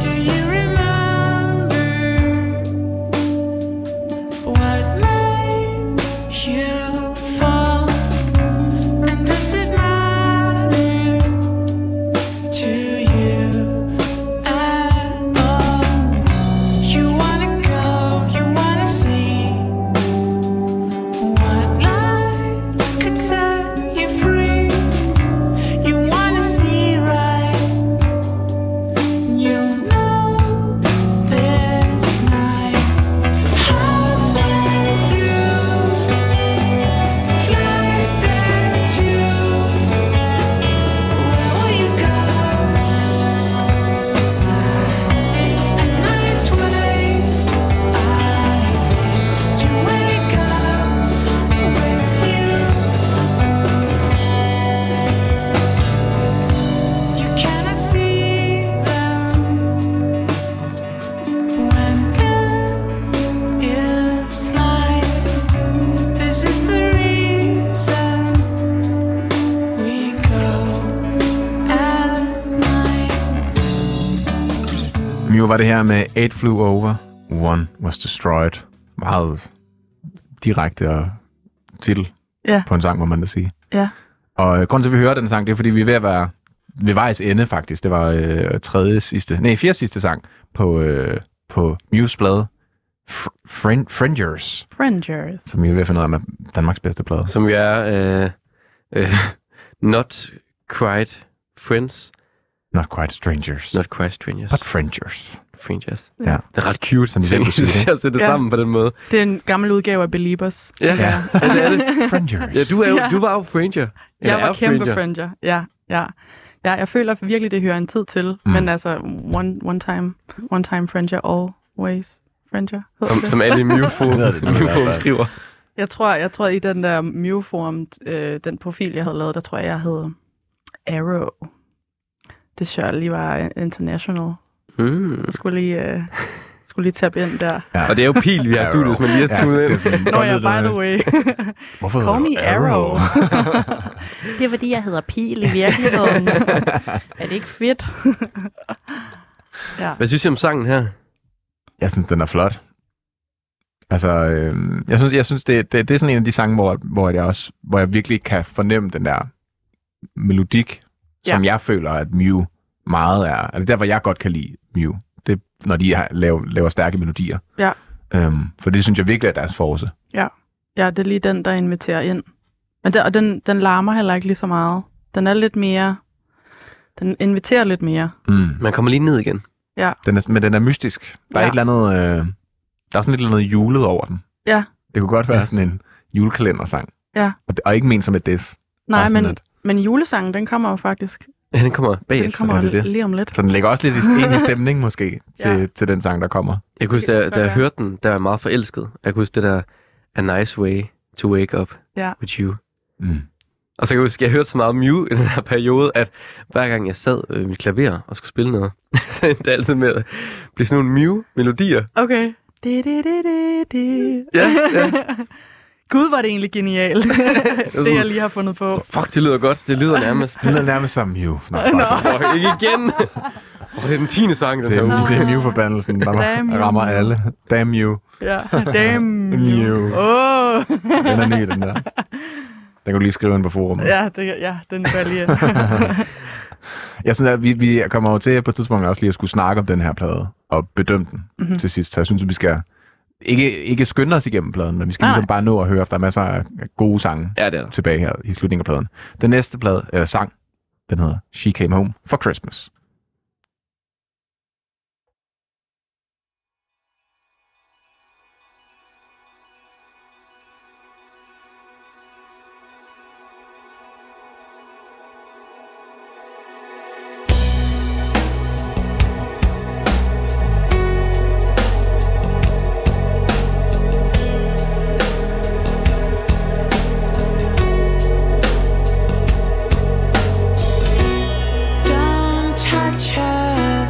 [SPEAKER 6] Do you remember what made you fall? And does it matter to you at all? You wanna go, you wanna see what lies could set you free. You wanna see right, you know this night. Halfway through, flight there too. Where will you go? It's not a nice way, I think, to wake up with you. You cannot see them when it is light. This is the reason we go at night.
[SPEAKER 3] Mio var det her med Eight Flew Over, One Was Destroyed. Meget direkte og titel
[SPEAKER 4] Ja.
[SPEAKER 3] på en sang, må man da sige.
[SPEAKER 4] Ja.
[SPEAKER 3] Og øh, grunden til, at vi hører den sang, det er, fordi vi er ved at være ved vejs ende, faktisk. Det var øh, tredje sidste, nej, fjerde sidste sang på, øh, på Muse plade. Fr- Frin- Fringers,
[SPEAKER 4] Frangers.
[SPEAKER 3] som vi er ved at finde ud af med Danmarks bedste plade.
[SPEAKER 2] <laughs> Som jo er øh, øh, Not Quite Friends,
[SPEAKER 3] Not quite strangers,
[SPEAKER 2] Not Quite Strangers.
[SPEAKER 3] but
[SPEAKER 4] <laughs>
[SPEAKER 3] fringers.
[SPEAKER 2] Fringers.
[SPEAKER 3] Ja.
[SPEAKER 2] Det er ret cute, som
[SPEAKER 3] Som de selv kunne sige,
[SPEAKER 2] synes
[SPEAKER 3] ikke?
[SPEAKER 2] jeg, at sætte det
[SPEAKER 4] Ja.
[SPEAKER 2] sammen på den måde.
[SPEAKER 4] Det er en gammel udgave af Beliebers.
[SPEAKER 2] Ja,
[SPEAKER 3] Ja.
[SPEAKER 2] ja. ja det er det.
[SPEAKER 3] Fringers.
[SPEAKER 2] Ja, du, er jo,
[SPEAKER 4] Ja.
[SPEAKER 2] du var jo Franger.
[SPEAKER 4] Jeg var kæmpe fringer. Ja, ja. Ja, jeg føler virkelig, det hører en tid til.
[SPEAKER 3] Mm.
[SPEAKER 4] Mm. Men altså, one, one time, one time fringer, always fringer. hedder
[SPEAKER 2] Som,
[SPEAKER 4] det.
[SPEAKER 2] som alle i Mewform,
[SPEAKER 3] Det er det, det er i
[SPEAKER 2] Mewform
[SPEAKER 3] hvert fald.
[SPEAKER 2] skriver.
[SPEAKER 4] Jeg tror, jeg tror i den der Mew-form, øh, den profil, jeg havde lavet, der tror jeg, jeg hed Arrow. Det synes jeg lige var international.
[SPEAKER 2] Mm.
[SPEAKER 4] Jeg skulle lige, øh, skulle lige tabe ind der.
[SPEAKER 3] Ja.
[SPEAKER 2] Og det er jo pil, vi har i studiet, hvis man lige har tunet ind.
[SPEAKER 4] Nå ja, by the way.
[SPEAKER 2] <laughs>
[SPEAKER 3] Hvorfor
[SPEAKER 4] Call me Arrow. <laughs> det er fordi, jeg hedder Pil i
[SPEAKER 3] <laughs>
[SPEAKER 4] virkeligheden. er det ikke fedt? <laughs> ja.
[SPEAKER 2] Hvad synes I om sangen her?
[SPEAKER 3] jeg synes, den er flot. Altså, øh, jeg synes, jeg synes det, det, det, er sådan en af de sange, hvor, hvor, jeg også, hvor jeg virkelig kan fornemme den der melodik,
[SPEAKER 4] Ja.
[SPEAKER 3] som jeg føler, at Mew meget er. Altså, derfor jeg godt kan lide Mew. Det er, når de har, laver, laver stærke melodier.
[SPEAKER 4] Ja.
[SPEAKER 3] Øhm, for det synes jeg virkelig er deres force.
[SPEAKER 4] ja, det er lige den, der inviterer ind. Men der, og den, den larmer heller ikke lige så meget. Den er lidt mere... Den inviterer lidt mere.
[SPEAKER 3] Mm.
[SPEAKER 2] Man kommer lige ned igen. <laughs>
[SPEAKER 3] Den er, men den er mystisk. Der er
[SPEAKER 4] Ja.
[SPEAKER 3] et eller andet... Øh, der er sådan et eller andet julet over den.
[SPEAKER 4] Ja.
[SPEAKER 3] Det kunne godt være sådan en julekalendersang.
[SPEAKER 4] Ja.
[SPEAKER 3] Og, det- og ikke ment som et diss.
[SPEAKER 4] Nej,
[SPEAKER 3] Bare sådan
[SPEAKER 4] men,
[SPEAKER 3] at-
[SPEAKER 4] men julesangen, den kommer jo faktisk.
[SPEAKER 2] Ja, den kommer
[SPEAKER 4] Den
[SPEAKER 2] bagefter.
[SPEAKER 4] kommer
[SPEAKER 3] er det det?
[SPEAKER 4] lige om lidt.
[SPEAKER 3] Så den lægger også lidt i-
[SPEAKER 4] <laughs>
[SPEAKER 3] ind i stemning måske til, ja. til den sang, der kommer.
[SPEAKER 2] Jeg kunne huske,
[SPEAKER 4] Det
[SPEAKER 2] da,
[SPEAKER 4] kan
[SPEAKER 2] jeg- da
[SPEAKER 4] godt
[SPEAKER 2] jeg
[SPEAKER 4] være.
[SPEAKER 2] hørte den, der var jeg meget forelsket. Jeg kunne huske det der, A nice way to wake up
[SPEAKER 4] Ja.
[SPEAKER 2] with you.
[SPEAKER 3] Mm.
[SPEAKER 2] Og så kan jeg huske, at jeg hørte så meget Mew i den her periode, at hver gang jeg sad ved mit klaver og skulle spille noget, <laughs> så endte det altid med at blive sådan nogle Mew-melodier.
[SPEAKER 4] Okay. Det, det, det, det, det.
[SPEAKER 2] Ja,
[SPEAKER 3] <laughs>
[SPEAKER 2] ja.
[SPEAKER 4] Gud, var det egentlig genialt, det jeg lige har fundet på.
[SPEAKER 2] Fuck, det lyder godt. Det lyder nærmest.
[SPEAKER 3] Det lyder nærmest som Mew. Nå, fuck.
[SPEAKER 4] <laughs> Nå.
[SPEAKER 2] Fuck, ikke igen. Åh, det er den tiende sang, den
[SPEAKER 3] Det
[SPEAKER 2] her uge.
[SPEAKER 3] er, det er Mew-forbandelsen, der
[SPEAKER 4] Damn Mew.
[SPEAKER 3] rammer alle. Damn Mew. <laughs>
[SPEAKER 4] Ja, damn
[SPEAKER 3] Mew.
[SPEAKER 4] Åh.
[SPEAKER 3] Den er ny, den
[SPEAKER 4] <laughs>
[SPEAKER 3] der. Den kan du lige skrive ind på forummet.
[SPEAKER 4] ja, det, ja, den var <laughs> lige.
[SPEAKER 3] Jeg synes, at vi, vi kommer over til på et tidspunkt også lige at skulle snakke om den her plade og bedømme den
[SPEAKER 4] Mhm.
[SPEAKER 3] mm-hmm. til sidst. Så jeg synes, at vi skal ikke, ikke skynde os igennem pladen, men vi skal
[SPEAKER 4] Nej.
[SPEAKER 3] ligesom bare nå at høre, efter der er masser af gode sange
[SPEAKER 2] Ja, det er der.
[SPEAKER 3] tilbage her i slutningen af pladen. Den næste plade, øh, sang, den hedder She Came Home for Christmas.
[SPEAKER 6] Don't try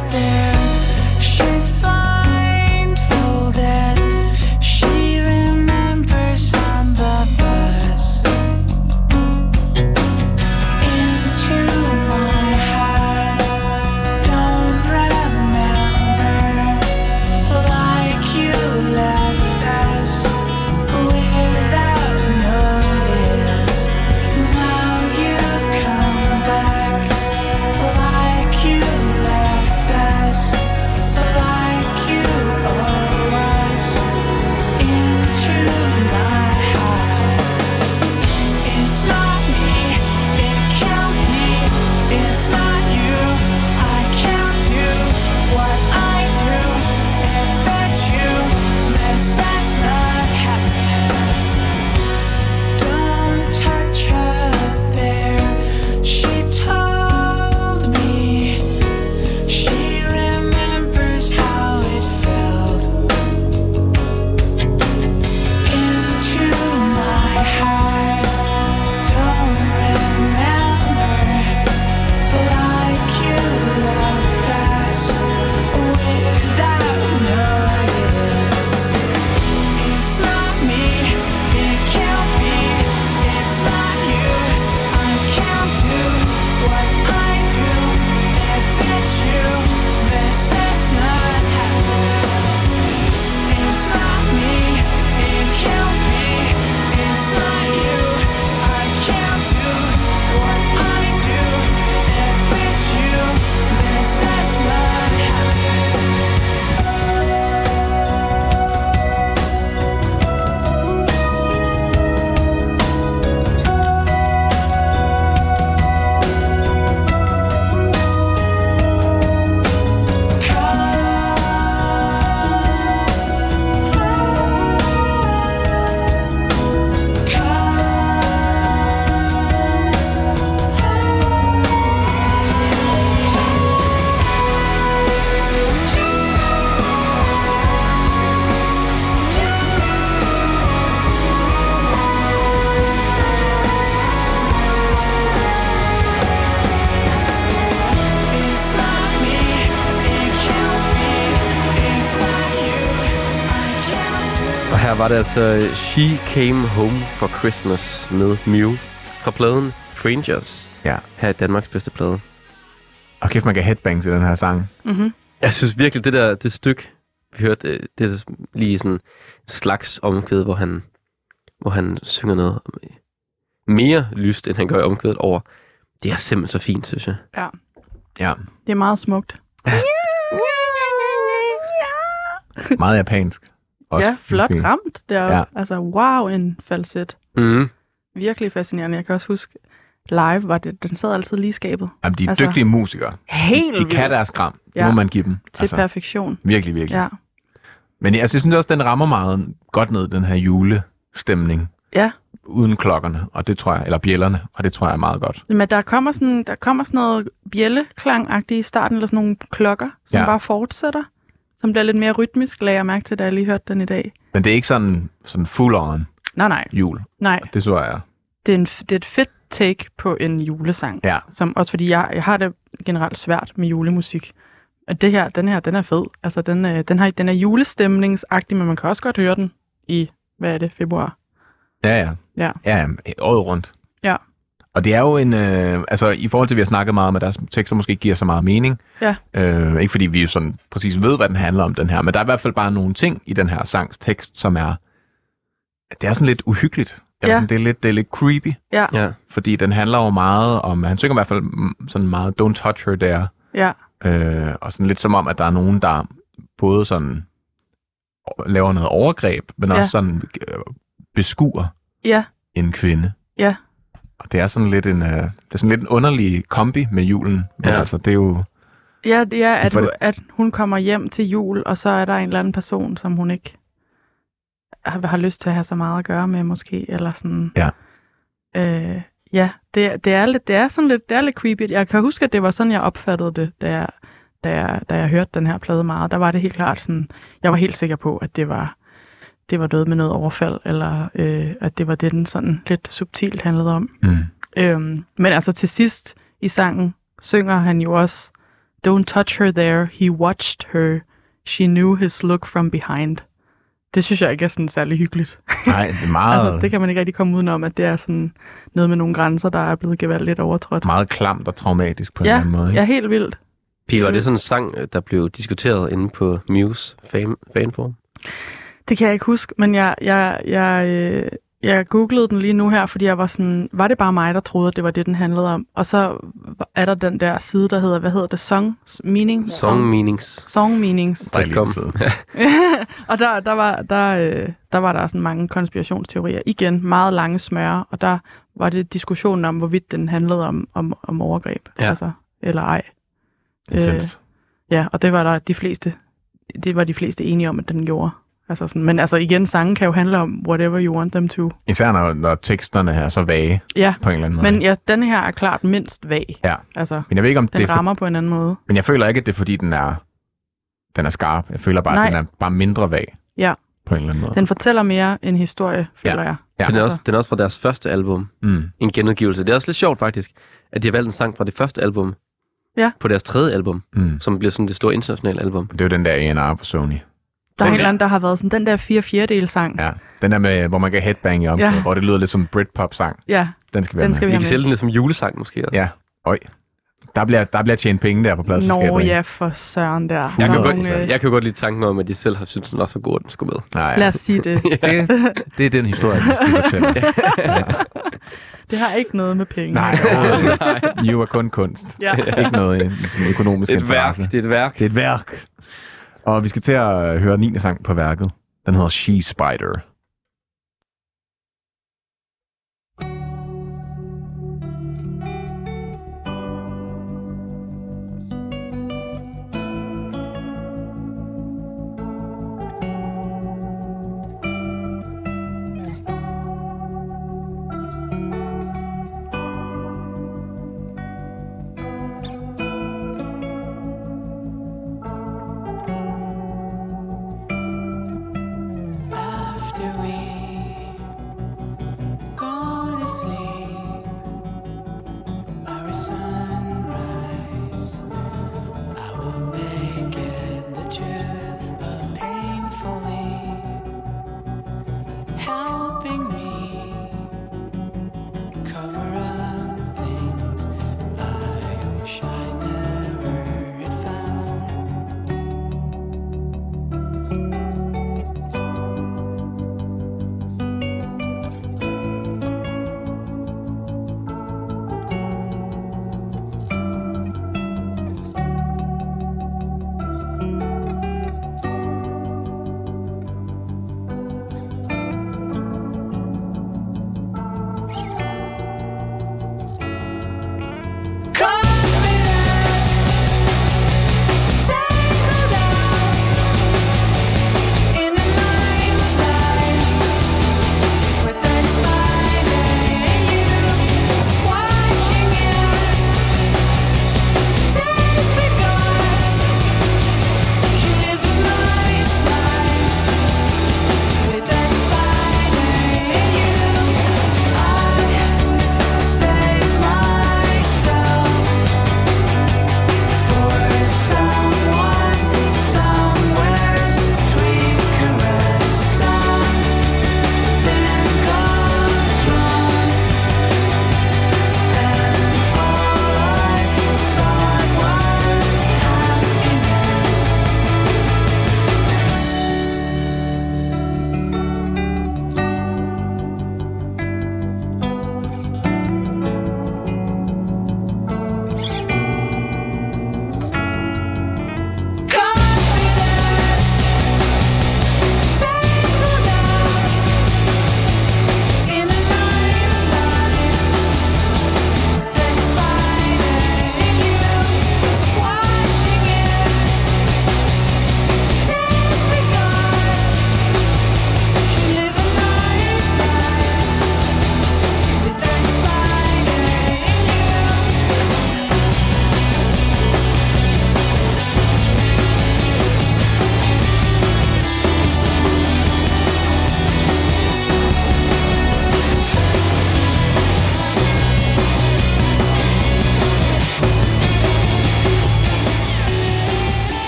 [SPEAKER 2] Her var det altså She Came Home for Christmas med Mew fra pladen Strangers.
[SPEAKER 3] Ja.
[SPEAKER 2] Her er Danmarks bedste plade.
[SPEAKER 3] Og kæft, man kan headbang til den her sang.
[SPEAKER 4] Mm-hmm.
[SPEAKER 2] Jeg synes virkelig, det der det stykke, vi hørte, øh, det er lige sådan en slags omkvæd, hvor han, hvor han synger noget mere lyst, end han gør i omkvædet over. Det er simpelthen så fint, synes jeg.
[SPEAKER 3] Ja.
[SPEAKER 4] Det er meget smukt.
[SPEAKER 3] Meget japansk.
[SPEAKER 4] Også ja, flot
[SPEAKER 3] måske.
[SPEAKER 4] ramt deroppe.
[SPEAKER 3] Ja.
[SPEAKER 4] Ja. Altså, wow, en falset.
[SPEAKER 2] Mm.
[SPEAKER 4] Virkelig fascinerende. Jeg kan også huske, live var det, den sad altid lige i skabet.
[SPEAKER 3] Jamen, de er altså,
[SPEAKER 4] Altså,
[SPEAKER 3] dygtige musikere.
[SPEAKER 4] Helt
[SPEAKER 3] De kan deres kram. Det
[SPEAKER 4] Ja.
[SPEAKER 3] må man give dem.
[SPEAKER 4] Til altså. perfektion.
[SPEAKER 3] virkelig, virkelig.
[SPEAKER 4] Ja.
[SPEAKER 3] Men jeg, altså, jeg synes også, den rammer meget godt ned, den her julestemning.
[SPEAKER 4] Ja.
[SPEAKER 3] Uden klokkerne, og det tror jeg, eller bjællerne, og det tror jeg er meget godt.
[SPEAKER 4] Men der kommer sådan, der kommer sådan noget bjælleklangagtigt i starten, eller sådan nogle klokker, som
[SPEAKER 3] Ja.
[SPEAKER 4] ja. bare fortsætter, som bliver lidt mere rytmisk, lagde jeg mærke til, da jeg lige hørte den i dag.
[SPEAKER 3] Men det er ikke sådan, sådan full-on
[SPEAKER 4] Nej, nej,
[SPEAKER 3] jul.
[SPEAKER 4] nej.
[SPEAKER 3] Det tror jeg.
[SPEAKER 4] Det er, en, f- det er et fedt take på en julesang.
[SPEAKER 3] Ja.
[SPEAKER 4] Som, også fordi jeg, jeg har det generelt svært med julemusik. Og det her, den her, den er fed. Altså, den, øh, den, har, den er julestemningsagtig, men man kan også godt høre den i, hvad er det, februar?
[SPEAKER 3] Ja, ja.
[SPEAKER 4] Ja.
[SPEAKER 3] Ja, ja, året rundt.
[SPEAKER 4] Ja.
[SPEAKER 3] Og det er jo en, øh, altså i forhold til, at vi har snakket meget om, at deres tekster måske ikke giver så meget mening.
[SPEAKER 4] Ja.
[SPEAKER 3] Øh, ikke fordi vi jo sådan præcis ved, hvad den handler om, den her, men der er i hvert fald bare nogle ting i den her sangs tekst, som er, det er sådan lidt uhyggeligt. Eller
[SPEAKER 4] Ja.
[SPEAKER 3] sådan, det, er lidt, det er lidt creepy,
[SPEAKER 4] Ja,
[SPEAKER 2] Ja.
[SPEAKER 3] fordi den handler jo meget om, han synger i hvert fald mm, sådan meget, don't touch her der,
[SPEAKER 4] ja,
[SPEAKER 3] øh, og sådan lidt som om, at der er nogen, der både sådan laver noget overgreb, men
[SPEAKER 4] Ja.
[SPEAKER 3] også sådan øh, beskuer
[SPEAKER 4] ja,
[SPEAKER 3] en kvinde.
[SPEAKER 4] Ja.
[SPEAKER 3] Og det er sådan lidt en, øh, det er sådan lidt en underlig kombi med julen. Men ja.
[SPEAKER 2] Ja.
[SPEAKER 3] altså, det er jo...
[SPEAKER 4] ja, det er, at,
[SPEAKER 3] for
[SPEAKER 4] hun,
[SPEAKER 3] det-
[SPEAKER 4] at hun kommer hjem til jul, og så er der en eller anden person, som hun ikke har, har lyst til at have så meget at gøre med, måske, eller sådan.
[SPEAKER 3] Ja.
[SPEAKER 4] Øh, ja, det, er- det, er lidt, det er sådan lidt, det er lidt creepy. Jeg kan huske, at det var sådan, jeg opfattede det, da jeg, da jeg, da jeg hørte den her plade meget. Der var det helt klart sådan, jeg var helt sikker på, at det var det var noget med noget overfald, eller øh, at det var det, den sådan lidt subtilt handlede om.
[SPEAKER 3] Mm.
[SPEAKER 4] Øhm, men altså til sidst i sangen synger han jo også Don't touch her there, he watched her, she knew his look from behind. Det synes jeg ikke er sådan særlig hyggeligt.
[SPEAKER 3] Nej, det er meget,
[SPEAKER 4] altså, det kan man ikke rigtig komme udenom, at det er sådan noget med nogle grænser, der er blevet gevaldigt overtrådt.
[SPEAKER 3] meget klamt og traumatisk på en eller
[SPEAKER 4] Ja,
[SPEAKER 3] anden måde. Ikke?
[SPEAKER 4] ja, helt vildt.
[SPEAKER 2] Pil, var det sådan en sang, øh, der blev diskuteret inde på Muse fan, fanforum?
[SPEAKER 4] Det kan jeg ikke huske, men jeg, jeg, jeg, øh, jeg googlede den lige nu her, fordi jeg var sådan, var det bare mig, der troede, at det var det, den handlede om? Og så er der den der side, der hedder, hvad hedder det, Song Meaning?
[SPEAKER 2] Song Meanings.
[SPEAKER 4] Song Meanings.
[SPEAKER 3] Dejlig
[SPEAKER 2] Kom.
[SPEAKER 3] side.
[SPEAKER 4] og der, der, var, der, øh, der var der sådan mange konspirationsteorier. Igen, meget lange smøre, og der var det diskussionen om, hvorvidt den handlede om, om, om overgreb,
[SPEAKER 2] Ja.
[SPEAKER 4] altså, eller ej.
[SPEAKER 3] Intens.
[SPEAKER 4] Ja, og det var der de fleste, det var de fleste enige om, at den gjorde. Altså sådan, men altså igen, sangen kan jo handle om whatever you want them to.
[SPEAKER 3] Især når, når teksterne er så vage
[SPEAKER 4] Ja,
[SPEAKER 3] på en eller anden måde.
[SPEAKER 4] men ja, den her er klart mindst vag.
[SPEAKER 3] Ja.
[SPEAKER 4] Altså,
[SPEAKER 3] men jeg ved ikke, om
[SPEAKER 4] den
[SPEAKER 3] det er for,
[SPEAKER 4] rammer på en anden måde.
[SPEAKER 3] Men jeg føler ikke, at det er fordi, den er, den er skarp. Jeg føler bare, at den
[SPEAKER 4] Nej.
[SPEAKER 3] er bare mindre vag
[SPEAKER 4] Ja.
[SPEAKER 3] på en eller anden måde.
[SPEAKER 4] Den fortæller mere en historie, føler jeg.
[SPEAKER 3] Ja.
[SPEAKER 2] Den er, også,
[SPEAKER 4] Altså.
[SPEAKER 2] den er også fra deres første album,
[SPEAKER 3] Mm.
[SPEAKER 2] en genudgivelse. Det er også lidt sjovt faktisk, at de har valgt en sang fra det første album
[SPEAKER 4] Ja.
[SPEAKER 2] på deres tredje album,
[SPEAKER 3] Mm.
[SPEAKER 2] som bliver sådan det store internationale album.
[SPEAKER 3] Det er jo den der A&R på Sony.
[SPEAKER 4] Der er
[SPEAKER 2] Den
[SPEAKER 4] en eller
[SPEAKER 2] der-
[SPEAKER 4] anden, der har været sådan, den der fire fjerdedel sang.
[SPEAKER 3] Ja. Den der med, hvor man kan headbang i omkring, ja.
[SPEAKER 4] Ja.
[SPEAKER 3] hvor det lyder lidt som en Britpop-sang.
[SPEAKER 4] ja
[SPEAKER 3] Den skal være
[SPEAKER 4] den
[SPEAKER 3] med.
[SPEAKER 4] skal vi
[SPEAKER 2] Vi
[SPEAKER 4] have
[SPEAKER 2] kan
[SPEAKER 4] med.
[SPEAKER 2] sælge den lidt som julesang måske også.
[SPEAKER 3] Ja. Der bliver, der bliver tjent penge der på pladsen.
[SPEAKER 4] Nå ja, for søren der.
[SPEAKER 2] Jeg,
[SPEAKER 4] Der
[SPEAKER 2] kan
[SPEAKER 4] er
[SPEAKER 2] godt,
[SPEAKER 4] nogle, øh,
[SPEAKER 2] jeg kan godt lide tanken om, at de selv har syntes, den var så god, at den skulle med.
[SPEAKER 3] Nej,
[SPEAKER 4] Lad os sige
[SPEAKER 2] <laughs>
[SPEAKER 4] det. <laughs>
[SPEAKER 3] det, det er den historie, vi fortæller. <laughs>
[SPEAKER 4] Det har ikke noget med penge.
[SPEAKER 3] Nej, overhovedet ikke. You er kun kunst.
[SPEAKER 4] <laughs> Ja.
[SPEAKER 3] Ikke noget øh, sådan økonomisk
[SPEAKER 2] Et værk,
[SPEAKER 3] interesse.
[SPEAKER 2] det er et værk.
[SPEAKER 3] Det er et værk. Og vi skal til at høre 9. sang på værket. Den hedder She Spider.
[SPEAKER 6] After we gone to sleep, our sunrise, I will make it the truth of painfully.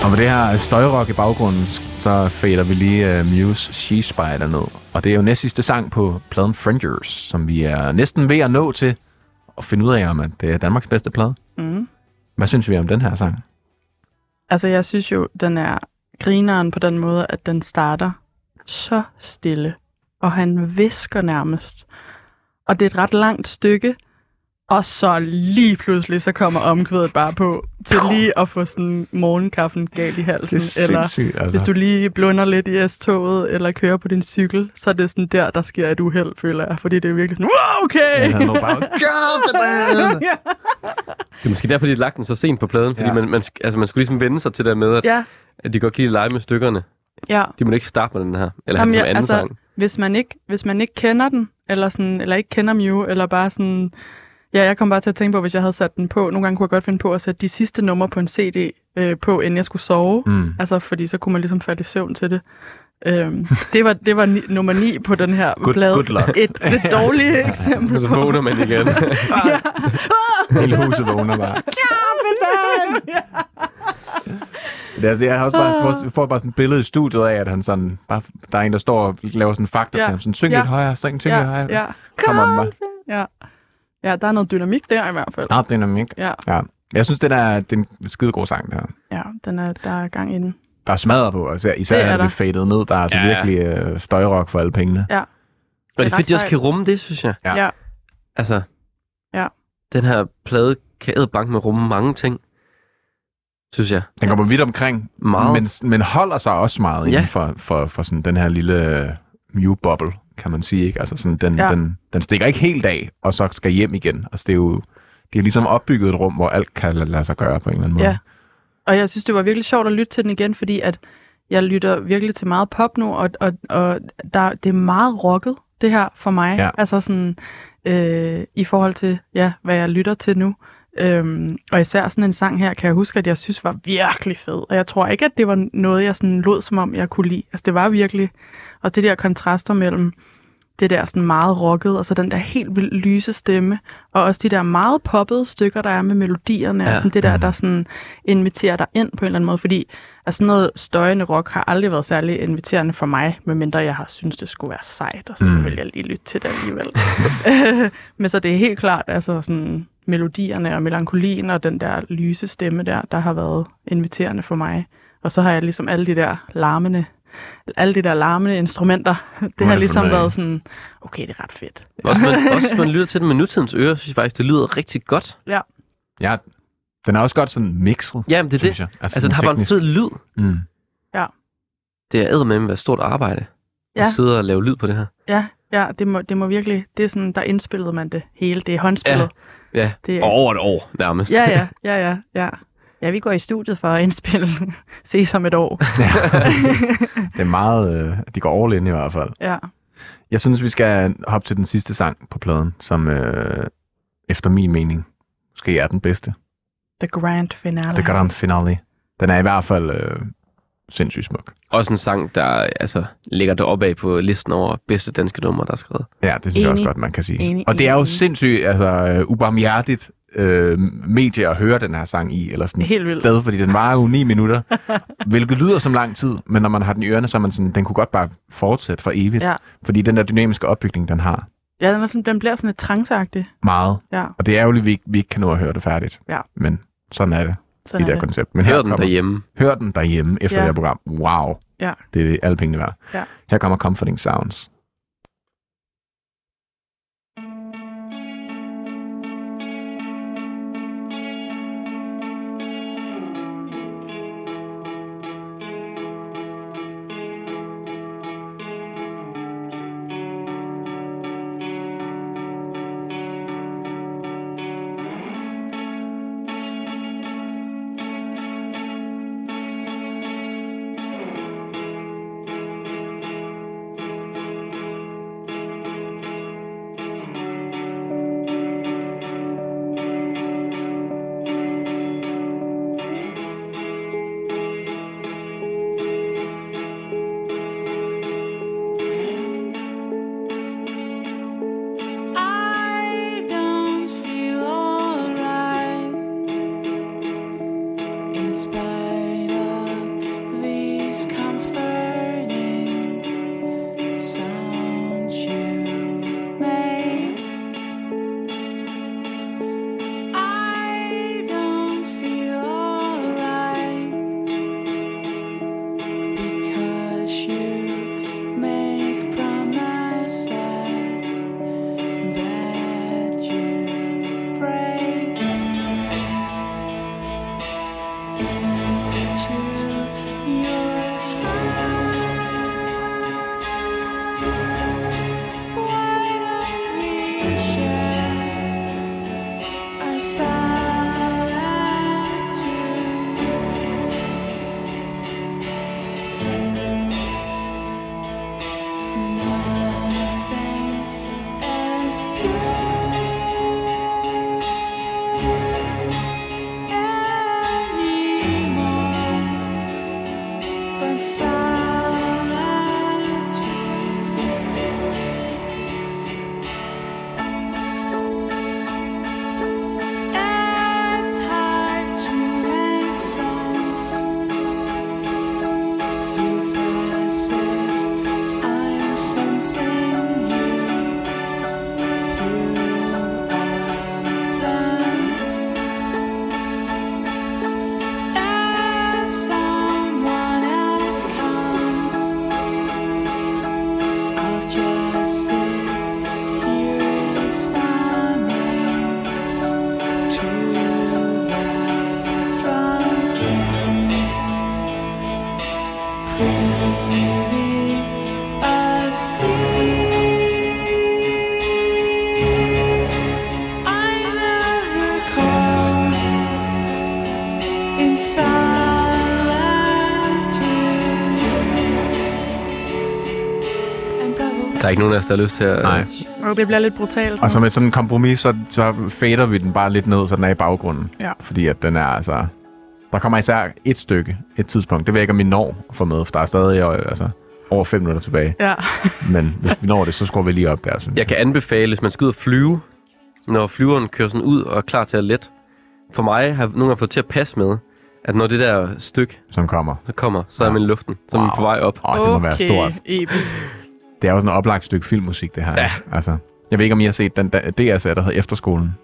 [SPEAKER 3] Og med det her støjrock i baggrunden, så fader vi lige uh, Muse She Spider ned. Og det er jo næst sidste sang på pladen Fringers, som vi er næsten ved at nå til at finde ud af, om at det er Danmarks bedste plade.
[SPEAKER 4] Mm.
[SPEAKER 3] Hvad synes vi om den her sang?
[SPEAKER 4] Altså, jeg synes jo, den er grineren på den måde, at den starter så stille, og han visker nærmest. Og det er et ret langt stykke, og så lige pludselig, så kommer omkvædet bare på, til lige at få sådan morgenkaffen galt i halsen. eller
[SPEAKER 3] altså.
[SPEAKER 4] hvis du lige blunder lidt i S-toget, eller kører på din cykel, så er det sådan der, der sker et uheld, føler jeg. Fordi det er virkelig sådan, wow, okay!
[SPEAKER 3] Ja, han var bare,
[SPEAKER 4] <laughs>
[SPEAKER 3] "God,
[SPEAKER 4] ja.
[SPEAKER 2] Det er måske derfor, de har lagt den så sent på pladen, fordi
[SPEAKER 3] Ja.
[SPEAKER 2] ja. man, man, sk- altså, man skulle ligesom vende sig til det der med, at, ja.
[SPEAKER 4] <laughs> ja,
[SPEAKER 2] at de godt kan lide at lege med stykkerne.
[SPEAKER 4] ja.
[SPEAKER 2] De må da ikke starte med den her, eller Jamen,
[SPEAKER 4] Jamen,
[SPEAKER 2] hans
[SPEAKER 4] ja,
[SPEAKER 2] anden
[SPEAKER 4] altså-
[SPEAKER 2] altså... sang.
[SPEAKER 4] hvis man ikke, hvis man ikke kender den, eller, sådan, eller ikke kender Mew, eller bare sådan... Ja, jeg kom bare til at tænke på, hvis jeg havde sat den på. Nogle gange kunne jeg godt finde på at sætte de sidste numre på en CD øh, på, inden jeg skulle sove.
[SPEAKER 3] Mm.
[SPEAKER 4] Altså, fordi så kunne man ligesom falde i søvn til det. Øhm, det var, det var ni, nummer 9 på den her
[SPEAKER 3] Good-
[SPEAKER 4] plade.
[SPEAKER 3] good luck.
[SPEAKER 4] Et, et
[SPEAKER 3] <laughs>
[SPEAKER 4] dårligt eksempel.
[SPEAKER 2] Så
[SPEAKER 4] på-
[SPEAKER 2] vågner man igen. <laughs>
[SPEAKER 4] ja.
[SPEAKER 3] Hele huset vågner bare. Det er, altså, jeg har også bare, får, får bare sådan et billede i studiet af, at han sådan, bare, der er en, der står og laver sådan en faktor
[SPEAKER 4] Ja.
[SPEAKER 3] ja. til ham. Sådan, syng
[SPEAKER 4] Ja.
[SPEAKER 3] lidt højere, syng, syng
[SPEAKER 4] ja,
[SPEAKER 3] lidt højere.
[SPEAKER 4] ja,
[SPEAKER 3] Kommer den bare.
[SPEAKER 4] ja. Ja, der er noget dynamik der i hvert fald.
[SPEAKER 3] Nå, den Ah, er mink.
[SPEAKER 4] Ja,
[SPEAKER 3] Ja. Jeg synes, den er, den er en skidegod sang, der.
[SPEAKER 4] ja den er, der er gang i den.
[SPEAKER 3] Der er smadret på, altså,
[SPEAKER 4] Det
[SPEAKER 3] især
[SPEAKER 4] er
[SPEAKER 3] når det
[SPEAKER 4] der.
[SPEAKER 3] er fadet ned. Der er altså
[SPEAKER 2] Ja,
[SPEAKER 3] ja.
[SPEAKER 2] ja.
[SPEAKER 3] virkelig øh, støjrock for alle pengene.
[SPEAKER 2] Og det
[SPEAKER 4] ret
[SPEAKER 2] er fedt, de også
[SPEAKER 4] sejt.
[SPEAKER 2] kan rumme det, synes jeg.
[SPEAKER 3] Ja.
[SPEAKER 4] Ja.
[SPEAKER 2] Altså,
[SPEAKER 4] Ja.
[SPEAKER 2] den her plade kan bank med rumme mange ting, synes jeg.
[SPEAKER 3] Den kommer vidt omkring,
[SPEAKER 2] Meget. Men...
[SPEAKER 3] men, men holder sig også meget
[SPEAKER 2] Ja.
[SPEAKER 3] inden for, for, for sådan den her lille new bubble kan man sige. Ikke? Altså sådan, den,
[SPEAKER 4] Ja.
[SPEAKER 3] ja. den, den stikker ikke helt af, og så skal hjem igen. Altså, det er jo det er ligesom opbygget et rum, hvor alt kan lade lade sig gøre på en eller anden måde.
[SPEAKER 4] Ja. Og jeg synes, det var virkelig sjovt at lytte til den igen, fordi at jeg lytter virkelig til meget pop nu, og, og, og der, det er meget rocket, det her for mig.
[SPEAKER 3] Ja.
[SPEAKER 4] Altså sådan, øh, i forhold til, ja, hvad jeg lytter til nu. Øhm, og især sådan en sang her, kan jeg huske, at jeg synes var virkelig fed. Og jeg tror ikke, at det var noget, jeg sådan lod som om, jeg kunne lide. Altså det var virkelig, og det der kontraster mellem det der sådan meget rocket, og så den der helt vildt lyse stemme, og også de der meget poppede stykker, der er med melodierne, ja.
[SPEAKER 2] Ja.
[SPEAKER 4] og sådan det der,
[SPEAKER 3] Mhm.
[SPEAKER 4] der sådan inviterer dig ind på en eller anden måde, fordi altså sådan noget støjende rock har aldrig været særlig inviterende for mig, medmindre jeg har syntes, det skulle være sejt, og så mm.
[SPEAKER 3] Mm.
[SPEAKER 4] vil jeg lige lytte til det alligevel. <laughs> Men så det er helt klart, altså sådan melodierne og melankolien og den der lyse stemme der, der har været inviterende for mig. Og så har jeg ligesom alle de der larmende, alle de der larmende instrumenter, <laughs> det har
[SPEAKER 3] det
[SPEAKER 4] ligesom
[SPEAKER 3] fornøjeligt.
[SPEAKER 4] været sådan, okay, det er ret fedt.
[SPEAKER 2] <laughs> Også,
[SPEAKER 4] <laughs>
[SPEAKER 2] man, også man lytter til den med nutidens ører, synes jeg faktisk, det lyder rigtig godt.
[SPEAKER 3] ja. Den er også godt sådan mixet,
[SPEAKER 2] Jamen, det er
[SPEAKER 3] synes
[SPEAKER 2] det.
[SPEAKER 3] jeg.
[SPEAKER 2] Altså, den har bare en fed lyd.
[SPEAKER 3] Mm. <laughs>
[SPEAKER 2] Det er med at være et stort arbejde. Ja.
[SPEAKER 4] Ja.
[SPEAKER 2] At sidde og lave lyd på det her.
[SPEAKER 4] Ja, ja det, må, det må virkelig, det er sådan, der indspillede man det hele, det er håndspillet.
[SPEAKER 2] Ja,
[SPEAKER 4] Det er,
[SPEAKER 2] over et år nærmest.
[SPEAKER 4] Ja, ja, ja, ja, ja. Ja, vi går i studiet for at indspille <laughs> Ses om et
[SPEAKER 3] <laughs>
[SPEAKER 4] år.
[SPEAKER 3] Det er meget... Øh, de går all in i hvert fald.
[SPEAKER 4] Ja,
[SPEAKER 3] Jeg synes, vi skal hoppe til den sidste sang på pladen, som øh, efter min mening måske er den bedste.
[SPEAKER 4] The Grand Finale.
[SPEAKER 3] Det gør en finale. Den er i hvert fald øh, sindssygt smuk.
[SPEAKER 2] <laughs> Også en sang, der altså, ligger deroppe af på listen over bedste danske numre, der er skrevet.
[SPEAKER 3] Ja, det synes enig. jeg også
[SPEAKER 4] Enig.
[SPEAKER 3] godt, man kan sige.
[SPEAKER 4] Enig,
[SPEAKER 3] og det er jo
[SPEAKER 4] enig, enig.
[SPEAKER 3] sindssygt altså, uh, ubarmhjertigt øh, medie at høre den her sang i, eller sådan
[SPEAKER 4] Helt vildt.
[SPEAKER 3] sted, fordi den varer jo
[SPEAKER 4] <laughs>
[SPEAKER 3] 9 minutter, hvilket lyder som lang tid, men når man har den i ørerne, så er man sådan, den kunne godt bare fortsætte for evigt,
[SPEAKER 4] Ja.
[SPEAKER 3] fordi den der dynamiske opbygning, den har
[SPEAKER 4] Ja, den, er sådan, den bliver sådan lidt tranceagtig.
[SPEAKER 3] meget,
[SPEAKER 4] Ja,
[SPEAKER 3] og det er jo, at vi, ikke- vi ikke kan nå at høre det færdigt,
[SPEAKER 4] Ja.
[SPEAKER 3] men sådan er det
[SPEAKER 4] sådan
[SPEAKER 3] i det
[SPEAKER 4] er
[SPEAKER 3] her
[SPEAKER 4] det.
[SPEAKER 3] koncept. Men her
[SPEAKER 2] Hør den
[SPEAKER 3] kommer-
[SPEAKER 2] derhjemme.
[SPEAKER 3] Hør den derhjemme efter
[SPEAKER 4] Ja.
[SPEAKER 3] ja. det her program. Wow.
[SPEAKER 4] Ja.
[SPEAKER 3] Det er alle pengene værd.
[SPEAKER 4] Ja.
[SPEAKER 3] Her kommer Comforting Sounds.
[SPEAKER 6] of solitude. Nothing as pure anymore but solitude. It's hard to make sense. Feels as if I'm sensing you through a lens. If someone else comes, I'll just sit here listening to the drums, privy asleep. I never called in solitude, and
[SPEAKER 2] Der er
[SPEAKER 6] probably
[SPEAKER 2] ikke nogen af os, der har lyst til at...
[SPEAKER 3] Nej.
[SPEAKER 4] Og det bliver lidt brutalt.
[SPEAKER 3] Og så med sådan en kompromis, så, så fader vi den bare lidt ned, så den er i baggrunden.
[SPEAKER 4] Ja.
[SPEAKER 3] Fordi at den er altså... Der kommer især et stykke, et tidspunkt. Det ved jeg ikke, om vi når at få med, for der er stadig øh, altså, over fem minutter tilbage.
[SPEAKER 4] Ja.
[SPEAKER 3] Men hvis vi når det, så skruer vi lige op der, synes
[SPEAKER 2] Jeg kan anbefale, hvis man skal ud og flyve, når flyveren kører sådan ud og er klar til at lette. For mig har nogle gange fået til at passe med, at når det der stykke
[SPEAKER 3] som kommer.
[SPEAKER 2] så kommer, så er
[SPEAKER 3] Ja.
[SPEAKER 2] man i luften. Så er man
[SPEAKER 3] Wow.
[SPEAKER 2] på vej op.
[SPEAKER 3] Åh, det må være stort.
[SPEAKER 4] episk.
[SPEAKER 3] Det er jo sådan et oplagt stykke filmmusik, det her.
[SPEAKER 2] Ja.
[SPEAKER 3] Altså, jeg ved ikke, om I har set den DR-serie, der hedder Efterskolen.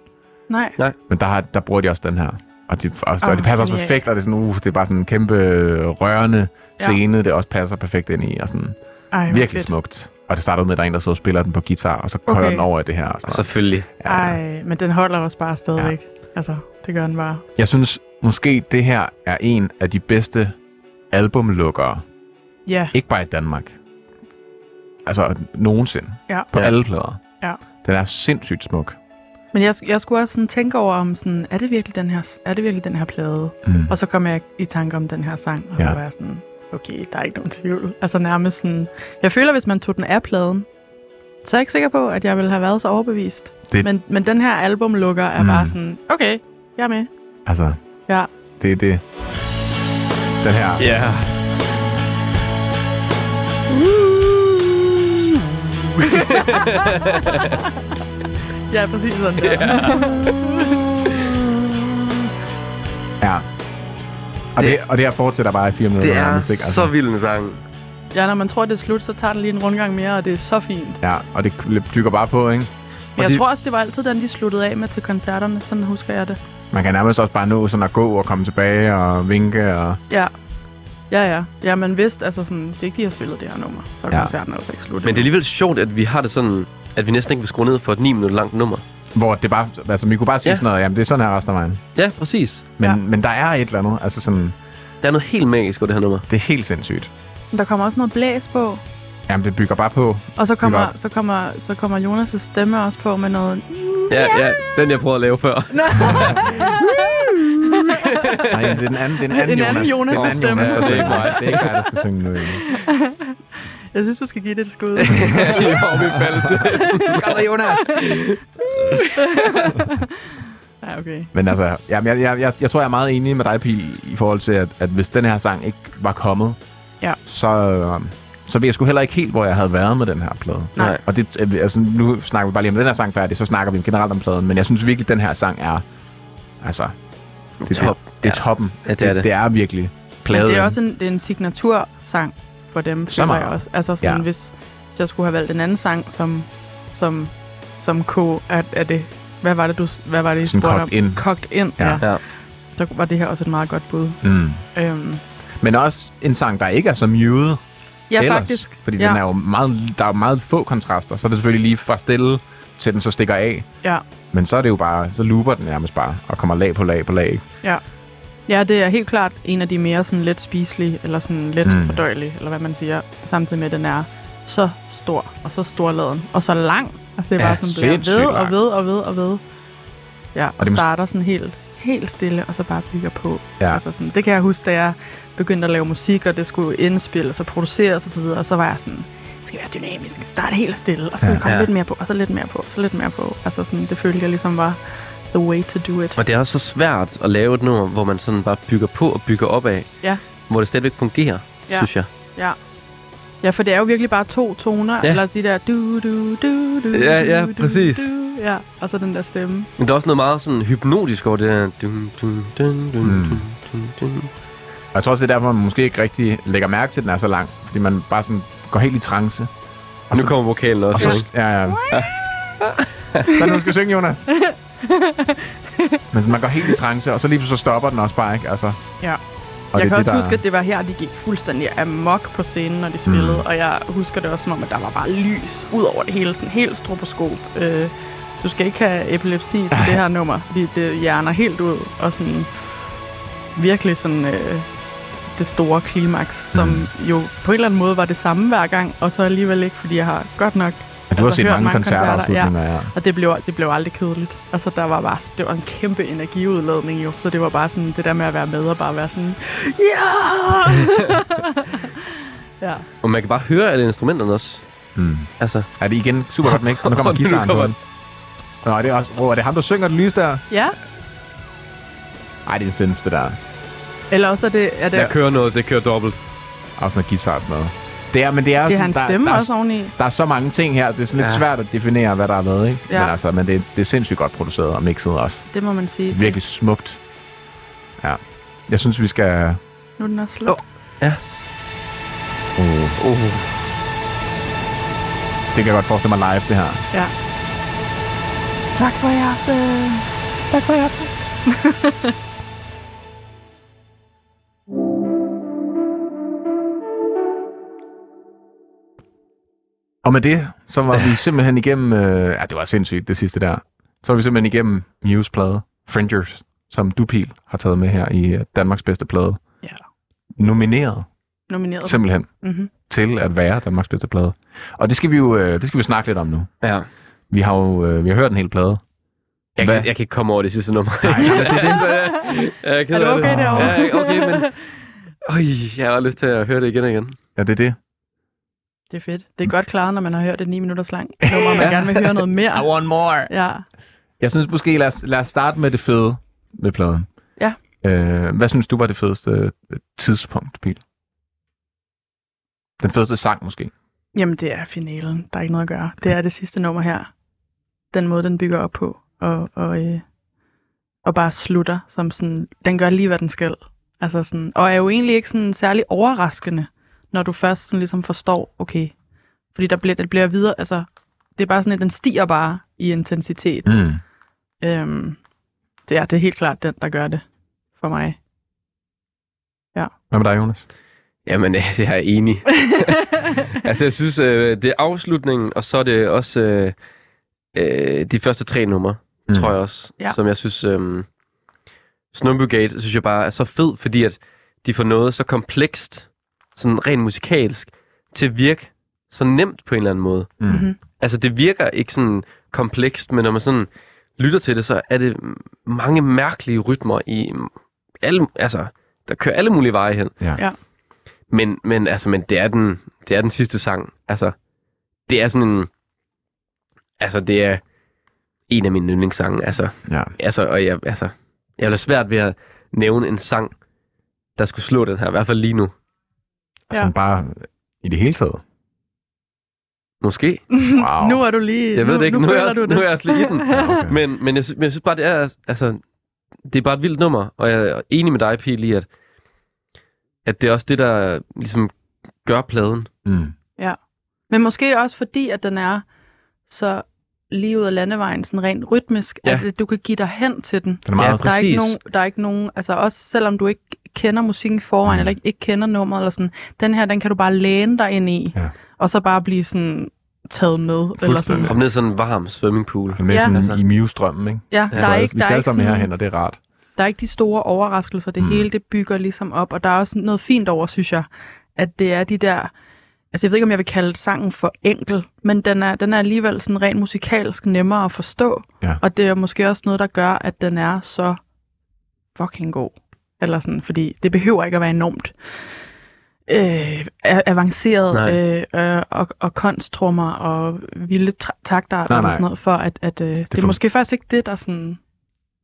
[SPEAKER 4] Nej.
[SPEAKER 3] Men der, har, der bruger de også den her. Og det, og, oh,
[SPEAKER 4] Åh,
[SPEAKER 3] og det passer også
[SPEAKER 4] genialt.
[SPEAKER 3] perfekt, og det er, sådan, uh, det er bare sådan en kæmpe øh, rørende
[SPEAKER 4] Ja.
[SPEAKER 3] scene, det også passer perfekt ind i. Og sådan,
[SPEAKER 4] Ej, hvor
[SPEAKER 3] virkelig
[SPEAKER 4] fedt.
[SPEAKER 3] smukt. Og det startede med, at der er en, der sidder og spiller den på guitar, og så kører
[SPEAKER 4] Okay. Altså,
[SPEAKER 3] den over i det her. Og sådan noget.
[SPEAKER 2] Selvfølgelig.
[SPEAKER 3] Ja.
[SPEAKER 4] Ej, men den holder også bare stadigvæk. Ja. Altså, det gør den bare.
[SPEAKER 3] Jeg synes måske, det her er en af de bedste albumlukkere.
[SPEAKER 4] Ja,
[SPEAKER 3] Ikke bare i Danmark. Altså nogensinde.
[SPEAKER 4] ja.
[SPEAKER 3] På
[SPEAKER 2] Ja.
[SPEAKER 3] ja. alle plader.
[SPEAKER 4] Ja.
[SPEAKER 3] Den er sindssygt smuk.
[SPEAKER 4] Men jeg, jeg skulle også sådan tænke over, om sådan, er det virkelig den her, er det virkelig den her plade?
[SPEAKER 3] Mm.
[SPEAKER 4] Og så kom jeg i tanke om den her sang, og
[SPEAKER 3] Ja.
[SPEAKER 4] ja. var jeg sådan, okay, der er ikke nogen tvivl. Altså nærmest sådan, jeg føler, hvis man tog den af pladen, så er jeg ikke sikker på, at jeg ville have været så overbevist.
[SPEAKER 3] Det-
[SPEAKER 4] Det... Men, men den her albumlukker er
[SPEAKER 3] Mm.
[SPEAKER 4] mm. bare sådan, okay, jeg er med.
[SPEAKER 3] Altså,
[SPEAKER 4] Ja,
[SPEAKER 3] det er det. Den her.
[SPEAKER 2] Ja. Yeah.
[SPEAKER 4] ja præcis sådan der. Yeah.
[SPEAKER 3] Ja. Og det,
[SPEAKER 2] Det-
[SPEAKER 3] det, og det her fortsætter bare i fire minutter.
[SPEAKER 2] Det er
[SPEAKER 3] nærmest, ikke? Altså,
[SPEAKER 2] så vild en sang.
[SPEAKER 4] <laughs> Ja, når man tror, det er slut, så tager den lige en rundgang mere, og det er så fint.
[SPEAKER 3] Ja, og det dykker bare på, ikke?
[SPEAKER 4] Men jeg
[SPEAKER 2] det-
[SPEAKER 4] det... tror også, det var altid den, de sluttede af med til koncerterne. Sådan husker jeg det.
[SPEAKER 3] Man kan nærmest også bare nå sådan at gå og komme tilbage og vinke. Og...
[SPEAKER 4] Ja. Ja, ja. Ja, man vidste, altså sådan, hvis ikke de har spillet det her nummer, så er
[SPEAKER 3] Ja.
[SPEAKER 4] ja. koncerten altså ikke slut.
[SPEAKER 2] Men det er alligevel sjovt, at vi har det sådan, at vi næsten ikke vil skrue ned for et 9 minutter langt nummer.
[SPEAKER 3] Hvor det bare, altså, vi kunne bare sige
[SPEAKER 2] Ja.
[SPEAKER 3] ja. sådan noget, jamen det er sådan her resten af vejen.
[SPEAKER 2] Ja, præcis.
[SPEAKER 3] Men, ja.
[SPEAKER 4] Ja.
[SPEAKER 3] men der er et eller andet, altså sådan,
[SPEAKER 2] Der er noget helt magisk over det her nummer.
[SPEAKER 3] det er helt sindssygt.
[SPEAKER 4] Men Der kommer også noget blæs på,
[SPEAKER 3] Jamen det bygger bare på.
[SPEAKER 4] og så
[SPEAKER 3] Det er
[SPEAKER 4] kommer,
[SPEAKER 3] godt.
[SPEAKER 4] så kommer, så kommer Jonas' stemme også på med noget...
[SPEAKER 2] Ja, ja, den jeg prøvede at lave før. <laughs>
[SPEAKER 3] Nej, det er den
[SPEAKER 2] <laughs>
[SPEAKER 3] anden, det er den anden,
[SPEAKER 4] En anden
[SPEAKER 3] Jonas. Det er den anden
[SPEAKER 4] Jonas'
[SPEAKER 3] Jonas, der
[SPEAKER 2] stemme.
[SPEAKER 3] synger. Det er ikke dig, der skal synge nu. Emil.
[SPEAKER 4] Jeg synes, du skal give det et
[SPEAKER 3] <laughs>
[SPEAKER 4] skud.
[SPEAKER 2] Lige over min false.
[SPEAKER 3] Kom så, Altså, Jonas!
[SPEAKER 4] ja, okay.
[SPEAKER 3] Men altså, jamen, jeg, jeg, jeg, jeg tror, jeg er meget enig med dig, Pil, i forhold til, at, at hvis den her sang ikke var kommet,
[SPEAKER 4] Ja.
[SPEAKER 3] så, øh, så ved jeg sgu heller ikke helt, hvor jeg havde været med den her plade.
[SPEAKER 2] Nej.
[SPEAKER 3] Og det, øh, altså, nu snakker vi bare lige om den her sang færdig, så snakker vi generelt om pladen, men jeg synes virkelig, den her sang er, altså, det,
[SPEAKER 2] Top.
[SPEAKER 3] Det, det er toppen.
[SPEAKER 2] Ja, det er det.
[SPEAKER 3] Det er virkelig pladen.
[SPEAKER 4] Men det er også en, det er en signatursang for dem,
[SPEAKER 3] Så
[SPEAKER 4] føler jeg
[SPEAKER 3] meget.
[SPEAKER 4] også. Altså sådan,
[SPEAKER 3] Ja.
[SPEAKER 4] ja. hvis hvis jeg skulle have valgt en anden sang, som, som, som K, er, er det... Hvad var det, du, hvad var det, I
[SPEAKER 3] Sådan
[SPEAKER 4] spurgte
[SPEAKER 3] kogt
[SPEAKER 4] om?
[SPEAKER 3] ind.
[SPEAKER 4] Kogt ind,
[SPEAKER 3] Ja.
[SPEAKER 4] ja. ja.
[SPEAKER 2] Ja.
[SPEAKER 4] Så var det her også et meget godt bud.
[SPEAKER 3] Mm.
[SPEAKER 4] Øhm,
[SPEAKER 3] Men også en sang, der ikke er så muted
[SPEAKER 4] ja,
[SPEAKER 3] ellers.
[SPEAKER 4] faktisk.
[SPEAKER 3] Fordi
[SPEAKER 4] ja.
[SPEAKER 3] den er jo meget, der er jo meget få kontraster. Så er det selvfølgelig lige fra stille, til den så stikker af.
[SPEAKER 4] Ja,
[SPEAKER 3] Men så er det jo bare, så looper den nærmest bare, og kommer lag på lag på lag.
[SPEAKER 4] ja. Ja, det er helt klart en af de mere sådan let spiselige, eller sådan let
[SPEAKER 3] Mm.
[SPEAKER 4] mm. fordøjelige, eller hvad man siger, samtidig med, at den er så stor, og så storladen, og så lang. Altså, det er
[SPEAKER 3] Ja,
[SPEAKER 4] bare sådan, bliver
[SPEAKER 3] sindssygt
[SPEAKER 4] ved og
[SPEAKER 3] lang.
[SPEAKER 4] ved og ved og ved. Ja, og
[SPEAKER 3] det
[SPEAKER 4] det
[SPEAKER 3] må-
[SPEAKER 4] starter sådan helt, helt stille, og så bare bygger på.
[SPEAKER 3] Ja.
[SPEAKER 4] Altså sådan, det kan jeg huske, da jeg begyndte at lave musik, og det skulle indspilles og produceres og så videre, og så var jeg sådan, det skal være dynamisk, starte helt stille, og så skal
[SPEAKER 3] Ja.
[SPEAKER 4] ja, komme
[SPEAKER 2] Ja.
[SPEAKER 4] ja. lidt mere på, og så lidt mere på, og så lidt mere på. Altså sådan, det følte jeg ligesom var the way to do it.
[SPEAKER 2] Og det er også så svært at lave et nummer, hvor man sådan bare bygger på og bygger op af.
[SPEAKER 4] Ja.
[SPEAKER 2] Hvor det stadigvæk fungerer,
[SPEAKER 4] Ja.
[SPEAKER 2] synes jeg.
[SPEAKER 4] Ja, for det er jo virkelig bare to toner,
[SPEAKER 2] Ja.
[SPEAKER 4] ja. eller de der du du du du
[SPEAKER 2] Ja, ja,
[SPEAKER 4] du, du,
[SPEAKER 2] præcis.
[SPEAKER 4] Du, ja, og så den der stemme.
[SPEAKER 2] Men der er også noget meget sådan hypnotisk over det her. Dun, dun, dun, dun,
[SPEAKER 3] Mm.
[SPEAKER 2] dun, dun, dun.
[SPEAKER 3] Og jeg tror også, det er derfor, man måske ikke rigtig lægger mærke til, at den er så lang. Fordi man bare sådan går helt i trance.
[SPEAKER 2] Og nu
[SPEAKER 3] så-
[SPEAKER 2] kommer vokalen
[SPEAKER 3] Og
[SPEAKER 2] også.
[SPEAKER 3] så,
[SPEAKER 2] ikke?
[SPEAKER 3] ja, ja. Så er det, du skal synge, Jonas. Men så man går helt i trance, og så lige pludselig så stopper den også bare, ikke? Altså,
[SPEAKER 4] Ja.
[SPEAKER 3] og
[SPEAKER 4] Og jeg
[SPEAKER 3] det,
[SPEAKER 4] kan
[SPEAKER 3] er
[SPEAKER 4] også
[SPEAKER 3] det, der-
[SPEAKER 4] huske, at det var her, de gik fuldstændig amok på scenen, når de spillede. Mm. Og jeg husker det også som om, at der var bare lys ud over det hele. Sådan helt stroboskop. Øh, du skal ikke have epilepsi til det her nummer, fordi det hjerner helt ud. Og sådan virkelig sådan øh, det store klimaks, som mm. jo på en eller anden måde var det samme hver gang. Og så alligevel ikke, fordi jeg har godt nok...
[SPEAKER 3] at du har
[SPEAKER 4] altså,
[SPEAKER 3] set
[SPEAKER 4] hørt
[SPEAKER 3] mange,
[SPEAKER 4] mange koncerter,
[SPEAKER 3] koncertafslutninger, ja.
[SPEAKER 4] Og det blev, det blev aldrig kedeligt. Altså, der var bare, det var en kæmpe energiudladning jo. Så det var bare sådan, det der med at være med og bare være sådan, ja! ja.
[SPEAKER 2] Og man kan bare høre alle instrumenterne også.
[SPEAKER 3] Mm.
[SPEAKER 2] Altså,
[SPEAKER 3] Er det igen super godt mix, og nu kommer
[SPEAKER 2] Og nu
[SPEAKER 3] guitaren på
[SPEAKER 2] kommer
[SPEAKER 3] den. Nå, det er, også, wow, er det ham, der synger det lys der?
[SPEAKER 4] Ja,
[SPEAKER 3] Ej, det er en synth, det der.
[SPEAKER 4] eller også er det, er det,
[SPEAKER 2] der kører noget, det kører dobbelt.
[SPEAKER 3] Også noget guitar og sådan noget. Det er, men det er,
[SPEAKER 4] det er
[SPEAKER 3] sådan,
[SPEAKER 4] hans
[SPEAKER 3] der,
[SPEAKER 4] stemme
[SPEAKER 3] der, er-
[SPEAKER 4] også oveni.
[SPEAKER 3] der er så mange ting her, det er sådan lidt
[SPEAKER 2] Ja.
[SPEAKER 3] ja. svært at definere, hvad der er med, ikke?
[SPEAKER 4] Ja.
[SPEAKER 3] Men, altså, men det, det er sindssygt godt produceret og mixet også.
[SPEAKER 4] Det må man sige.
[SPEAKER 3] Virkelig smukt. Ja. Jeg synes, vi skal...
[SPEAKER 4] Nu er den også slut.
[SPEAKER 2] Åh. Ja.
[SPEAKER 3] Uh,
[SPEAKER 2] Oh.
[SPEAKER 3] det kan jeg godt forestille mig live, det her.
[SPEAKER 4] Ja. Tak for i aften. Tak for i aften.
[SPEAKER 3] Og med det, så var vi simpelthen igennem... Øh, ja, det var sindssygt, det sidste der. Så var vi simpelthen igennem Muse plade Fringers, som Dupil har taget med her i øh, Danmarks bedste plade.
[SPEAKER 4] Ja.
[SPEAKER 3] Nomineret,
[SPEAKER 4] Nomineret.
[SPEAKER 3] simpelthen,
[SPEAKER 4] mm-hmm.
[SPEAKER 3] til at være Danmarks bedste plade. Og det skal vi jo øh, det skal vi snakke lidt om nu.
[SPEAKER 2] Ja.
[SPEAKER 3] Vi har jo øh, vi har hørt en hel plade.
[SPEAKER 2] Jeg
[SPEAKER 3] Hvad?
[SPEAKER 2] kan, jeg kan ikke komme over det sidste nummer. <laughs>
[SPEAKER 3] Nej, men det
[SPEAKER 2] Jeg er, ked
[SPEAKER 4] Er du
[SPEAKER 2] af
[SPEAKER 4] okay derovre?
[SPEAKER 2] Ja, jeg- okay, men... Øj, jeg har lyst til at høre det igen og igen.
[SPEAKER 3] Ja, det er det.
[SPEAKER 4] <laughs> Det er fedt. Det er godt klaret, når man har hørt et 9 minutters lang nummer, og man gerne vil
[SPEAKER 3] <laughs>
[SPEAKER 4] høre noget mere.
[SPEAKER 3] want more.
[SPEAKER 4] Ja.
[SPEAKER 3] Jeg synes måske, lad os, lad os starte med det fede med pladen.
[SPEAKER 4] Ja.
[SPEAKER 3] Øh, hvad synes du var det fedeste øh, tidspunkt, Pil? Den fedeste sang måske.
[SPEAKER 4] Jamen, det er finalen. Der er ikke noget at gøre. Det er det sidste nummer her. Den måde, den bygger op på. Og, og, øh, og bare slutter som sådan... Den gør lige, hvad den skal. Altså sådan, og er jo egentlig ikke sådan særlig overraskende, når du først sådan ligesom forstår, okay... Fordi der bliver, det bliver videre... Altså, det er bare sådan, at den stiger bare i intensitet.
[SPEAKER 3] Mm.
[SPEAKER 4] Øhm, det, er, det er helt klart den, der gør det for mig.
[SPEAKER 3] Hvad med dig, Jonas?
[SPEAKER 2] Jamen, <laughs> øh, jeg er enig. altså, jeg synes, øh, det er afslutningen, og så er det også øh, øh, de første tre numre, mm. tror jeg også, ja.
[SPEAKER 4] Ja.
[SPEAKER 2] som jeg synes... Øh, Snowbugate, synes jeg bare er så fed, fordi at de får noget så komplekst, sådan rent musikalsk, til at virke så nemt på en eller anden måde.
[SPEAKER 3] Mm.
[SPEAKER 4] Mhm.
[SPEAKER 2] Altså, det virker ikke sådan komplekst, men når man sådan lytter til det, så er det mange mærkelige rytmer i alle, altså, der kører alle mulige veje hen.
[SPEAKER 3] Ja.
[SPEAKER 4] Ja.
[SPEAKER 2] Men, men, altså, men det, er den, det er den sidste sang. Altså, det er sådan en, altså, det er en af mine yndlingssange. Altså,
[SPEAKER 3] Ja.
[SPEAKER 2] altså, og jeg, altså, jeg har svært ved at nævne en sang, der skulle slå den her, i hvert fald lige nu.
[SPEAKER 3] Og sådan Altså, bare i det hele
[SPEAKER 4] <laughs>
[SPEAKER 3] taget.
[SPEAKER 2] Måske.
[SPEAKER 3] Wow.
[SPEAKER 4] Nu er du lige...
[SPEAKER 2] Jeg ved
[SPEAKER 4] nu,
[SPEAKER 2] det ikke.
[SPEAKER 4] Nu,
[SPEAKER 2] Nu er jeg
[SPEAKER 4] føler
[SPEAKER 2] også-
[SPEAKER 4] du det.
[SPEAKER 2] nu er jeg også lige i den.
[SPEAKER 4] <laughs>
[SPEAKER 3] okay.
[SPEAKER 2] Men, men, jeg, sy- men jeg synes bare, det er, altså, det er bare et vildt nummer, og jeg er enig med dig, Pil, i, at, at det er også det, der ligesom gør pladen.
[SPEAKER 3] Mm.
[SPEAKER 4] Men måske også fordi, at den er så lige ud af landevejen, sådan rent rytmisk,
[SPEAKER 2] Ja.
[SPEAKER 4] ja. at du kan give dig hen til den.
[SPEAKER 3] Den er meget...
[SPEAKER 2] Ja,
[SPEAKER 4] Der er,
[SPEAKER 2] Præcis.
[SPEAKER 4] ikke nogen, der er ikke nogen, altså også selvom du ikke kender musikken i forvejen,
[SPEAKER 3] Mm.
[SPEAKER 4] mm. eller ikke, ikke kender nummeret, eller sådan, den her, den kan du bare læne dig ind i,
[SPEAKER 3] Ja.
[SPEAKER 4] og så bare blive sådan taget med. Eller sådan.
[SPEAKER 3] Fuldstændig.
[SPEAKER 2] Kom ned i sådan en varm swimmingpool.
[SPEAKER 3] Med
[SPEAKER 4] Ja.
[SPEAKER 3] sådan
[SPEAKER 2] Altså.
[SPEAKER 3] i Muse-drømmen, ikke?
[SPEAKER 4] Ja, der,
[SPEAKER 2] Ja.
[SPEAKER 4] er
[SPEAKER 3] Så
[SPEAKER 4] ikke,
[SPEAKER 3] vi skal
[SPEAKER 4] der, er
[SPEAKER 3] alle
[SPEAKER 4] ikke
[SPEAKER 3] sammen herhen,
[SPEAKER 4] sådan,
[SPEAKER 3] og det er rart.
[SPEAKER 4] der er ikke de store overraskelser. Det
[SPEAKER 3] Mm.
[SPEAKER 4] hele, det bygger ligesom op, og der er også noget fint over, synes jeg, at det er de der altså jeg ved ikke, om jeg vil kalde sangen for enkel, men den er, den er alligevel sådan rent musikalsk nemmere at forstå.
[SPEAKER 3] Ja.
[SPEAKER 4] Og det er måske også noget, der gør, at den er så fucking god. Eller sådan, fordi det behøver ikke at være enormt øh, a- avanceret
[SPEAKER 2] Nej.
[SPEAKER 4] øh, øh, og, og konstrummer og vilde tra- taktarter
[SPEAKER 3] Nej,
[SPEAKER 4] og
[SPEAKER 3] nej.
[SPEAKER 4] sådan noget, for at, at øh, det, det er
[SPEAKER 3] for-
[SPEAKER 4] måske faktisk ikke det, der sådan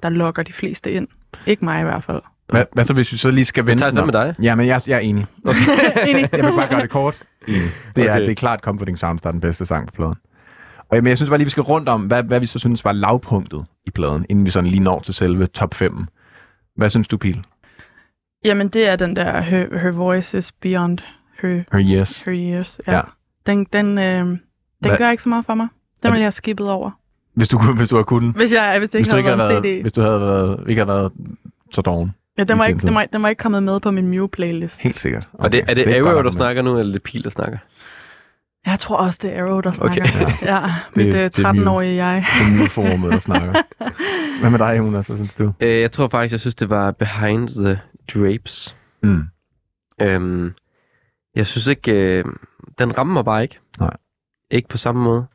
[SPEAKER 4] der lokker de fleste ind. Ikke mig i hvert fald.
[SPEAKER 3] Hvad, hvad så, hvis vi så lige skal vende
[SPEAKER 2] tager
[SPEAKER 3] den
[SPEAKER 2] den
[SPEAKER 3] om?
[SPEAKER 2] med dig.
[SPEAKER 3] Jamen, jeg, jeg er enig.
[SPEAKER 4] Enig.
[SPEAKER 3] Jeg vil bare gøre det kort. Enig. Det er,
[SPEAKER 2] Mm. Okay.
[SPEAKER 3] okay. det er klart Comforting Sounds, der er den bedste sang på pladen. Og jamen, jeg synes bare lige, vi skal rundt om, hvad, hvad vi så synes var lavpunktet i pladen, inden vi sådan lige når til selve top 5. Hvad synes du, Pil?
[SPEAKER 4] Jamen, det er den der Her, her Voice is Beyond Her,
[SPEAKER 3] Her Years.
[SPEAKER 4] her Years. Ja.
[SPEAKER 3] Ja.
[SPEAKER 4] ja. Den, den, øh, den
[SPEAKER 3] Hvad-
[SPEAKER 4] gør ikke så meget for mig. Den
[SPEAKER 3] det-
[SPEAKER 4] ville jeg have skippet over.
[SPEAKER 3] Hvis du, kunne, hvis du havde kunnet.
[SPEAKER 4] Hvis, jeg, hvis Mm, det
[SPEAKER 3] Hvis
[SPEAKER 4] ikke
[SPEAKER 3] du
[SPEAKER 4] havde
[SPEAKER 3] ikke havde
[SPEAKER 4] været en
[SPEAKER 3] været,
[SPEAKER 4] CD.
[SPEAKER 3] hvis du havde været, ikke havde været så doven.
[SPEAKER 4] Ja, den var,
[SPEAKER 3] i sin
[SPEAKER 4] ikke, den,
[SPEAKER 3] tid.
[SPEAKER 4] var, den var ikke kommet med på min Mew-playlist.
[SPEAKER 3] Helt sikkert. Okay.
[SPEAKER 2] Og det, er det,
[SPEAKER 3] et
[SPEAKER 2] det
[SPEAKER 3] godt
[SPEAKER 2] Arrow, der
[SPEAKER 3] argument.
[SPEAKER 2] snakker nu, eller er det Pil, der snakker?
[SPEAKER 4] Jeg tror også, det er Arrow, der
[SPEAKER 2] Okay.
[SPEAKER 3] <laughs>
[SPEAKER 4] snakker. Okay. Ja,
[SPEAKER 3] Det-
[SPEAKER 4] mit
[SPEAKER 3] det
[SPEAKER 4] øh,
[SPEAKER 3] er
[SPEAKER 4] 13-årige jeg.
[SPEAKER 3] <laughs> Det er nu forumet, der
[SPEAKER 2] <laughs>
[SPEAKER 4] <laughs>
[SPEAKER 3] snakker. Hvad med dig, Jonas? Hvad synes du?
[SPEAKER 2] Øh, jeg tror faktisk, jeg synes, det var Behind the Drapes.
[SPEAKER 3] Mm.
[SPEAKER 2] Øhm, jeg synes ikke, øh, den rammer mig bare ikke.
[SPEAKER 3] Nej.
[SPEAKER 2] Ikke på samme måde.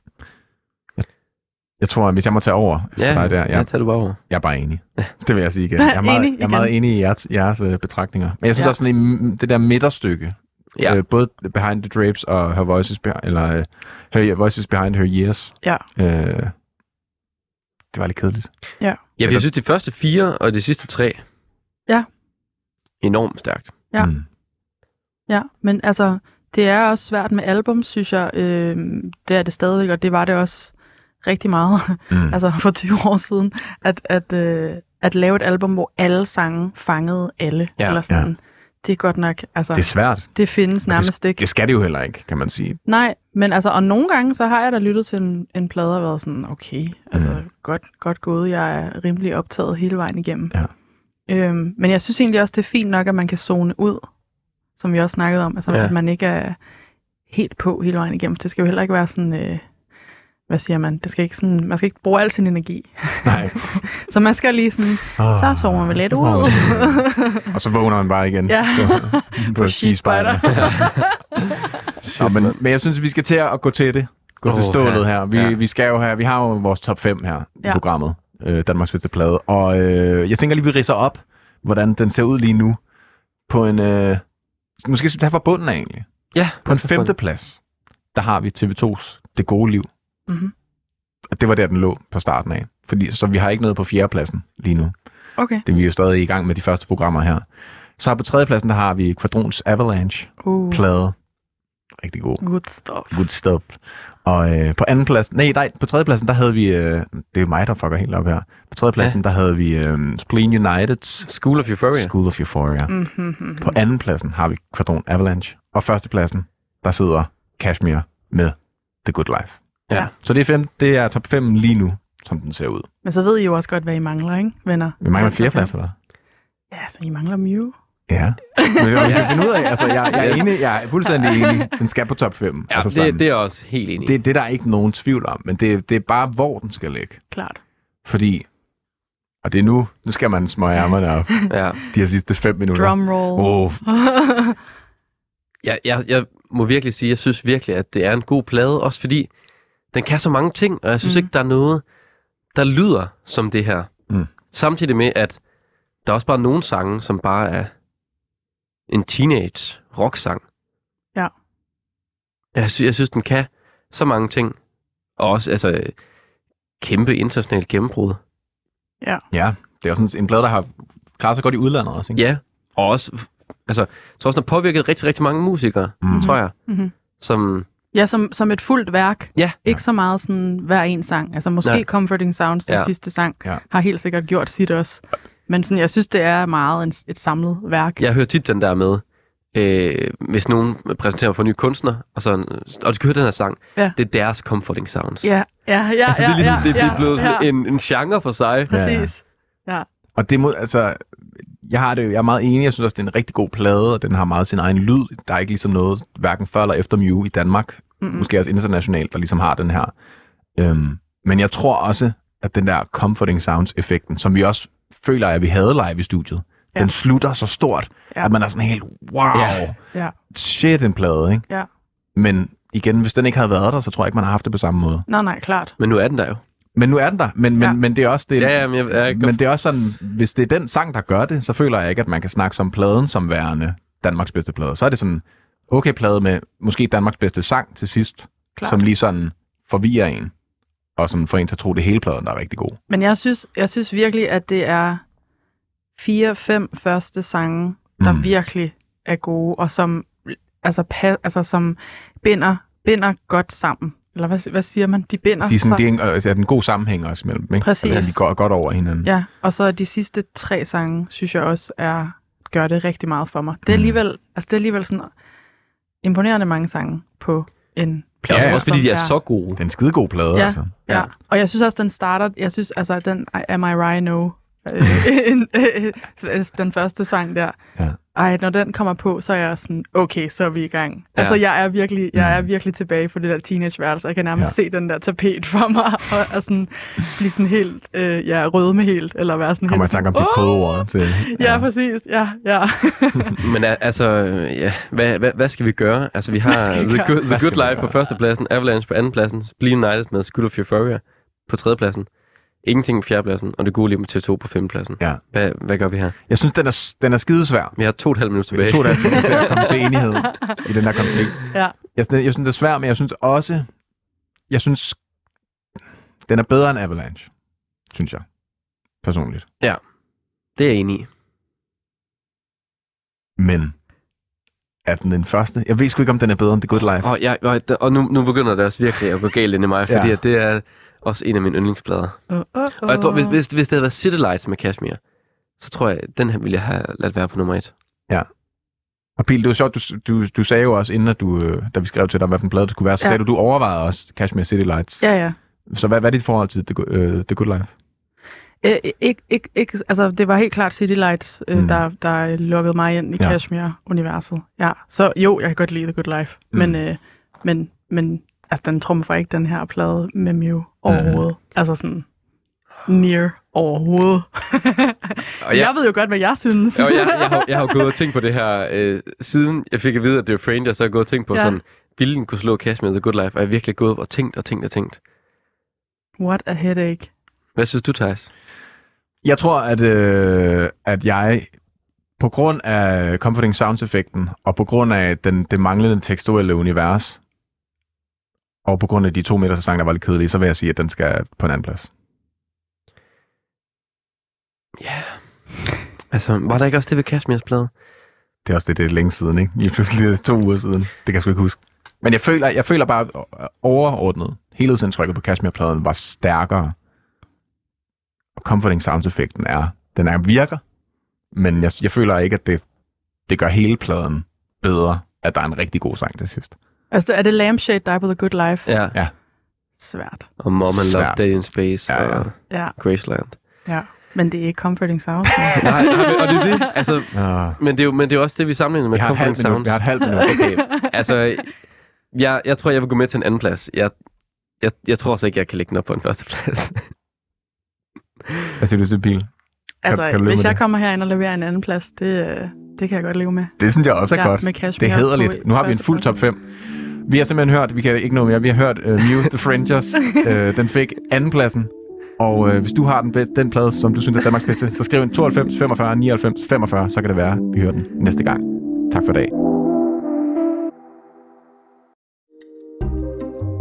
[SPEAKER 3] Jeg tror, at hvis jeg må tage over efter dig der,
[SPEAKER 2] ja.
[SPEAKER 3] jeg,
[SPEAKER 2] tager du bare over.
[SPEAKER 3] jeg er bare enig. Det vil jeg sige igen. Jeg er meget,
[SPEAKER 4] Enig
[SPEAKER 3] jeg er meget enig i jeres, jeres øh, betragtninger. Men jeg synes
[SPEAKER 4] Ja.
[SPEAKER 3] også, sådan, i m- det der midterstykke,
[SPEAKER 2] Ja.
[SPEAKER 3] øh, både Behind the Drapes og Her Voices, Be- eller, øh, her Voices Behind Her Years,
[SPEAKER 4] Ja.
[SPEAKER 3] øh, det var lidt kedeligt.
[SPEAKER 2] Ja, for jeg synes, de første fire og de sidste tre.
[SPEAKER 4] Ja.
[SPEAKER 2] Enormt stærkt.
[SPEAKER 4] Ja.
[SPEAKER 3] Mm.
[SPEAKER 4] Ja, men altså, det er også svært med album, synes jeg. Øh, det er det stadigvæk, og det var det også rigtig meget, <laughs>
[SPEAKER 3] Mm.
[SPEAKER 4] altså for 20 år siden, at, at, øh, at lave et album, hvor alle sange fangede alle.
[SPEAKER 2] Ja,
[SPEAKER 4] eller sådan. Ja. Det er godt nok, altså,
[SPEAKER 3] Det er
[SPEAKER 4] det,
[SPEAKER 3] svært.
[SPEAKER 4] det findes
[SPEAKER 3] men
[SPEAKER 4] nærmest ikke.
[SPEAKER 3] Det skal det jo heller ikke, kan man sige.
[SPEAKER 4] Nej, men altså, og nogle gange, så har jeg da lyttet til en, en plade og været sådan, okay, altså,
[SPEAKER 3] Mm.
[SPEAKER 4] mm. godt, godt gået, jeg er rimelig optaget hele vejen igennem.
[SPEAKER 3] Ja.
[SPEAKER 4] Øhm, men jeg synes egentlig også, det er fint nok, at man kan zone ud, som vi også snakkede om, altså,
[SPEAKER 2] Ja.
[SPEAKER 4] ja. at man ikke er helt på hele vejen igennem. Det skal jo heller ikke være sådan, øh, hvad siger man, det skal ikke sådan, man skal ikke bruge al sin energi. <laughs>
[SPEAKER 3] Nej.
[SPEAKER 4] Så man skal lige sådan,
[SPEAKER 3] Oh,
[SPEAKER 4] <laughs> så sover man lidt
[SPEAKER 3] så sover
[SPEAKER 4] ud.
[SPEAKER 3] man lidt ud. og så vågner man bare igen.
[SPEAKER 4] Ja.
[SPEAKER 3] <laughs>
[SPEAKER 4] <laughs>
[SPEAKER 3] På, på
[SPEAKER 4] skispejder.
[SPEAKER 3] skispejder. <laughs> Nå, men, men jeg synes, vi skal til at gå til det. Gå til
[SPEAKER 2] Åh,
[SPEAKER 3] stålet
[SPEAKER 2] ja.
[SPEAKER 3] her. Vi,
[SPEAKER 2] Ja.
[SPEAKER 3] ja. vi skal jo her. Vi har jo vores top 5 her ja. i
[SPEAKER 4] Ja.
[SPEAKER 3] programmet. Øh, Danmarks bedste plade. Og øh, jeg tænker lige, vi ridser op, hvordan den ser ud lige nu. På en... Øh, måske skal vi tage fra bunden af, egentlig.
[SPEAKER 2] Ja.
[SPEAKER 3] På en femteplads, der har vi TV2's Det Gode Liv.
[SPEAKER 4] <laughs> Mhm.
[SPEAKER 3] Og det var der, den lå på starten af. Fordi, så vi har ikke noget på fjerdepladsen lige nu.
[SPEAKER 4] okay,
[SPEAKER 3] Det vi er jo stadig i gang med de første programmer her. Så på tredjepladsen, der har vi Quadrons Avalanche-plade.
[SPEAKER 4] uh,
[SPEAKER 3] Rigtig god.
[SPEAKER 4] good stuff.
[SPEAKER 3] Good stuff. Og øh, på anden plads, nej, nej, på tredje pladsen, der havde vi, øh, det er mig, der fucker helt op her. På tredje pladsen, ja. der havde vi øh, Spleen Uniteds
[SPEAKER 2] School of Euphoria.
[SPEAKER 3] School of Euphoria. Mm.
[SPEAKER 4] Mm-hmm.
[SPEAKER 3] På anden pladsen har vi Quadron Avalanche. Og første pladsen, der sidder Kashmir med The Good Life.
[SPEAKER 2] Ja.
[SPEAKER 3] Så det er, fem, det er top 5 lige nu, som den ser ud.
[SPEAKER 4] Men så ved I jo også godt, hvad I mangler, ikke, venner?
[SPEAKER 3] Vi mangler
[SPEAKER 4] Altså,
[SPEAKER 3] fire pladser, eller?
[SPEAKER 4] Ja, så I mangler Mew.
[SPEAKER 3] Ja. Men det er, vi skal finde ud af. Altså, jeg, jeg, er enig, jeg er fuldstændig enig. Den skal på top 5.
[SPEAKER 2] Ja,
[SPEAKER 3] altså,
[SPEAKER 2] altså det,
[SPEAKER 3] sådan.
[SPEAKER 2] det er jeg også helt enig i.
[SPEAKER 3] det, det er der ikke nogen tvivl om, men det, det er bare, hvor den skal ligge.
[SPEAKER 4] Klart.
[SPEAKER 3] Fordi, og det er nu, nu skal man smøge ærmerne op
[SPEAKER 2] Ja.
[SPEAKER 3] de her sidste fem minutter.
[SPEAKER 4] Drumroll.
[SPEAKER 3] Oh,
[SPEAKER 2] Jeg, jeg, jeg må virkelig sige, jeg synes virkelig, at det er en god plade, også fordi den kan så mange ting, og jeg synes mm.
[SPEAKER 4] Mm.
[SPEAKER 2] ikke, der er noget, der lyder som det her.
[SPEAKER 3] Mm.
[SPEAKER 2] Samtidig med, at der er også bare nogle sange, som bare er en teenage rock-sang.
[SPEAKER 4] Ja.
[SPEAKER 2] Jeg, sy- jeg synes, den kan så mange ting, og også altså, øh, kæmpe internationalt gennembrud.
[SPEAKER 3] ja, det er også sådan en plade, der har klaret sig godt i udlandet også. Ikke?
[SPEAKER 2] Ja, og også, f- altså, jeg tror også, den har påvirket rigtig, rigtig mange musikere,
[SPEAKER 3] Mm.
[SPEAKER 2] mm. tror jeg,
[SPEAKER 4] Mhm.
[SPEAKER 2] som,
[SPEAKER 4] <laughs> Ja, som, som et fuldt værk.
[SPEAKER 2] ja,
[SPEAKER 4] Ikke så meget sådan hver en sang. Altså måske
[SPEAKER 2] Nej.
[SPEAKER 4] Nej. Comforting Sounds, den
[SPEAKER 2] Ja.
[SPEAKER 4] ja. sidste sang,
[SPEAKER 3] Ja.
[SPEAKER 4] ja. har helt sikkert gjort sit også. Men sådan, jeg synes, det er meget en, et samlet værk.
[SPEAKER 2] Jeg hører tit den der med, øh, hvis nogen præsenterer mig for en ny kunstner, og, så, og du skal høre den her sang,
[SPEAKER 4] Ja.
[SPEAKER 2] det er deres comforting sounds.
[SPEAKER 4] ja, ja, ja,
[SPEAKER 2] altså, det,
[SPEAKER 4] ja,
[SPEAKER 2] er ligesom,
[SPEAKER 4] ja,
[SPEAKER 2] det, det er
[SPEAKER 4] ja,
[SPEAKER 2] blevet sådan
[SPEAKER 4] ja,
[SPEAKER 2] en, en genre for sig.
[SPEAKER 4] Præcis.
[SPEAKER 3] Og det må, altså, jeg, har det, jo- jeg er meget enig, jeg synes også, det er en rigtig god plade, og den har meget sin egen lyd. Der er ikke ligesom noget, hverken før eller efter Mew i Danmark, mm-hmm. måske også internationalt, der ligesom har den her. Øhm, men jeg tror også, at den der comforting sounds-effekten, som vi også føler, at vi havde live i studiet, ja.
[SPEAKER 4] Ja.
[SPEAKER 3] den slutter så stort, ja.
[SPEAKER 4] Ja.
[SPEAKER 3] at man er sådan helt, wow,
[SPEAKER 2] Ja.
[SPEAKER 3] ja.
[SPEAKER 4] Ja,
[SPEAKER 3] shit en plade, ikke?
[SPEAKER 4] ja.
[SPEAKER 3] Men igen, hvis den ikke havde været der, så tror jeg ikke, man har haft det på samme måde.
[SPEAKER 4] Nej, nej, klart.
[SPEAKER 2] Men nu er den der jo.
[SPEAKER 3] Men nu er den der. Men, men,
[SPEAKER 4] Ja.
[SPEAKER 3] men det er også det.
[SPEAKER 2] Ja, ja, men jeg- jeg kan godt-
[SPEAKER 3] men det er også sådan, hvis det er den sang, der gør det, så føler jeg ikke, at man kan snakke som pladen som værende Danmarks bedste plade. Så er det sådan, okay plade med måske Danmarks bedste sang til sidst,
[SPEAKER 4] Klart.
[SPEAKER 3] som lige sådan forvirrer en, og som får en til at tro, det er hele pladen, der er rigtig god.
[SPEAKER 4] Men jeg synes, jeg synes virkelig, at det er fire-fem første sange, der
[SPEAKER 3] Mm.
[SPEAKER 4] mm. virkelig er gode, og som, altså, pa, altså, som binder, binder godt sammen. Eller hvad, hvad siger man? De binder
[SPEAKER 3] De er, sådan,
[SPEAKER 4] sig.
[SPEAKER 3] det er en, altså, er den god sammenhæng også imellem. Ikke?
[SPEAKER 4] Ah, Præcis.
[SPEAKER 3] Altså, de går godt over hinanden.
[SPEAKER 4] Ja, og så de sidste tre sange, synes jeg også, er, gør det rigtig meget for mig. Det er
[SPEAKER 3] Mm.
[SPEAKER 4] alligevel, altså det er alligevel sådan imponerende mange sange på en
[SPEAKER 2] Det er
[SPEAKER 4] plade.
[SPEAKER 2] også,
[SPEAKER 3] Ja, ja.
[SPEAKER 2] også fordi, de er så gode.
[SPEAKER 3] Det er en skidegod plade,
[SPEAKER 4] Ja.
[SPEAKER 3] altså.
[SPEAKER 4] Ja. ja, og jeg synes også, den starter, jeg synes, altså den I- Am I Right No, øh, <laughs> en- øh, øh, den første sang der.
[SPEAKER 3] Ja.
[SPEAKER 4] Ej, når den kommer på, så er jeg sådan, okay, så er vi i gang. Ja. Altså, jeg er virkelig, jeg er
[SPEAKER 3] Mm.
[SPEAKER 4] virkelig tilbage på det der teenageværelse. Jeg kan nærmest ja. se den der tapet for mig, <laughs> og, og sådan, blive sådan helt, øh, ja, rødme helt, eller være sådan
[SPEAKER 3] Kommer jeg i
[SPEAKER 4] helt
[SPEAKER 3] tanke om dit
[SPEAKER 4] "Åh!"
[SPEAKER 3] kodeord til...
[SPEAKER 4] Ja, præcis. Ja,
[SPEAKER 3] <laughs>
[SPEAKER 4] ja. <laughs>
[SPEAKER 2] Men al- altså, ja, hvad, hvad, hvad skal vi gøre? Altså, vi har
[SPEAKER 4] skal vi
[SPEAKER 2] The
[SPEAKER 4] gøre?
[SPEAKER 2] Good,
[SPEAKER 3] Hvad
[SPEAKER 2] The
[SPEAKER 3] skal vi
[SPEAKER 2] Good Life på
[SPEAKER 3] gøre?
[SPEAKER 2] førstepladsen, Avalanche på andenpladsen, Spleen United med School of Euphoria på tredjepladsen, Ingenting på fjerdepladsen, og Det Gode Liv med TV2 på femtepladsen.
[SPEAKER 3] Ja.
[SPEAKER 2] Hvad, hvad gør vi her?
[SPEAKER 3] Jeg synes, den er, den er skidesvær.
[SPEAKER 2] Vi har to og et halvt minut tilbage.
[SPEAKER 3] Det tog det altså til at komme til enighed i den her konflikt.
[SPEAKER 4] Ja.
[SPEAKER 3] Jeg, synes- jeg synes, det er svært, men jeg synes også, jeg synes, den er bedre end Avalanche, synes jeg, personligt.
[SPEAKER 2] Det er jeg enig i.
[SPEAKER 3] Men er den den første? Jeg ved sgu ikke, om den er bedre end The Good Life.
[SPEAKER 2] Og, jeg, og, og nu, nu begynder det også virkelig at gå galt ind i mig, fordi
[SPEAKER 3] Ja.
[SPEAKER 2] ja. at det er også en af mine yndlingsplader.
[SPEAKER 4] Uh, uh, uh.
[SPEAKER 2] Og jeg tror, hvis, hvis, hvis det havde været City Lights med Kashmir, så tror jeg, den her ville jeg have ladt være på nummer et.
[SPEAKER 3] Og Pil, det var sjovt, du, du, du sagde jo også, inden at du, øh, da vi skrev til dig, hvad for en plade det skulle være, så
[SPEAKER 4] Ja.
[SPEAKER 3] sagde du, du overvejede også Cashmere City Lights.
[SPEAKER 4] Ja, ja.
[SPEAKER 3] Så hvad, hvad er dit forhold til The, Go- øh, The Good Life?
[SPEAKER 4] Øh, ikke, ikke, ikke, altså, det var helt klart City Lights, øh,
[SPEAKER 3] Mm.
[SPEAKER 4] mm. der, der lukkede mig ind i
[SPEAKER 3] Ja.
[SPEAKER 4] ja. Kashmir-universet. Ja, så jo, jeg kan godt lide The Good Life,
[SPEAKER 3] Mm.
[SPEAKER 4] mm. men, øh, men, men altså, den trumfer ikke den her plade med Mew overhovedet. Mm. Altså sådan, near overhovedet.
[SPEAKER 2] Og
[SPEAKER 4] jeg ved jo godt, hvad jeg synes.
[SPEAKER 2] Jo, jeg, jeg, har, jeg har jo gået og tænkt på det her, øh, siden jeg fik at vide, at det var Friend, jeg så har gået og tænkt på ja.
[SPEAKER 4] Ja.
[SPEAKER 2] sådan, ville den kunne slå Kashmir The Good Life? Og jeg har virkelig gået og tænkt og tænkt og tænkt.
[SPEAKER 4] <laughs> What a headache.
[SPEAKER 2] Hvad synes du, Thijs?
[SPEAKER 3] Jeg tror, at, øh, at jeg på grund af comforting sounds-effekten, og på grund af den, det manglende tekstuelle univers, og på grund af de to meter sang, der var lidt kedelige, så vil jeg sige, at den skal på en anden plads.
[SPEAKER 2] Altså, var der ikke også det ved Kashmirs plade?
[SPEAKER 3] Det er også det, det er længe siden, ikke? Lige pludselig er det to uger siden. Det kan jeg sgu ikke huske. Men jeg føler, jeg føler bare øh, overordnet. Helhedsindtrykket på Kashmir-pladen var stærkere. Og comforting sounds-effekten er, den er virker, men jeg, jeg føler ikke, at det, det gør hele pladen bedre, at der er en rigtig god sang til sidst.
[SPEAKER 4] Altså, er det Lampshade, der er på The Good Life?
[SPEAKER 2] Ja.
[SPEAKER 3] Ja.
[SPEAKER 4] Svært.
[SPEAKER 2] Og Mom and Love,
[SPEAKER 3] Svært.
[SPEAKER 2] Day in Space
[SPEAKER 3] Ja,
[SPEAKER 2] ja,
[SPEAKER 3] ja.
[SPEAKER 2] ja. og
[SPEAKER 4] Ja,
[SPEAKER 2] Graceland.
[SPEAKER 4] ja. Men det er ikke Comforting Sound.
[SPEAKER 2] Nej, nej, men- og det er det. Altså,
[SPEAKER 3] Uh,
[SPEAKER 2] men, det er jo, men det er jo også det, vi sammenligner med
[SPEAKER 3] jeg, har et
[SPEAKER 2] Comforting
[SPEAKER 3] halvt minut,
[SPEAKER 2] Sounds.
[SPEAKER 3] jeg har et halvt minut.
[SPEAKER 2] Okay, altså, jeg, jeg tror, jeg vil gå med til en anden plads. Jeg, jeg, jeg tror så ikke, jeg kan lægge den op på en første plads.
[SPEAKER 3] Hvad siger du til pil?
[SPEAKER 4] altså,
[SPEAKER 3] kan du leve
[SPEAKER 4] hvis
[SPEAKER 3] med
[SPEAKER 4] jeg
[SPEAKER 3] det?
[SPEAKER 4] kommer herind og leverer en anden plads, det, øh, det kan jeg godt leve med.
[SPEAKER 3] Det synes jeg også er
[SPEAKER 4] Ja,
[SPEAKER 3] godt.
[SPEAKER 4] med Kashmir
[SPEAKER 3] Det er hederligt.
[SPEAKER 4] på
[SPEAKER 3] Nu har vi en fuld
[SPEAKER 4] første
[SPEAKER 3] top 5. Vi har simpelthen hørt, vi kan ikke nå mere, vi har hørt uh, Muse The Fringers. uh, den fik andenpladsen. Og uh, hvis du har den, be- den plade, som du synes er Danmarks bedste, så skriv en 92, 45, 99, 45, så kan det være, vi hører den næste gang. Tak for i dag.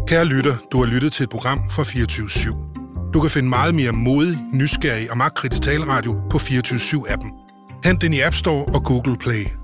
[SPEAKER 8] Kære lytter, du har lyttet til et program fra 24 /7. Du kan finde meget mere modig, nysgerrig og magtkritisk taleradio på 24 appen Hent den i App Store og Google Play.